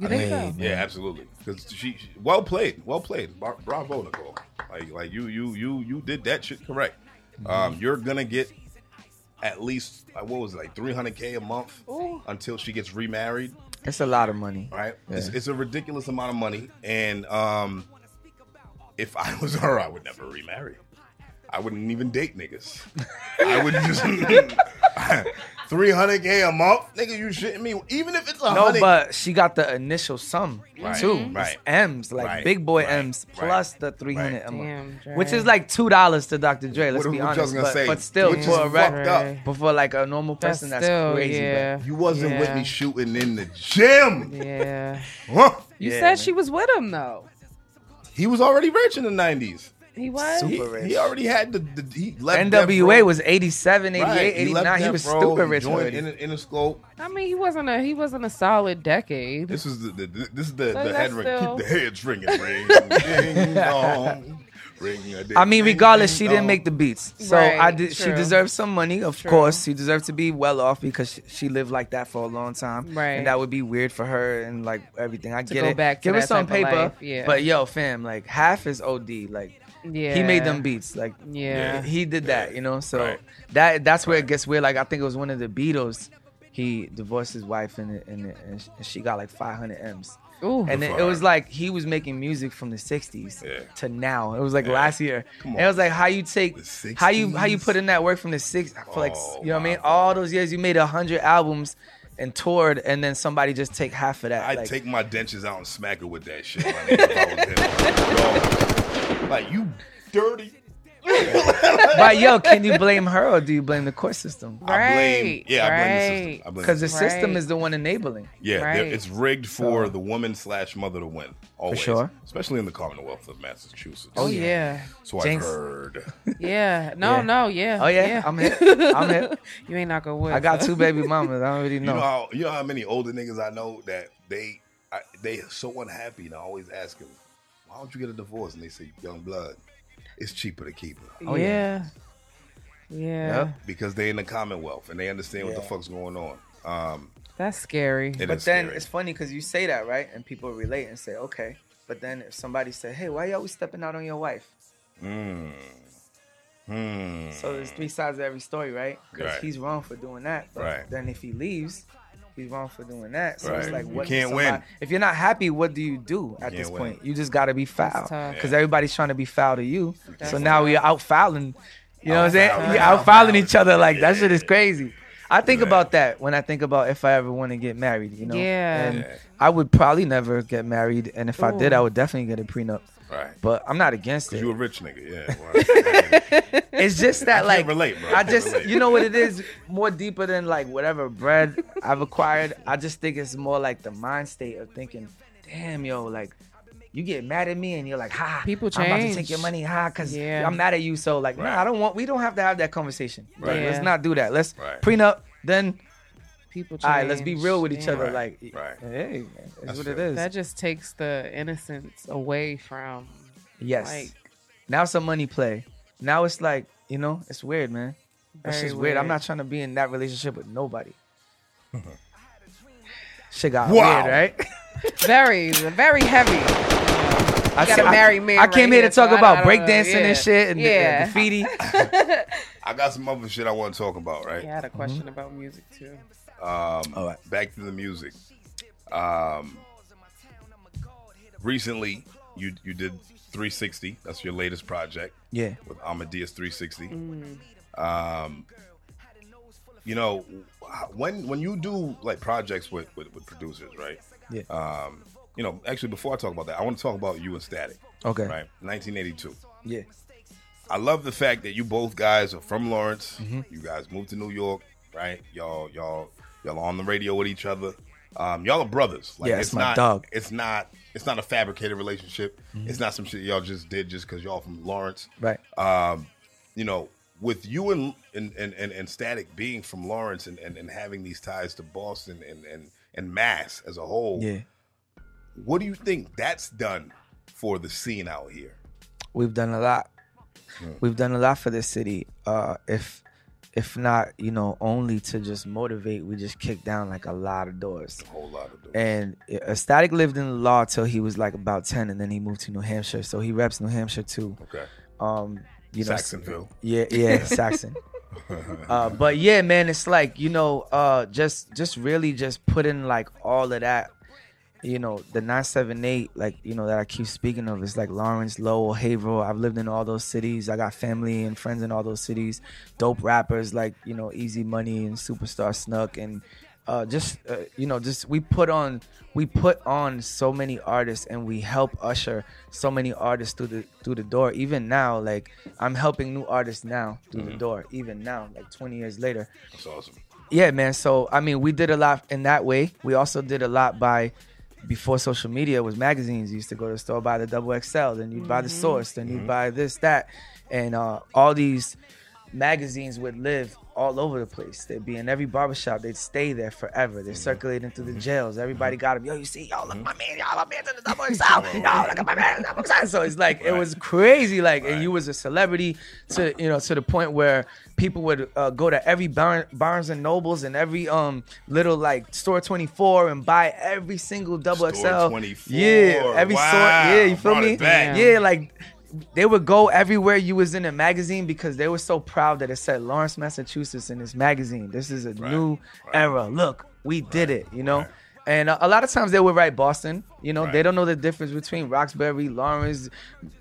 Speaker 2: You
Speaker 3: I
Speaker 2: think
Speaker 3: mean,
Speaker 2: so?
Speaker 1: Yeah, absolutely. Because she, she- well played, well played. Bra- Bravo, Nicole. Like like you you you you did that shit correct. Um, you're gonna get at least uh, what was it like 300k a month
Speaker 2: Ooh.
Speaker 1: until she gets remarried.
Speaker 3: it's a lot of money.
Speaker 1: Right? It's,
Speaker 3: Yeah.
Speaker 1: it's a ridiculous amount of money, and um, if I was her, I would never remarry. I wouldn't even date niggas. I would just 300k a month, nigga. You shitting me? Even if it's a
Speaker 3: No,
Speaker 1: hundred.
Speaker 3: but she got the initial sum
Speaker 1: Right,
Speaker 3: too.
Speaker 1: mhm.
Speaker 3: It's
Speaker 1: right,
Speaker 3: M's, like
Speaker 1: right,
Speaker 3: big boy
Speaker 1: right,
Speaker 3: M's,
Speaker 1: right,
Speaker 3: plus the three hundred
Speaker 1: right.
Speaker 3: a month,
Speaker 2: Damn, Dre.
Speaker 3: which is like two dollars to Dr. Dre. Let's
Speaker 1: What-
Speaker 3: be
Speaker 1: what I was
Speaker 3: honest,
Speaker 1: gonna
Speaker 3: but,
Speaker 1: say,
Speaker 3: but still,
Speaker 1: which is
Speaker 3: for a rap,
Speaker 1: fucked up.
Speaker 2: Dre.
Speaker 3: but for like a normal
Speaker 2: That's
Speaker 3: person, that's,
Speaker 2: still,
Speaker 3: crazy. bro.
Speaker 2: yeah.
Speaker 1: You wasn't with
Speaker 2: yeah,
Speaker 1: me shooting in the gym.
Speaker 2: Yeah.
Speaker 1: Huh.
Speaker 2: You
Speaker 3: Yeah,
Speaker 2: said
Speaker 3: man.
Speaker 2: she was with him though.
Speaker 1: He was already rich in the nineties.
Speaker 2: He was.
Speaker 1: He,
Speaker 3: Super rich.
Speaker 1: he already had the, the he left
Speaker 3: NWA
Speaker 1: Death
Speaker 3: was 87,
Speaker 1: Row.
Speaker 3: 88,
Speaker 1: Right, he left
Speaker 3: 89. He,
Speaker 1: Death
Speaker 3: was
Speaker 1: Row,
Speaker 3: stupid
Speaker 1: he
Speaker 3: rich
Speaker 1: joined
Speaker 3: already.
Speaker 1: in Interscope.
Speaker 2: I mean, he wasn't a he wasn't a solid decade.
Speaker 1: This is the, the this is the, the
Speaker 2: So that's
Speaker 1: head ring.
Speaker 2: still-
Speaker 1: Keep the heads ringing, ring ding dong, ring a um, ding.
Speaker 3: I mean, regardless, she didn't make the beats, so
Speaker 2: Right,
Speaker 3: I did. She
Speaker 2: true.
Speaker 3: deserves some money, of
Speaker 2: True.
Speaker 3: course. She deserved to be well off because she, she lived like that for a long time,
Speaker 2: Right.
Speaker 3: And that would be weird for her and like everything. I get
Speaker 2: go
Speaker 3: it.
Speaker 2: back to
Speaker 3: Give her
Speaker 2: that
Speaker 3: some
Speaker 2: type of
Speaker 3: paper,
Speaker 2: life, yeah.
Speaker 3: But yo, fam, like half is OD. Like
Speaker 2: Yeah.
Speaker 3: he made them beats, like
Speaker 2: Yeah.
Speaker 3: he did that, you know. So
Speaker 1: Right.
Speaker 3: that that's where it gets weird. Like I think it was one of the Beatles. He divorced his wife and it- and, it- and sh- she got like 500 m's.
Speaker 2: Ooh.
Speaker 3: And
Speaker 1: Good
Speaker 3: it,
Speaker 1: for
Speaker 3: it
Speaker 1: her.
Speaker 3: was like he was making music from the '60s
Speaker 1: Yeah.
Speaker 3: to now. It was like last year.
Speaker 1: Come
Speaker 3: And it was
Speaker 1: on.
Speaker 3: like how you take
Speaker 1: The
Speaker 3: how you how you
Speaker 1: 60s?
Speaker 3: put in that work from the '60s for like
Speaker 1: Oh,
Speaker 3: you know what I mean.
Speaker 1: my
Speaker 3: All those years you made a hundred albums and toured, and then somebody just take half of that.
Speaker 1: I'd
Speaker 3: like,
Speaker 1: take my dentures out and smack her with that shit. my nigga, if I was him. Yo, like you dirty.
Speaker 3: but yo, can you blame her or do you blame the court system?
Speaker 1: I blame.
Speaker 2: Right,
Speaker 1: Yeah, I blame the
Speaker 2: right.
Speaker 1: system. I blame
Speaker 3: Because the system
Speaker 2: Right.
Speaker 3: is the one enabling.
Speaker 1: Yeah, they're-
Speaker 2: Right.
Speaker 1: it's rigged for
Speaker 3: So-
Speaker 1: the woman slash mother to win. Always,
Speaker 3: sure.
Speaker 1: especially in the Commonwealth of Massachusetts.
Speaker 2: Oh yeah.
Speaker 1: so I
Speaker 3: Jinx.
Speaker 1: heard.
Speaker 2: Yeah. No.
Speaker 3: Yeah.
Speaker 2: No. Yeah.
Speaker 3: Oh yeah, I'm hip. I'm hip.
Speaker 2: you ain't not gonna win.
Speaker 3: I got two baby mamas. I already
Speaker 1: You
Speaker 3: know.
Speaker 1: know how you know how many older niggas I know that they I, they so unhappy, and I always ask them, "Why don't you get a divorce?" And they say, "Young blood, it's cheaper to keep her
Speaker 3: Oh,
Speaker 2: yeah.
Speaker 3: yeah.
Speaker 2: Yeah.
Speaker 3: Yep.
Speaker 1: because they in the Commonwealth and they understand what the
Speaker 3: Yeah.
Speaker 1: fuck's going on." Um,
Speaker 2: That's scary.
Speaker 1: it
Speaker 3: but
Speaker 1: is
Speaker 3: then
Speaker 1: scary.
Speaker 3: it's funny because you say that right, and people relate and say, okay. But then if somebody said, hey, why you always stepping out on your wife?
Speaker 1: Mm. Hmm.
Speaker 3: So there's three sides to every story, right? Because
Speaker 1: Right.
Speaker 3: he's wrong for doing that. But
Speaker 1: Right.
Speaker 3: then if he leaves, he's wrong for doing that. So it's
Speaker 1: Right.
Speaker 3: like,
Speaker 1: You
Speaker 3: what do
Speaker 1: can't win.
Speaker 3: somebody- If you're not happy, what do you do at
Speaker 1: You
Speaker 3: this
Speaker 1: can't win.
Speaker 3: point? You just gotta be foul
Speaker 2: tough.
Speaker 3: because everybody's trying to be foul to you.
Speaker 2: That's
Speaker 3: so now
Speaker 2: tough.
Speaker 3: we're out fouling. You know what I'm saying?
Speaker 1: Out-fouling.
Speaker 3: We're out fouling each other. Like that
Speaker 1: Yeah.
Speaker 3: shit is crazy. I think
Speaker 1: Yeah.
Speaker 3: about that when I think about if I ever want to get married. You know?
Speaker 2: Yeah.
Speaker 3: And
Speaker 1: Yeah.
Speaker 3: I would probably never get married, and if I did,
Speaker 2: Ooh.
Speaker 3: I would definitely get a prenup.
Speaker 1: right.
Speaker 3: But I'm not against it.
Speaker 1: You a rich nigga, yeah. Wow.
Speaker 3: It's just that
Speaker 1: can't
Speaker 3: like
Speaker 1: relate, bro. I
Speaker 3: I
Speaker 1: can't
Speaker 3: just
Speaker 1: relate.
Speaker 3: you know what it is more deeper than like whatever bread I've acquired. I just think it's more like the mind state of thinking, damn yo, like you get mad at me and you're like, ha,
Speaker 2: People
Speaker 3: I'm about to take
Speaker 2: change.
Speaker 3: your money, ha, because
Speaker 2: Yeah.
Speaker 3: I'm mad at you. So like,
Speaker 1: Right.
Speaker 3: no, I don't want. We don't have to have that conversation. Like,
Speaker 1: Right.
Speaker 2: Yeah.
Speaker 3: Let's not do that. Let's
Speaker 1: Right.
Speaker 3: prenup. Then
Speaker 2: People change.
Speaker 3: all right, let's be real with each
Speaker 2: Yeah.
Speaker 3: other.
Speaker 1: Right.
Speaker 3: Like,
Speaker 1: Right.
Speaker 3: hey, man, that's,
Speaker 1: That's
Speaker 3: what it
Speaker 1: fair.
Speaker 3: is.
Speaker 2: That just takes the innocence away from
Speaker 3: yes.
Speaker 2: like
Speaker 3: now it's a money play. Now it's like, you know, it's weird, man. That's
Speaker 2: very
Speaker 3: just weird. I'm not trying to be in that relationship with nobody. Shit got
Speaker 1: Wow.
Speaker 3: weird, right?
Speaker 2: very very heavy.
Speaker 3: I
Speaker 2: got a
Speaker 3: I-
Speaker 2: married man
Speaker 3: I, came
Speaker 2: right
Speaker 3: here
Speaker 2: here,
Speaker 3: to talk
Speaker 2: so I
Speaker 3: about
Speaker 2: don't- I don't know.
Speaker 3: breakdancing
Speaker 2: Yeah.
Speaker 3: and shit and,
Speaker 2: Yeah.
Speaker 3: and graffiti.
Speaker 1: I got some other shit I want to talk about, right?
Speaker 2: Yeah, I had
Speaker 3: Mm-hmm.
Speaker 2: a question about music too.
Speaker 1: Um,
Speaker 3: All right.
Speaker 1: Back to the music. Um, recently, you you did 360. That's your latest project
Speaker 3: yeah.
Speaker 1: with Amadeus 360.
Speaker 2: Mm.
Speaker 1: Um, you know, when when you do like projects with with, with producers, right?
Speaker 3: Yeah.
Speaker 1: Um, you know, actually, before I talk about that, I want to talk about you and Static,
Speaker 3: Okay.
Speaker 1: right? 1982.
Speaker 3: Yeah.
Speaker 1: I love the fact that you both guys are from Lawrence.
Speaker 3: Mm-hmm.
Speaker 1: You guys moved to New York, right? Y'all, y'all, y'all are on the radio with each other. Um, y'all are brothers.
Speaker 3: Yeah, it's my
Speaker 1: not,
Speaker 3: dog. Mm-hmm.
Speaker 1: It's not. It's not a fabricated relationship. It's not some shit y'all just did just because y'all from Lawrence.
Speaker 3: Right.
Speaker 1: Um, you know, with you and and and, and, and Static being from Lawrence and, and, and having these ties to Boston and and and Mass as a whole,
Speaker 3: Yeah.
Speaker 1: what do you think that's done for the scene out here?
Speaker 3: We've done a lot.
Speaker 1: Hmm.
Speaker 3: We've done a lot for this city. Uh if if not, you know, only to just motivate, we just kicked down like a lot of doors.
Speaker 1: A whole lot of doors.
Speaker 3: And uh, Static lived in law till he was like about 10 and then he moved to New Hampshire. So he reps New Hampshire too.
Speaker 1: okay,
Speaker 3: Um, you know,
Speaker 1: Saxonville.
Speaker 3: Yeah, yeah, Saxon. uh, but yeah, man, it's like you know, uh, just just really just putting like all of that, you know, the nine seven eight, like you know that I keep speaking of. It's like Lawrence, Lowell, Haverhill. I've lived in all those cities. I got family and friends in all those cities. Dope rappers like you know Easy Money and Superstar Snuck and. Uh, just uh, you know, just we put on we put on so many artists, and we help usher so many artists through the through the door. Even now, like I'm helping new artists now through the door. Even now, like 20 years later,
Speaker 1: that's awesome.
Speaker 3: yeah, man. So I mean, we did a lot in that way. We also did a lot by before social media was magazines. You used to go to the store buy the double XL, then you would buy the Source, then you would buy this that, and uh, all these magazines would live all over the place. They'd be in every barbershop. They'd stay there forever. They're circulating through the jails. Everybody
Speaker 1: Mm-hmm.
Speaker 3: got them. Yo, you see, yo, look at my man. Y'all up here to the double XL. Yo, look at my man. Double XL. So it's like it
Speaker 1: Right.
Speaker 3: was crazy. Like,
Speaker 1: Right.
Speaker 3: and you was a celebrity to you know to the point where people would uh, go to every Bar- Barnes and Nobles and every um little like store 24 and buy every single double
Speaker 1: Store
Speaker 3: XL.
Speaker 1: 24.
Speaker 3: Yeah, every
Speaker 1: Wow.
Speaker 3: store. Yeah, you feel
Speaker 1: Brought
Speaker 3: me?
Speaker 1: it back.
Speaker 3: Yeah, like they would go everywhere you was in a magazine because they were so proud that it said Lawrence, Massachusetts in this magazine. This is a new
Speaker 1: right.
Speaker 3: era. Look, we did it, you know?
Speaker 1: right.
Speaker 3: And a, a lot of times they would write Boston, you know,
Speaker 1: Right.
Speaker 3: they don't know the difference between Roxbury, Lawrence,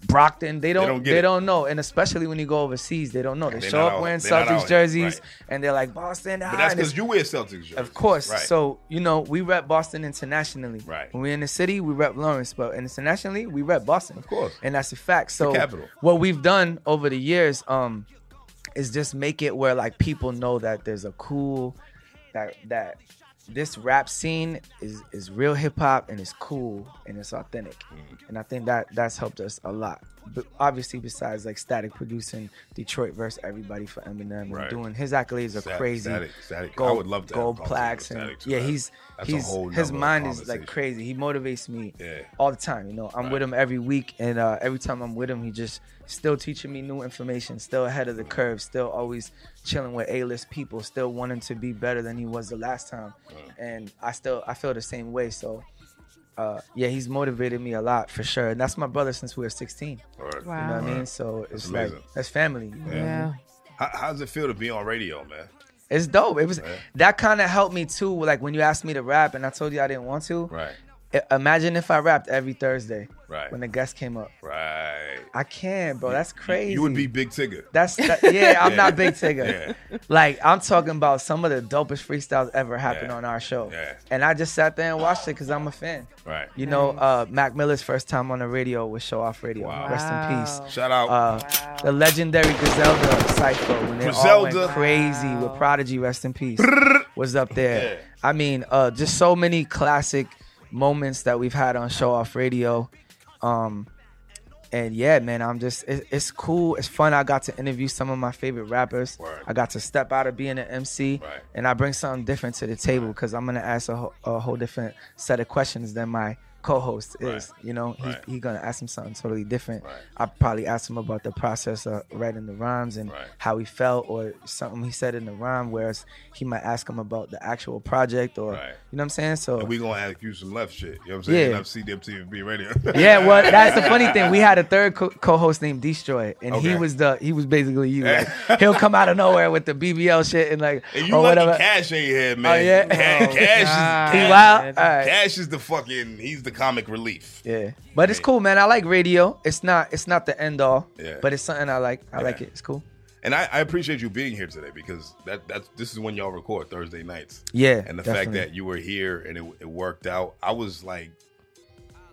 Speaker 3: Brockton. They don't
Speaker 1: don't
Speaker 3: they don't,
Speaker 1: get it.
Speaker 3: know. And especially when you go overseas, they don't know. They
Speaker 1: They're
Speaker 3: show
Speaker 1: not
Speaker 3: up
Speaker 1: out-
Speaker 3: wearing
Speaker 1: they're not out
Speaker 3: Celtics
Speaker 1: here.
Speaker 3: jerseys
Speaker 1: Right.
Speaker 3: and they're like Boston. ah,
Speaker 1: But that's because you wear Celtics jerseys.
Speaker 3: Of course.
Speaker 1: Right.
Speaker 3: So, you know, we rep Boston internationally.
Speaker 1: Right.
Speaker 3: When we're in the city, we rep Lawrence, but internationally, we rep Boston. Of
Speaker 1: course.
Speaker 3: And that's a fact. So
Speaker 1: capital.
Speaker 3: what we've done over the years, um, is just make it where like people know that there's a cool that that this rap scene is is real hip hop and it's cool and it's authentic.
Speaker 1: Mm.
Speaker 3: And I think that that's helped us a lot. But obviously besides like static producing Detroit versus everybody for Eminem and
Speaker 1: Right.
Speaker 3: doing his accolades are
Speaker 1: Stat-
Speaker 3: crazy.
Speaker 1: Static, static. I
Speaker 3: Gold,
Speaker 1: would love to have a
Speaker 3: gold
Speaker 1: conversation with
Speaker 3: plaques and
Speaker 1: Static, too.
Speaker 3: yeah,
Speaker 1: That-
Speaker 3: he's
Speaker 1: that's a
Speaker 3: he's
Speaker 1: whole
Speaker 3: his
Speaker 1: nother
Speaker 3: mind is like
Speaker 1: conversation.
Speaker 3: crazy. He motivates me
Speaker 1: Yeah.
Speaker 3: all the time. You know, I'm with him every week, and uh, every time I'm with him, he just still teaching me new information, still ahead of the curve, still always chilling with A-list people, still wanting to be better than he was the last time. And I still I feel the same way. So. Uh, yeah, he's motivated me a lot for sure, and that's my brother since we were 16.
Speaker 1: All right.
Speaker 2: Wow.
Speaker 3: You know what I
Speaker 1: Alright.
Speaker 3: mean? So it's
Speaker 1: amazing.
Speaker 3: like that's family. you know?
Speaker 2: Yeah.
Speaker 1: How, how does it feel to be on radio, man?
Speaker 3: It's dope. It was
Speaker 1: Right.
Speaker 3: that kind of helped me too. Like when you asked me to rap, and I told you I didn't want to.
Speaker 1: Right.
Speaker 3: I- Imagine if I rapped every Thursday
Speaker 1: Right.
Speaker 3: when the guest came up.
Speaker 1: Right.
Speaker 3: I can, bro. That's crazy.
Speaker 1: You would be Big Tigger.
Speaker 3: That's that, yeah. I'm
Speaker 1: Yeah.
Speaker 3: not Big Tigger.
Speaker 1: Yeah.
Speaker 3: Like I'm talking about some of the dopest freestyles ever happened
Speaker 1: Yeah.
Speaker 3: on our show.
Speaker 1: Yeah.
Speaker 3: And I just sat there and watched it because I'm a fan.
Speaker 1: Right.
Speaker 3: You know, uh, Mac Miller's first time on the radio was Show Off Radio.
Speaker 1: Wow.
Speaker 3: Rest in peace.
Speaker 2: Wow.
Speaker 1: Shout out.
Speaker 3: Uh,
Speaker 2: Wow.
Speaker 3: The legendary Griselda cypher when they all
Speaker 1: Griselda.
Speaker 3: went crazy with
Speaker 2: Wow.
Speaker 3: Prodigy, rest in peace, was up there.
Speaker 1: Yeah.
Speaker 3: I mean, uh, just so many classic moments that we've had on Show Off Radio. Um, and yeah, man, I'm just it, it's cool. It's fun. I got to interview some of my favorite rappers.
Speaker 1: Word.
Speaker 3: I got to step out of being an MC,
Speaker 1: Right.
Speaker 3: and I bring something different to the table because I'm gonna ask a, whole- a whole different set of questions than my co-host is.
Speaker 1: Right.
Speaker 3: You know,
Speaker 1: Right.
Speaker 3: he, he gonna ask him something totally different.
Speaker 1: Right.
Speaker 3: I probably asked him about the process of writing the rhymes and
Speaker 1: Right.
Speaker 3: how he felt or something he said in the rhyme. Whereas he might ask him about the actual project or
Speaker 1: Right.
Speaker 3: you know what I'm saying. So
Speaker 1: And we gonna ask you some left shit. You know what I'm saying?
Speaker 3: Yeah.
Speaker 1: Left CDMT and B radio.
Speaker 3: Yeah, well, that's the funny thing. We had a third co- co-host named Destroy, and
Speaker 1: Okay.
Speaker 3: he was the he was basically you. Like, he'll come out of nowhere with the BBL shit and like
Speaker 1: and you
Speaker 3: or
Speaker 1: lucky
Speaker 3: whatever.
Speaker 1: Cash ain't here, man.
Speaker 3: yeah?
Speaker 1: Ca- Cash,
Speaker 2: Oh,
Speaker 1: is
Speaker 2: God.
Speaker 3: He
Speaker 1: Cash-
Speaker 3: wild. All right.
Speaker 1: Cash is the fucking. He's the comic relief.
Speaker 3: Yeah, but it's cool, man. I like radio. It's not it's not the end all,
Speaker 1: Yeah.
Speaker 3: but it's something I like. I like
Speaker 1: Yeah.
Speaker 3: it. It's cool.
Speaker 1: And I, I appreciate you being here today because that that's this is when y'all record Thursday nights.
Speaker 3: Yeah,
Speaker 1: and the fact
Speaker 3: definitely.
Speaker 1: that you were here and it, it worked out i was like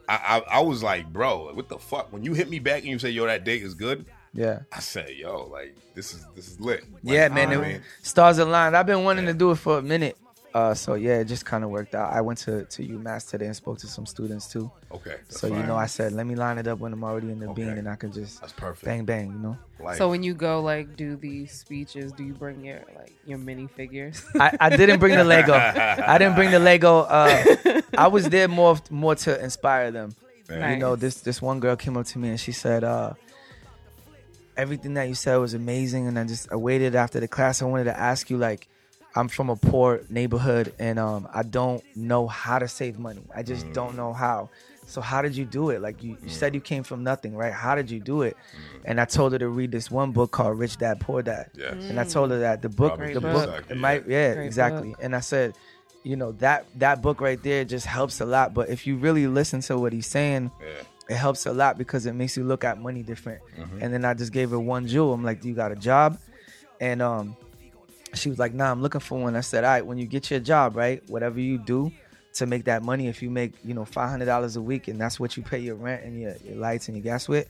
Speaker 1: I, I i was like bro like, what the fuck when you hit me back and you say yo that date is good
Speaker 3: yeah.
Speaker 1: i said yo like this is this is lit Like,
Speaker 3: Yeah,
Speaker 1: you know
Speaker 3: man.
Speaker 1: what I
Speaker 3: it-
Speaker 1: mean?
Speaker 3: stars aligned. I've been wanting
Speaker 1: Yeah.
Speaker 3: to do it for a minute. Uh, so yeah, it just kind of worked out. I went to, to UMass today and spoke to some students too.
Speaker 1: okay that's
Speaker 3: so you
Speaker 1: fine.
Speaker 3: know, I said, let me line it up when I'm already in the
Speaker 1: Okay.
Speaker 3: bean, and I can just
Speaker 1: that's perfect
Speaker 3: bang bang. You know,
Speaker 1: Like,
Speaker 2: So when you go like do these speeches, do you bring your like your mini figures?
Speaker 3: I, I didn't bring the Lego. I didn't bring the Lego. Uh, I was there more more to inspire them.
Speaker 1: man,
Speaker 3: You know, this this one girl came up to me and she said, uh, "Everything that you said was amazing." And I just I waited after the class. I wanted to ask you, like, I'm from a poor neighborhood and um, I don't know how to save money. I just don't know how. So how did you do it? Like you, you said, you came from nothing, right? How did you do it? And I told her to read this one book called Rich Dad Poor Dad.
Speaker 1: Yes.
Speaker 2: Mm-hmm.
Speaker 3: And I told her that the book,
Speaker 1: Robert
Speaker 3: the book,
Speaker 2: Kiyosaki,
Speaker 3: it
Speaker 1: yeah.
Speaker 3: might, yeah,
Speaker 2: Great
Speaker 3: exactly. And I said, you know that that book right there just helps a lot. But if you really listen to what he's saying,
Speaker 1: yeah.
Speaker 3: it helps a lot because it makes you look at money different. And then I just gave her one jewel. I'm like, "Do you got a job?" And um, she was like, "Nah, I'm looking for one." I said, "All right, when you get your job, right, whatever you do to make that money, if you make you know five hundred dollars a week, and that's what you pay your rent and your, your lights and your gas with,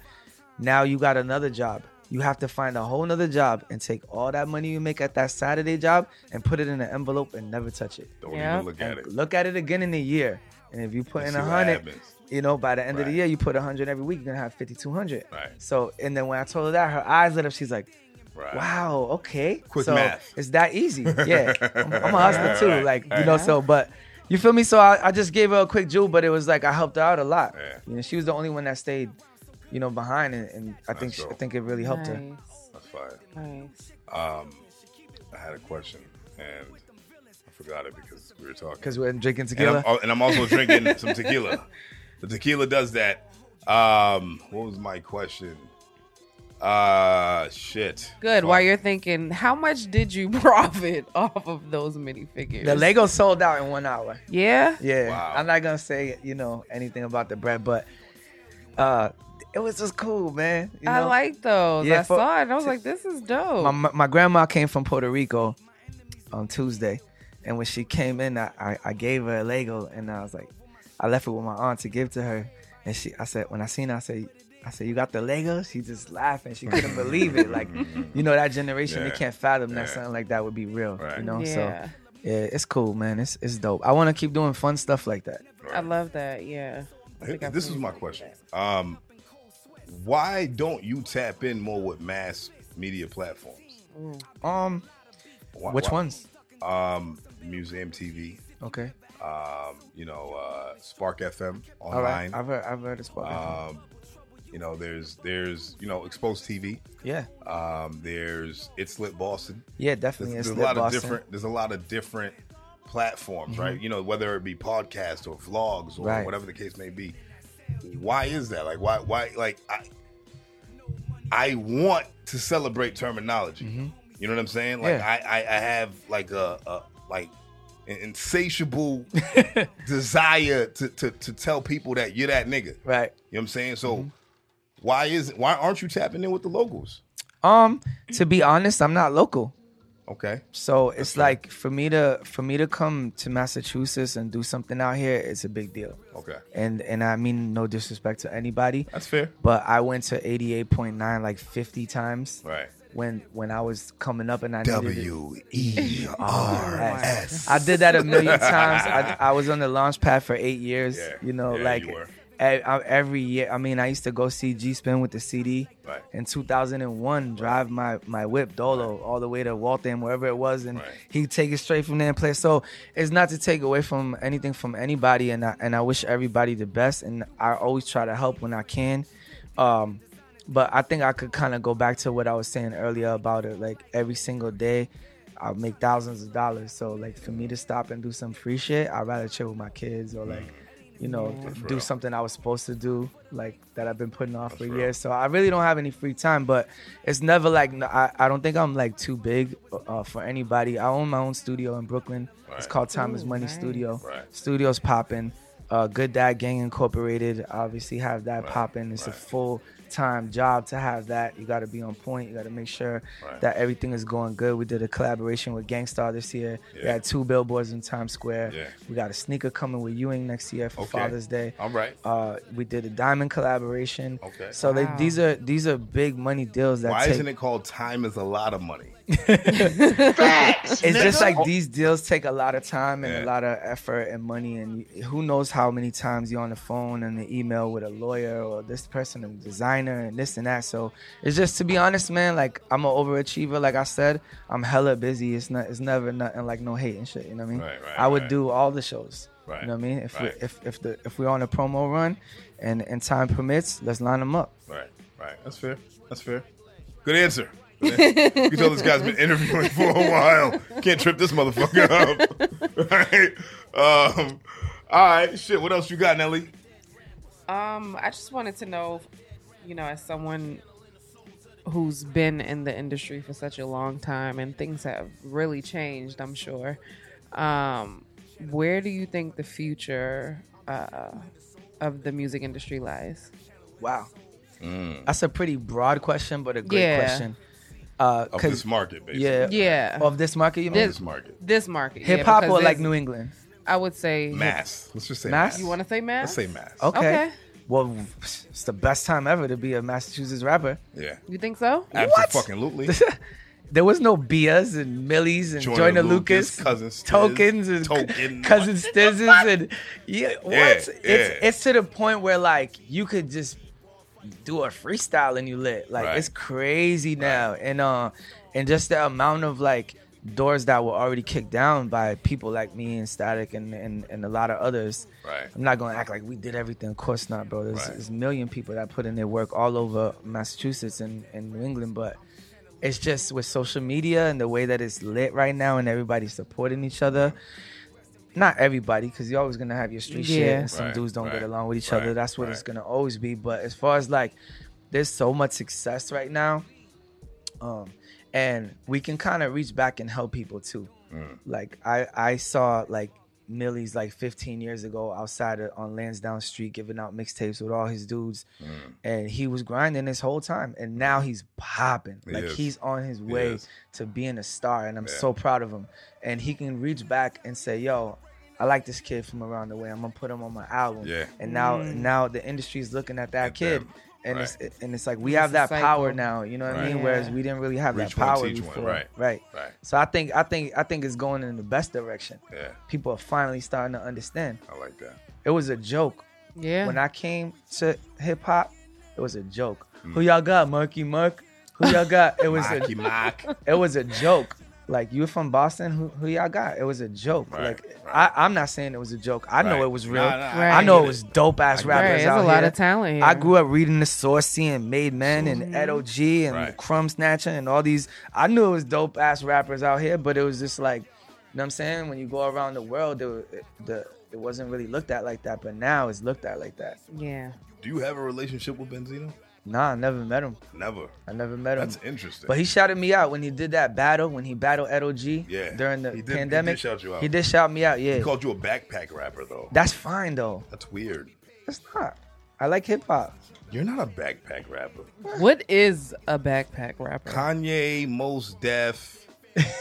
Speaker 3: now you got another job. You have to find a whole nother job and take all that money you make at that Saturday job and put it in an envelope and never touch it.
Speaker 1: don't
Speaker 2: Yeah.
Speaker 1: even look at it
Speaker 3: And look at it again in a year. And if you put
Speaker 1: Let's
Speaker 3: in a
Speaker 1: see what
Speaker 3: hundred,
Speaker 1: happens.
Speaker 3: you know, by the end of the
Speaker 1: Right.
Speaker 3: year, you put a hundred every week, you're gonna have fifty two hundred.
Speaker 1: Right.
Speaker 3: So, and then when I told her that, her eyes lit up. She's like,
Speaker 1: right
Speaker 3: "Wow, okay,
Speaker 1: Quick
Speaker 3: so
Speaker 1: math.
Speaker 3: It's that easy. Yeah, I'm, I'm a hustler
Speaker 1: Right,
Speaker 3: too.
Speaker 1: right,
Speaker 3: like you
Speaker 1: right.
Speaker 3: know, so but." You feel me? So I, I just gave her a quick jewel, but it was like I helped her out a lot.
Speaker 1: Yeah.
Speaker 3: You know, she was the only one that stayed, you know, behind, and, and I think she,
Speaker 1: dope.
Speaker 3: I think it really helped her.
Speaker 2: nice,
Speaker 1: that's fine
Speaker 2: nice.
Speaker 1: um i had a question and i forgot it because we were talking
Speaker 3: Because we're drinking
Speaker 1: and
Speaker 3: tequila.
Speaker 1: I'm, oh, and I'm also drinking some tequila. The tequila does that. Um, what was my question? Uh, shit.
Speaker 2: Good. While
Speaker 1: Fuck.
Speaker 2: you're thinking, how much did you profit off of those mini figures?
Speaker 3: The Lego sold out in one hour.
Speaker 2: Yeah.
Speaker 3: Yeah,
Speaker 1: Wow.
Speaker 3: I'm not gonna say you know anything about the bread, but uh, it was just cool, man. You
Speaker 2: I
Speaker 3: know?
Speaker 2: like those.
Speaker 3: Yeah,
Speaker 2: I
Speaker 3: for-
Speaker 2: saw it. and I was like, this is dope.
Speaker 3: my my my grandma came from Puerto Rico on Tuesday, and when she came in, I, I I gave her a Lego, and I was like, I left it with my aunt to give to her, and she I said when I seen her, I said. I said, you got the Lego? She just laughing. She couldn't believe it. Like, you know, that generation,
Speaker 1: Yeah.
Speaker 3: they can't fathom that
Speaker 1: Yeah.
Speaker 3: something like that would be real.
Speaker 1: Right.
Speaker 3: You know,
Speaker 2: yeah.
Speaker 3: so yeah, it's cool, man. It's it's dope. I want to keep doing fun stuff like that.
Speaker 2: I love that. Yeah. I
Speaker 1: Here-
Speaker 2: think I've
Speaker 1: this
Speaker 2: seen
Speaker 1: is my
Speaker 2: something like
Speaker 1: question. Um, why don't you tap in more with mass media platforms?
Speaker 2: that. Ooh.
Speaker 3: Um,
Speaker 1: Why-
Speaker 3: which
Speaker 1: why-
Speaker 3: ones?
Speaker 1: Um, Museum TV.
Speaker 3: Okay.
Speaker 1: Um, you know, uh, Spark FM
Speaker 3: All right.
Speaker 1: online.
Speaker 3: I've heard, I've heard of Spotify.
Speaker 1: um, you know, there's there's you know Exposed TV.
Speaker 3: yeah.
Speaker 1: Um, there's It's Lit Boston.
Speaker 3: Yeah,
Speaker 1: there's,
Speaker 3: definitely.
Speaker 1: there's
Speaker 3: It's
Speaker 1: a
Speaker 3: Lit
Speaker 1: lot
Speaker 3: Boston. Mm-hmm.
Speaker 1: of different there's a lot of different platforms right you know whether it be podcasts or vlogs or
Speaker 3: Right.
Speaker 1: whatever the case may be why is that like why why like i i want to celebrate terminology you know what i'm saying like
Speaker 3: Mm-hmm. Yeah.
Speaker 1: I, I i have like a, a like an insatiable desire to, to to tell people that you're that nigga you know
Speaker 3: Right. Mm-hmm.
Speaker 1: what i'm saying so why is why aren't you tapping in with the locals
Speaker 3: Um, to be honest, I'm not local.
Speaker 1: okay
Speaker 3: So it's like for me to for me to come to Massachusetts and do something out here, it's a big deal.
Speaker 1: okay
Speaker 3: And and I mean no disrespect to anybody,
Speaker 1: that's fair
Speaker 3: but I went to 88.9 like 50 times
Speaker 1: right
Speaker 3: when when I was coming up and I needed to-
Speaker 1: W E R S.
Speaker 3: I did that a million times. I, I was on the launch pad for eight years.
Speaker 1: Yeah.
Speaker 3: You know,
Speaker 1: Yeah,
Speaker 3: like
Speaker 1: you were.
Speaker 3: e- I- every year. I mean, I used to go see G Spin with the CD.
Speaker 1: Right.
Speaker 3: In 2001, drive my my whip Dolo all the way to Waltham, wherever it was, and
Speaker 1: Right.
Speaker 3: he'd take it straight from there and play. So it's not to take away from anything from anybody, and I, and I wish everybody the best, and I always try to help when I can. Um, but I think I could kind of go back to what I was saying earlier about it. Like every single day, I make thousands of dollars. So like for me to stop and do some free shit, I'd rather chill with my kids or like,
Speaker 1: Mm.
Speaker 3: you know, do
Speaker 1: real.
Speaker 3: something I was supposed to do like that I've been putting off for
Speaker 1: real.
Speaker 3: years. So I really don't have any free time. But it's never like n- I, I don't think I'm like too big uh, for anybody. I own my own studio in Brooklyn. It's
Speaker 1: Right.
Speaker 3: called Time Is
Speaker 2: Ooh,
Speaker 3: Money
Speaker 2: nice.
Speaker 3: Studio.
Speaker 1: Right.
Speaker 3: Studios popping. Uh, Good Dad Gang Incorporated obviously have that
Speaker 1: Right,
Speaker 3: popping. It's a
Speaker 1: right.
Speaker 3: full time job to have that. You got to be on point. You got to make sure
Speaker 1: Right.
Speaker 3: that everything is going good. We did a collaboration with Gangstar this year. We
Speaker 1: Yeah.
Speaker 3: had two billboards in Times Square.
Speaker 1: Yeah.
Speaker 3: We got a sneaker coming with Ewing next year for
Speaker 1: Okay.
Speaker 3: Father's Day.
Speaker 1: All right.
Speaker 3: Uh, we did a diamond collaboration.
Speaker 1: Okay.
Speaker 3: So they,
Speaker 2: Wow.
Speaker 3: these are these are big money deals that
Speaker 1: Why
Speaker 3: take.
Speaker 1: isn't it called Time is a Lot of Money?
Speaker 3: it's just like these deals take a lot of time and
Speaker 1: Yeah.
Speaker 3: a lot of effort and money and you- who knows how many times you're on the phone and the email with a lawyer or this person and designer and this and that so it's just to be honest man like i'm an overachiever like i said i'm hella busy it's not it's never nothing like no hate and shit you know what i mean
Speaker 1: Right, right,
Speaker 3: i would
Speaker 1: right.
Speaker 3: do all the shows
Speaker 1: Right,
Speaker 3: you know what i mean if
Speaker 1: right.
Speaker 3: we, if if the if we're on a promo run and and time permits let's line them up
Speaker 1: Right, right. That's fair. That's fair. Good answer. Good answer. you can tell this guy's been interviewing for a while. Can't trip this motherfucker up. right. Um, all right. Shit. What else you got, Nelly?
Speaker 2: Um, I just wanted to know, you know, as someone who's been in the industry for such a long time and things have really changed, I'm sure. Um, where do you think the future uh, of the music industry lies?
Speaker 3: wow
Speaker 1: Mm.
Speaker 3: that's a pretty broad question but a great
Speaker 2: Yeah.
Speaker 3: question uh
Speaker 1: Of
Speaker 3: 'cause-
Speaker 1: this market, basically.
Speaker 3: yeah
Speaker 2: Yeah,
Speaker 3: of this market you mean
Speaker 1: This market.
Speaker 2: this market, yeah,
Speaker 3: Hip hop
Speaker 2: because
Speaker 3: or like
Speaker 2: there's-
Speaker 3: New England?
Speaker 2: I would say
Speaker 1: Mass. Let's just say
Speaker 3: Mass?
Speaker 1: mass.
Speaker 2: You want to say
Speaker 1: Let's
Speaker 2: mass?
Speaker 1: say mass.
Speaker 3: Okay.
Speaker 2: Okay.
Speaker 3: Well, it's the best time ever to be a Massachusetts rapper.
Speaker 1: Yeah.
Speaker 2: You think so?
Speaker 1: Absolutely.
Speaker 3: There was no Bias and Millies and Joyner,
Speaker 1: Joyner
Speaker 3: Lucas,
Speaker 1: Lucas, Cousin Stiz,
Speaker 3: Tokens and
Speaker 1: Token.
Speaker 3: Cousin Stizzes and yeah, what?
Speaker 1: Yeah,
Speaker 3: it's
Speaker 1: yeah.
Speaker 3: it's to the point where like you could just do a freestyle and you lit. Like
Speaker 1: Right.
Speaker 3: it's crazy now, and uh, and just the amount of like doors that were already kicked down by people like me and Static and and, and a lot of others.
Speaker 1: Right.
Speaker 3: I'm not gonna act like we did everything. Of course not, bro. There's,
Speaker 1: Right.
Speaker 3: there's a million people that put in their work all over Massachusetts and, and New England, but it's just with social media and the way that it's lit right now and everybody supporting each other. Not everybody, because you're always gonna have your street shit
Speaker 2: Yeah.
Speaker 3: and some
Speaker 1: Right,
Speaker 3: dudes don't get
Speaker 1: right,
Speaker 3: along with each
Speaker 1: right,
Speaker 3: other. That's what it's
Speaker 1: right.
Speaker 3: gonna always be. But as far as like, there's so much success right now, um, and we can kind of reach back and help people too
Speaker 1: Mm.
Speaker 3: like I I saw like Millie's like 15 years ago outside of, on Lansdowne Street giving out mixtapes with all his dudes,
Speaker 1: Mm.
Speaker 3: and he was grinding this whole time, and now he's popping.
Speaker 1: He
Speaker 3: like
Speaker 1: is.
Speaker 3: he's on his way
Speaker 1: is.
Speaker 3: to being a star, and I'm
Speaker 1: Yeah.
Speaker 3: so proud of him. And he can reach back and say, "Yo." I like this kid from around the way. I'm gonna put him on my album.
Speaker 1: Yeah.
Speaker 3: And now,
Speaker 2: Mm.
Speaker 3: now the industry's looking at that
Speaker 1: At
Speaker 3: kid,
Speaker 1: them.
Speaker 3: and
Speaker 1: Right.
Speaker 3: it's and it's like we
Speaker 2: It's
Speaker 3: have
Speaker 2: a
Speaker 3: that power
Speaker 2: cycle.
Speaker 3: now. You know what I
Speaker 1: Right.
Speaker 3: mean?
Speaker 2: Yeah.
Speaker 3: Whereas we didn't really have
Speaker 1: Reach
Speaker 3: that
Speaker 1: one,
Speaker 3: power
Speaker 1: teach one.
Speaker 3: before.
Speaker 1: Right.
Speaker 3: Right.
Speaker 1: Right.
Speaker 3: So I think I think I think it's going in the best direction.
Speaker 1: Yeah.
Speaker 3: People are finally starting to understand.
Speaker 1: I like that.
Speaker 3: It was a joke
Speaker 2: Yeah.
Speaker 3: when I came to hip hop. It was a joke.
Speaker 1: Mm.
Speaker 3: Who y'all got, Monkey Muck? Who y'all got? It was
Speaker 1: Mocky
Speaker 3: a
Speaker 1: mock.
Speaker 3: it was a joke. Like you from Boston? Who, who y'all got? It was a joke.
Speaker 1: Right,
Speaker 3: like
Speaker 1: right.
Speaker 3: I, I'm not saying it was a joke. I know
Speaker 1: Right.
Speaker 3: it was real.
Speaker 1: Nah, nah,
Speaker 2: Right.
Speaker 3: I know
Speaker 1: get
Speaker 3: it was dope
Speaker 1: I
Speaker 3: ass
Speaker 1: get it.
Speaker 3: rappers
Speaker 2: Right, there's
Speaker 3: out
Speaker 2: a lot
Speaker 3: here.
Speaker 2: of talent here.
Speaker 3: I grew up reading the source, seeing Made Men and Ed OG and
Speaker 1: Right.
Speaker 3: Crumb Snatcher and all these. I knew it was dope ass rappers out here, but it was just like, you know what I'm saying? When you go around the world, it, it, the, it wasn't really looked at like that, but now it's looked at like that.
Speaker 2: yeah.
Speaker 1: Do you have a relationship with Benzino?
Speaker 3: Nah, I never met him.
Speaker 1: Never.
Speaker 3: I never met him.
Speaker 1: That's interesting.
Speaker 3: But he shouted me out when he did that battle, when he battled Ed OG
Speaker 1: Yeah.
Speaker 3: during the
Speaker 1: He did- he did
Speaker 3: pandemic.
Speaker 1: shout you out.
Speaker 3: He did shout me out,
Speaker 1: he
Speaker 3: yeah.
Speaker 1: called you a backpack rapper, though.
Speaker 3: That's fine though.
Speaker 1: That's weird.
Speaker 3: It's not. I like hip hop.
Speaker 1: You're not a backpack rapper.
Speaker 2: What is a backpack rapper?
Speaker 1: Kanye, most deaf.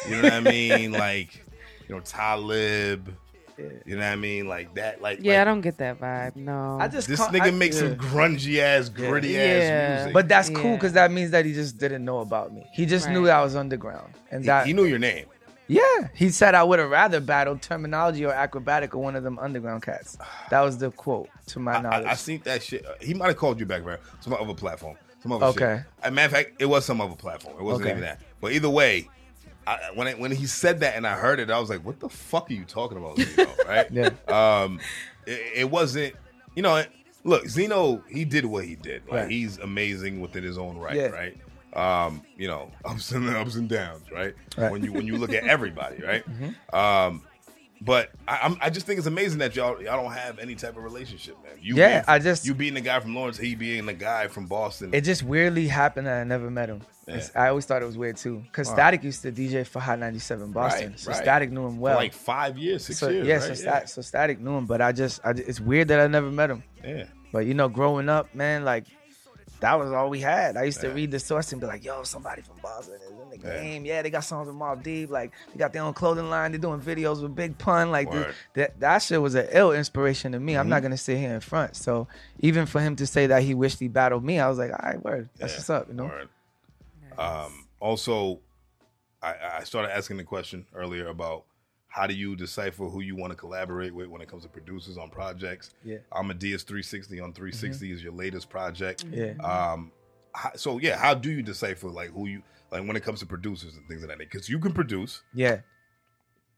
Speaker 1: You know what I mean? Like, you know, Talib. You know what I mean? Like that. Like
Speaker 2: Yeah,
Speaker 1: like,
Speaker 2: I don't get that vibe. No.
Speaker 3: I just
Speaker 1: This
Speaker 3: can't-
Speaker 1: nigga
Speaker 3: I-
Speaker 1: makes
Speaker 3: yeah.
Speaker 1: some grungy ass, gritty ass
Speaker 2: Yeah.
Speaker 1: music.
Speaker 3: But that's cool
Speaker 2: Yeah.
Speaker 3: because that means that he just didn't know about me. He just knew
Speaker 2: Right.
Speaker 3: I was underground, and
Speaker 1: he,
Speaker 3: that
Speaker 1: he knew your name.
Speaker 3: Yeah, he said I would have rather battled terminology or acrobatic or one of them underground cats. That was the quote to my
Speaker 1: I,
Speaker 3: knowledge.
Speaker 1: I seen that shit. He might have called you back, man. Some other platform. Some other
Speaker 3: Okay.
Speaker 1: shit. As a matter of fact, it was some other platform. It wasn't
Speaker 3: Okay.
Speaker 1: even that. But either way, I, when it, when he said that and I heard it, I was like, "What the fuck are you talking about, Zeno?" right?
Speaker 3: Yeah.
Speaker 1: Um, it, it wasn't. You know, it- look, Zeno. He did what he did. Like
Speaker 3: Right.
Speaker 1: he's amazing within his own right.
Speaker 3: Yeah.
Speaker 1: Right. Um, you know, ups and ups and downs. Right.
Speaker 3: Right. Mm-hmm.
Speaker 1: When you when you look at everybody. Right. Um, but I, I'm, I just think it's amazing that y'all y'all don't have any type of relationship, man. You
Speaker 3: Yeah,
Speaker 1: being-
Speaker 3: I just-
Speaker 1: you being the guy from Lawrence, he being the guy from Boston.
Speaker 3: It just weirdly happened that I never met him. It's- I always thought it was weird too, because Static used to DJ for Hot 97 Boston,
Speaker 1: Right,
Speaker 3: so
Speaker 1: right.
Speaker 3: Static knew him
Speaker 1: For
Speaker 3: well.
Speaker 1: like five years, six
Speaker 3: so,
Speaker 1: years,
Speaker 3: yeah,
Speaker 1: right?
Speaker 3: so, Stat- so Static knew him, but I just, I just, it's weird that I never met him.
Speaker 1: yeah. yeah.
Speaker 3: But you know, growing up, man, like that was all we had. I used to read the source and be like, "Yo, somebody from Boston is in the
Speaker 1: Yeah.
Speaker 3: game. Yeah, they got songs with Mob Deep. Like they got their own clothing line. They're doing videos with Big Pun. Like th-
Speaker 1: Word. Mm-hmm.
Speaker 3: that, that shit was an ill inspiration to me. I'm not gonna sit here in front. So even for him to say that he wished he battled me, I was like, "All right, word. That's
Speaker 1: Yeah,
Speaker 3: what's up." You know?
Speaker 1: Word. Um, also, I, I started asking the question earlier about how do you decipher who you want to collaborate with when it comes to producers on projects.
Speaker 3: Yeah. Mm-hmm.
Speaker 1: Amadeus 360 on 360 is your latest project.
Speaker 3: Yeah. Mm-hmm.
Speaker 1: Um, how- so yeah, how do you decipher like who you like when it comes to producers and things like that? Because you can produce.
Speaker 3: Yeah.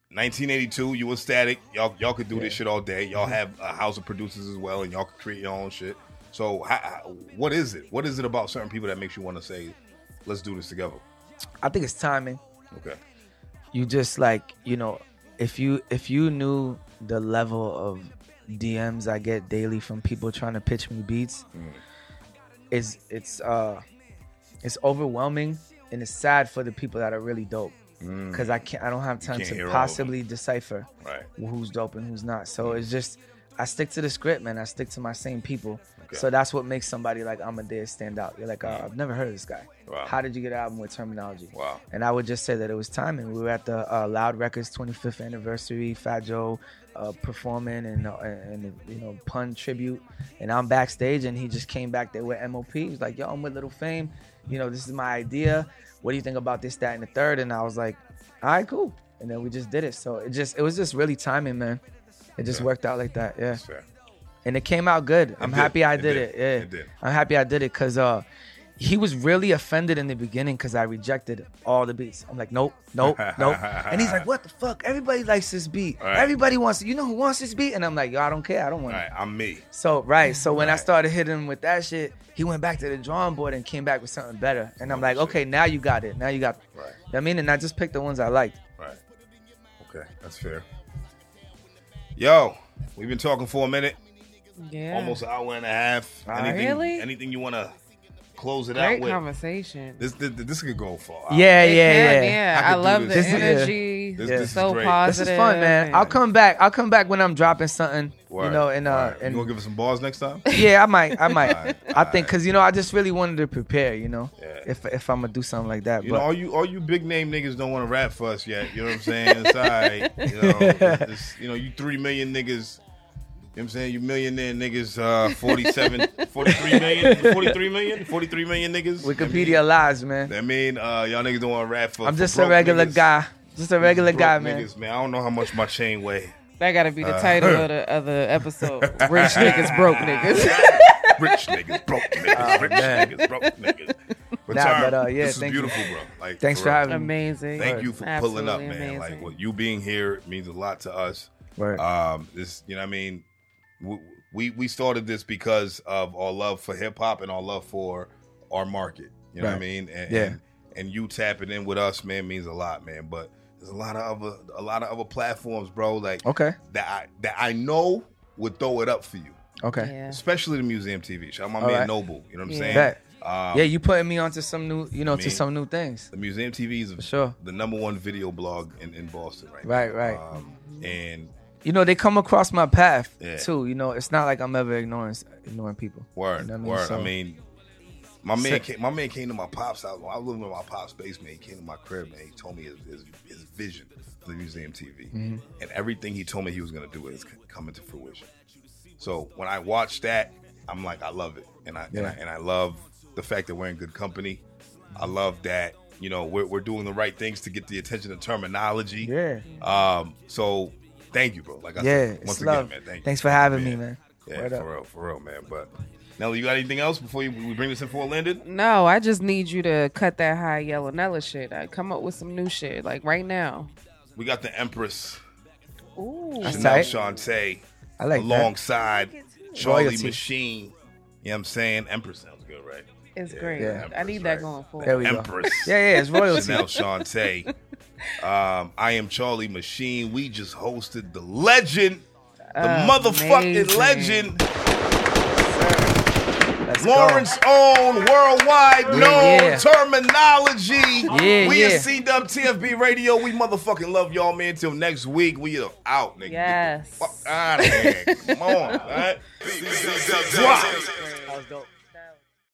Speaker 1: 1982, you were static. Y'all, y'all could do this shit all day. Y'all have a house of producers as well, and y'all could create your own shit. So, how, how- what is it? What is it about certain people that makes you want to say, "Let's do this together"?
Speaker 3: I think it's timing.
Speaker 1: Okay,
Speaker 3: you just like you know if you if you knew the level of dms i get daily from people trying to pitch me beats
Speaker 1: Mm.
Speaker 3: it's it's uh it's overwhelming and it's sad for the people that are really dope because i can't i don't have time
Speaker 1: Mm. can't hear
Speaker 3: to
Speaker 1: all of
Speaker 3: possibly decipher
Speaker 1: Right.
Speaker 3: who's dope and who's not so
Speaker 1: Mm.
Speaker 3: it's just i stick to the script man i stick to my same people
Speaker 1: Okay. Mm.
Speaker 3: so that's what makes somebody like amadeus stand out you're like oh, i've never heard of this guy
Speaker 1: Wow.
Speaker 3: how did you get an album with terminology
Speaker 1: Wow.
Speaker 3: and I would just say that it was timing. We were at the uh, Loud Records 25th anniversary, Fat Joe uh, performing and, uh, and you know pun tribute, and I'm backstage, and he just came back there with MOP. He was like, "Yo, I'm with Little Fame. You know, this is my idea. What do you think about this, that, and the third? And I was like, "All right, cool." And then we just did it. So it just it was just really timing, man. It just worked out like that. Yeah
Speaker 1: That's fair.
Speaker 3: and it came out good. I'm
Speaker 1: did.
Speaker 3: happy I
Speaker 1: It
Speaker 3: did,
Speaker 1: did.
Speaker 3: it. Yeah,
Speaker 1: It did.
Speaker 3: I'm happy I did it because uh, he was really offended in the beginning because I rejected all the beats. I'm like, nope, nope, nope. And he's like, what the fuck? Everybody likes this beat.
Speaker 1: All right.
Speaker 3: Everybody wants it. You know who wants this beat? And I'm like, yo, I don't care. I don't
Speaker 1: All
Speaker 3: want
Speaker 1: right,
Speaker 3: it.
Speaker 1: I'm me.
Speaker 3: So right, so when I
Speaker 1: Right.
Speaker 3: started hitting him with that shit, he went back to the drawing board and came back with something better. And I'm
Speaker 1: Oh,
Speaker 3: like,
Speaker 1: shit.
Speaker 3: okay, now you got it. Now you got,
Speaker 1: Right.
Speaker 3: You know what I mean, and I just picked the ones I liked.
Speaker 1: Right. Okay, that's fair. Yo, we've been talking for a minute,
Speaker 2: Yeah.
Speaker 1: almost an hour and a half.
Speaker 3: Wow.
Speaker 1: Anything,
Speaker 2: Really?
Speaker 1: anything you want to close it
Speaker 2: Great
Speaker 1: out with?
Speaker 2: conversation.
Speaker 1: This, this this could go far.
Speaker 3: Yeah,
Speaker 2: It
Speaker 3: yeah,
Speaker 2: can,
Speaker 3: yeah.
Speaker 1: I could
Speaker 2: I,
Speaker 1: do
Speaker 2: love the
Speaker 1: this.
Speaker 3: This is-
Speaker 2: energy.
Speaker 1: This-
Speaker 3: this
Speaker 2: It's
Speaker 1: is
Speaker 2: so
Speaker 1: great.
Speaker 3: This
Speaker 2: positive.
Speaker 3: is fun, man.
Speaker 2: and-
Speaker 3: I'll come back. I'll come back when I'm dropping something. You
Speaker 1: Word.
Speaker 3: know, and uh,
Speaker 1: Word.
Speaker 3: and
Speaker 1: you gonna give us some bars next time?
Speaker 3: Yeah, I might. I might.
Speaker 1: Alright,
Speaker 3: I think because you know, I just really wanted to prepare. You know,
Speaker 1: Yeah.
Speaker 3: if if I'm gonna do something like that.
Speaker 1: You know,
Speaker 3: but
Speaker 1: all you all you big name niggas don't want to rap for us yet. You know what I'm saying? It's all right. You know, it's- it's- you know, you three million niggas. You know what I'm saying? You millionaire niggas, uh, 47, 43 million, 43 million, 43 million niggas.
Speaker 3: Wikipedia lies, man.
Speaker 1: That mean, uh, y'all niggas don't want to rap for
Speaker 3: I'm
Speaker 1: for
Speaker 3: just a
Speaker 1: broke
Speaker 3: regular
Speaker 1: niggas.
Speaker 3: guy. Just a regular
Speaker 1: Broke
Speaker 3: guy, man.
Speaker 1: Niggas, man. I don't know how much my chain weigh.
Speaker 2: That got to be the
Speaker 1: Uh,
Speaker 2: title of the of the episode. Rich niggas, broke niggas.
Speaker 1: Rich niggas, broke niggas, rich
Speaker 3: Oh, man.
Speaker 1: niggas, broke niggas. But,
Speaker 3: Nah,
Speaker 1: Tyron,
Speaker 3: but, uh, yeah,
Speaker 1: this is
Speaker 3: thank you.
Speaker 1: beautiful, bro. Like,
Speaker 3: Thanks for
Speaker 1: real.
Speaker 3: having me.
Speaker 2: Amazing.
Speaker 1: Thank you for pulling up, man.
Speaker 2: Absolutely
Speaker 1: Like,
Speaker 2: amazing.
Speaker 1: what you being here means a lot to us.
Speaker 3: Word.
Speaker 1: Um, this, you know, what I mean, we, we we started this because of our love for hip hop and our love for our market. You know what I
Speaker 3: Right.
Speaker 1: mean? And,
Speaker 3: Yeah.
Speaker 1: and and you tapping in with us, man, means a lot, man. But there's a lot of other a lot of other platforms, bro. Like
Speaker 3: Okay.
Speaker 1: that I that I know would throw it up for you,
Speaker 3: Okay. Yeah.
Speaker 2: Yeah.
Speaker 1: especially the museum TV. Shout out my
Speaker 3: All
Speaker 1: man
Speaker 3: right.
Speaker 1: Noble. You know what I'm
Speaker 2: Yeah.
Speaker 1: saying?
Speaker 3: Bet.
Speaker 1: Um,
Speaker 3: you putting me onto some new, you know,
Speaker 1: Me.
Speaker 3: to some new things.
Speaker 1: The Museum TV is
Speaker 3: sure.
Speaker 1: the number one video blog in, in Boston right
Speaker 3: Right,
Speaker 1: now.
Speaker 3: right.
Speaker 1: Um, and
Speaker 3: You know, they come across my path
Speaker 1: Yeah.
Speaker 3: too. You know, it's not like I'm ever ignoring ignoring people.
Speaker 1: word,
Speaker 3: You know what I mean?
Speaker 1: word. I
Speaker 3: So-
Speaker 1: mean, my man,
Speaker 3: So-
Speaker 1: came, my man came to my pops house. When I was living in my pops' basement. He came to my crib and he told me his, his, his vision for the Museum TV,
Speaker 3: Mm-hmm.
Speaker 1: and everything he told me he was going to do is c- coming to fruition. So when I watch that, I'm like, I love it, and I, and,
Speaker 3: Yeah.
Speaker 1: I and I love the fact that we're in good company. I love that You know, we're, we're doing the right things to get the attention to terminology.
Speaker 3: Yeah.
Speaker 1: Um, so thank you, bro. Like I
Speaker 3: Yeah,
Speaker 1: said, once
Speaker 3: it's
Speaker 1: again,
Speaker 3: love.
Speaker 1: man. Thank you.
Speaker 3: Thanks for having me,
Speaker 1: Yeah.
Speaker 3: man.
Speaker 1: Yeah,
Speaker 3: Word up.
Speaker 1: for real, for real, man. But Nelly, you got anything else before you, we bring this in for landed?
Speaker 2: No, I just need you to cut that high yellow Nella shit. I come up with some new shit like right now.
Speaker 1: We got the Empress
Speaker 2: Ooh,
Speaker 3: That's
Speaker 1: Chanel
Speaker 3: tight.
Speaker 1: Shantae
Speaker 3: I like that.
Speaker 1: alongside Charlie
Speaker 3: Royalty.
Speaker 1: Machine. You know what I'm saying? Empress sounds good, right?
Speaker 2: it's
Speaker 1: Yeah,
Speaker 2: great.
Speaker 1: yeah.
Speaker 2: I need that
Speaker 1: Right.
Speaker 2: going forward.
Speaker 3: There we go.
Speaker 1: Empress.
Speaker 3: Yeah, yeah, it's royalty.
Speaker 1: Chanel Shantae. Um, I am Charlie Machine. We just hosted the legend, the motherfucking
Speaker 2: Amazing.
Speaker 1: legend,
Speaker 3: Let's go.
Speaker 1: Lawrence own worldwide known
Speaker 3: yeah.
Speaker 1: terminology.
Speaker 3: Yeah,
Speaker 1: we
Speaker 3: yeah.
Speaker 1: at CW TFB Radio. We motherfucking love y'all, man. Till next week, we are out, nigga. Get the
Speaker 2: Yes.
Speaker 1: fuck out of here. Come on, all right? Wow.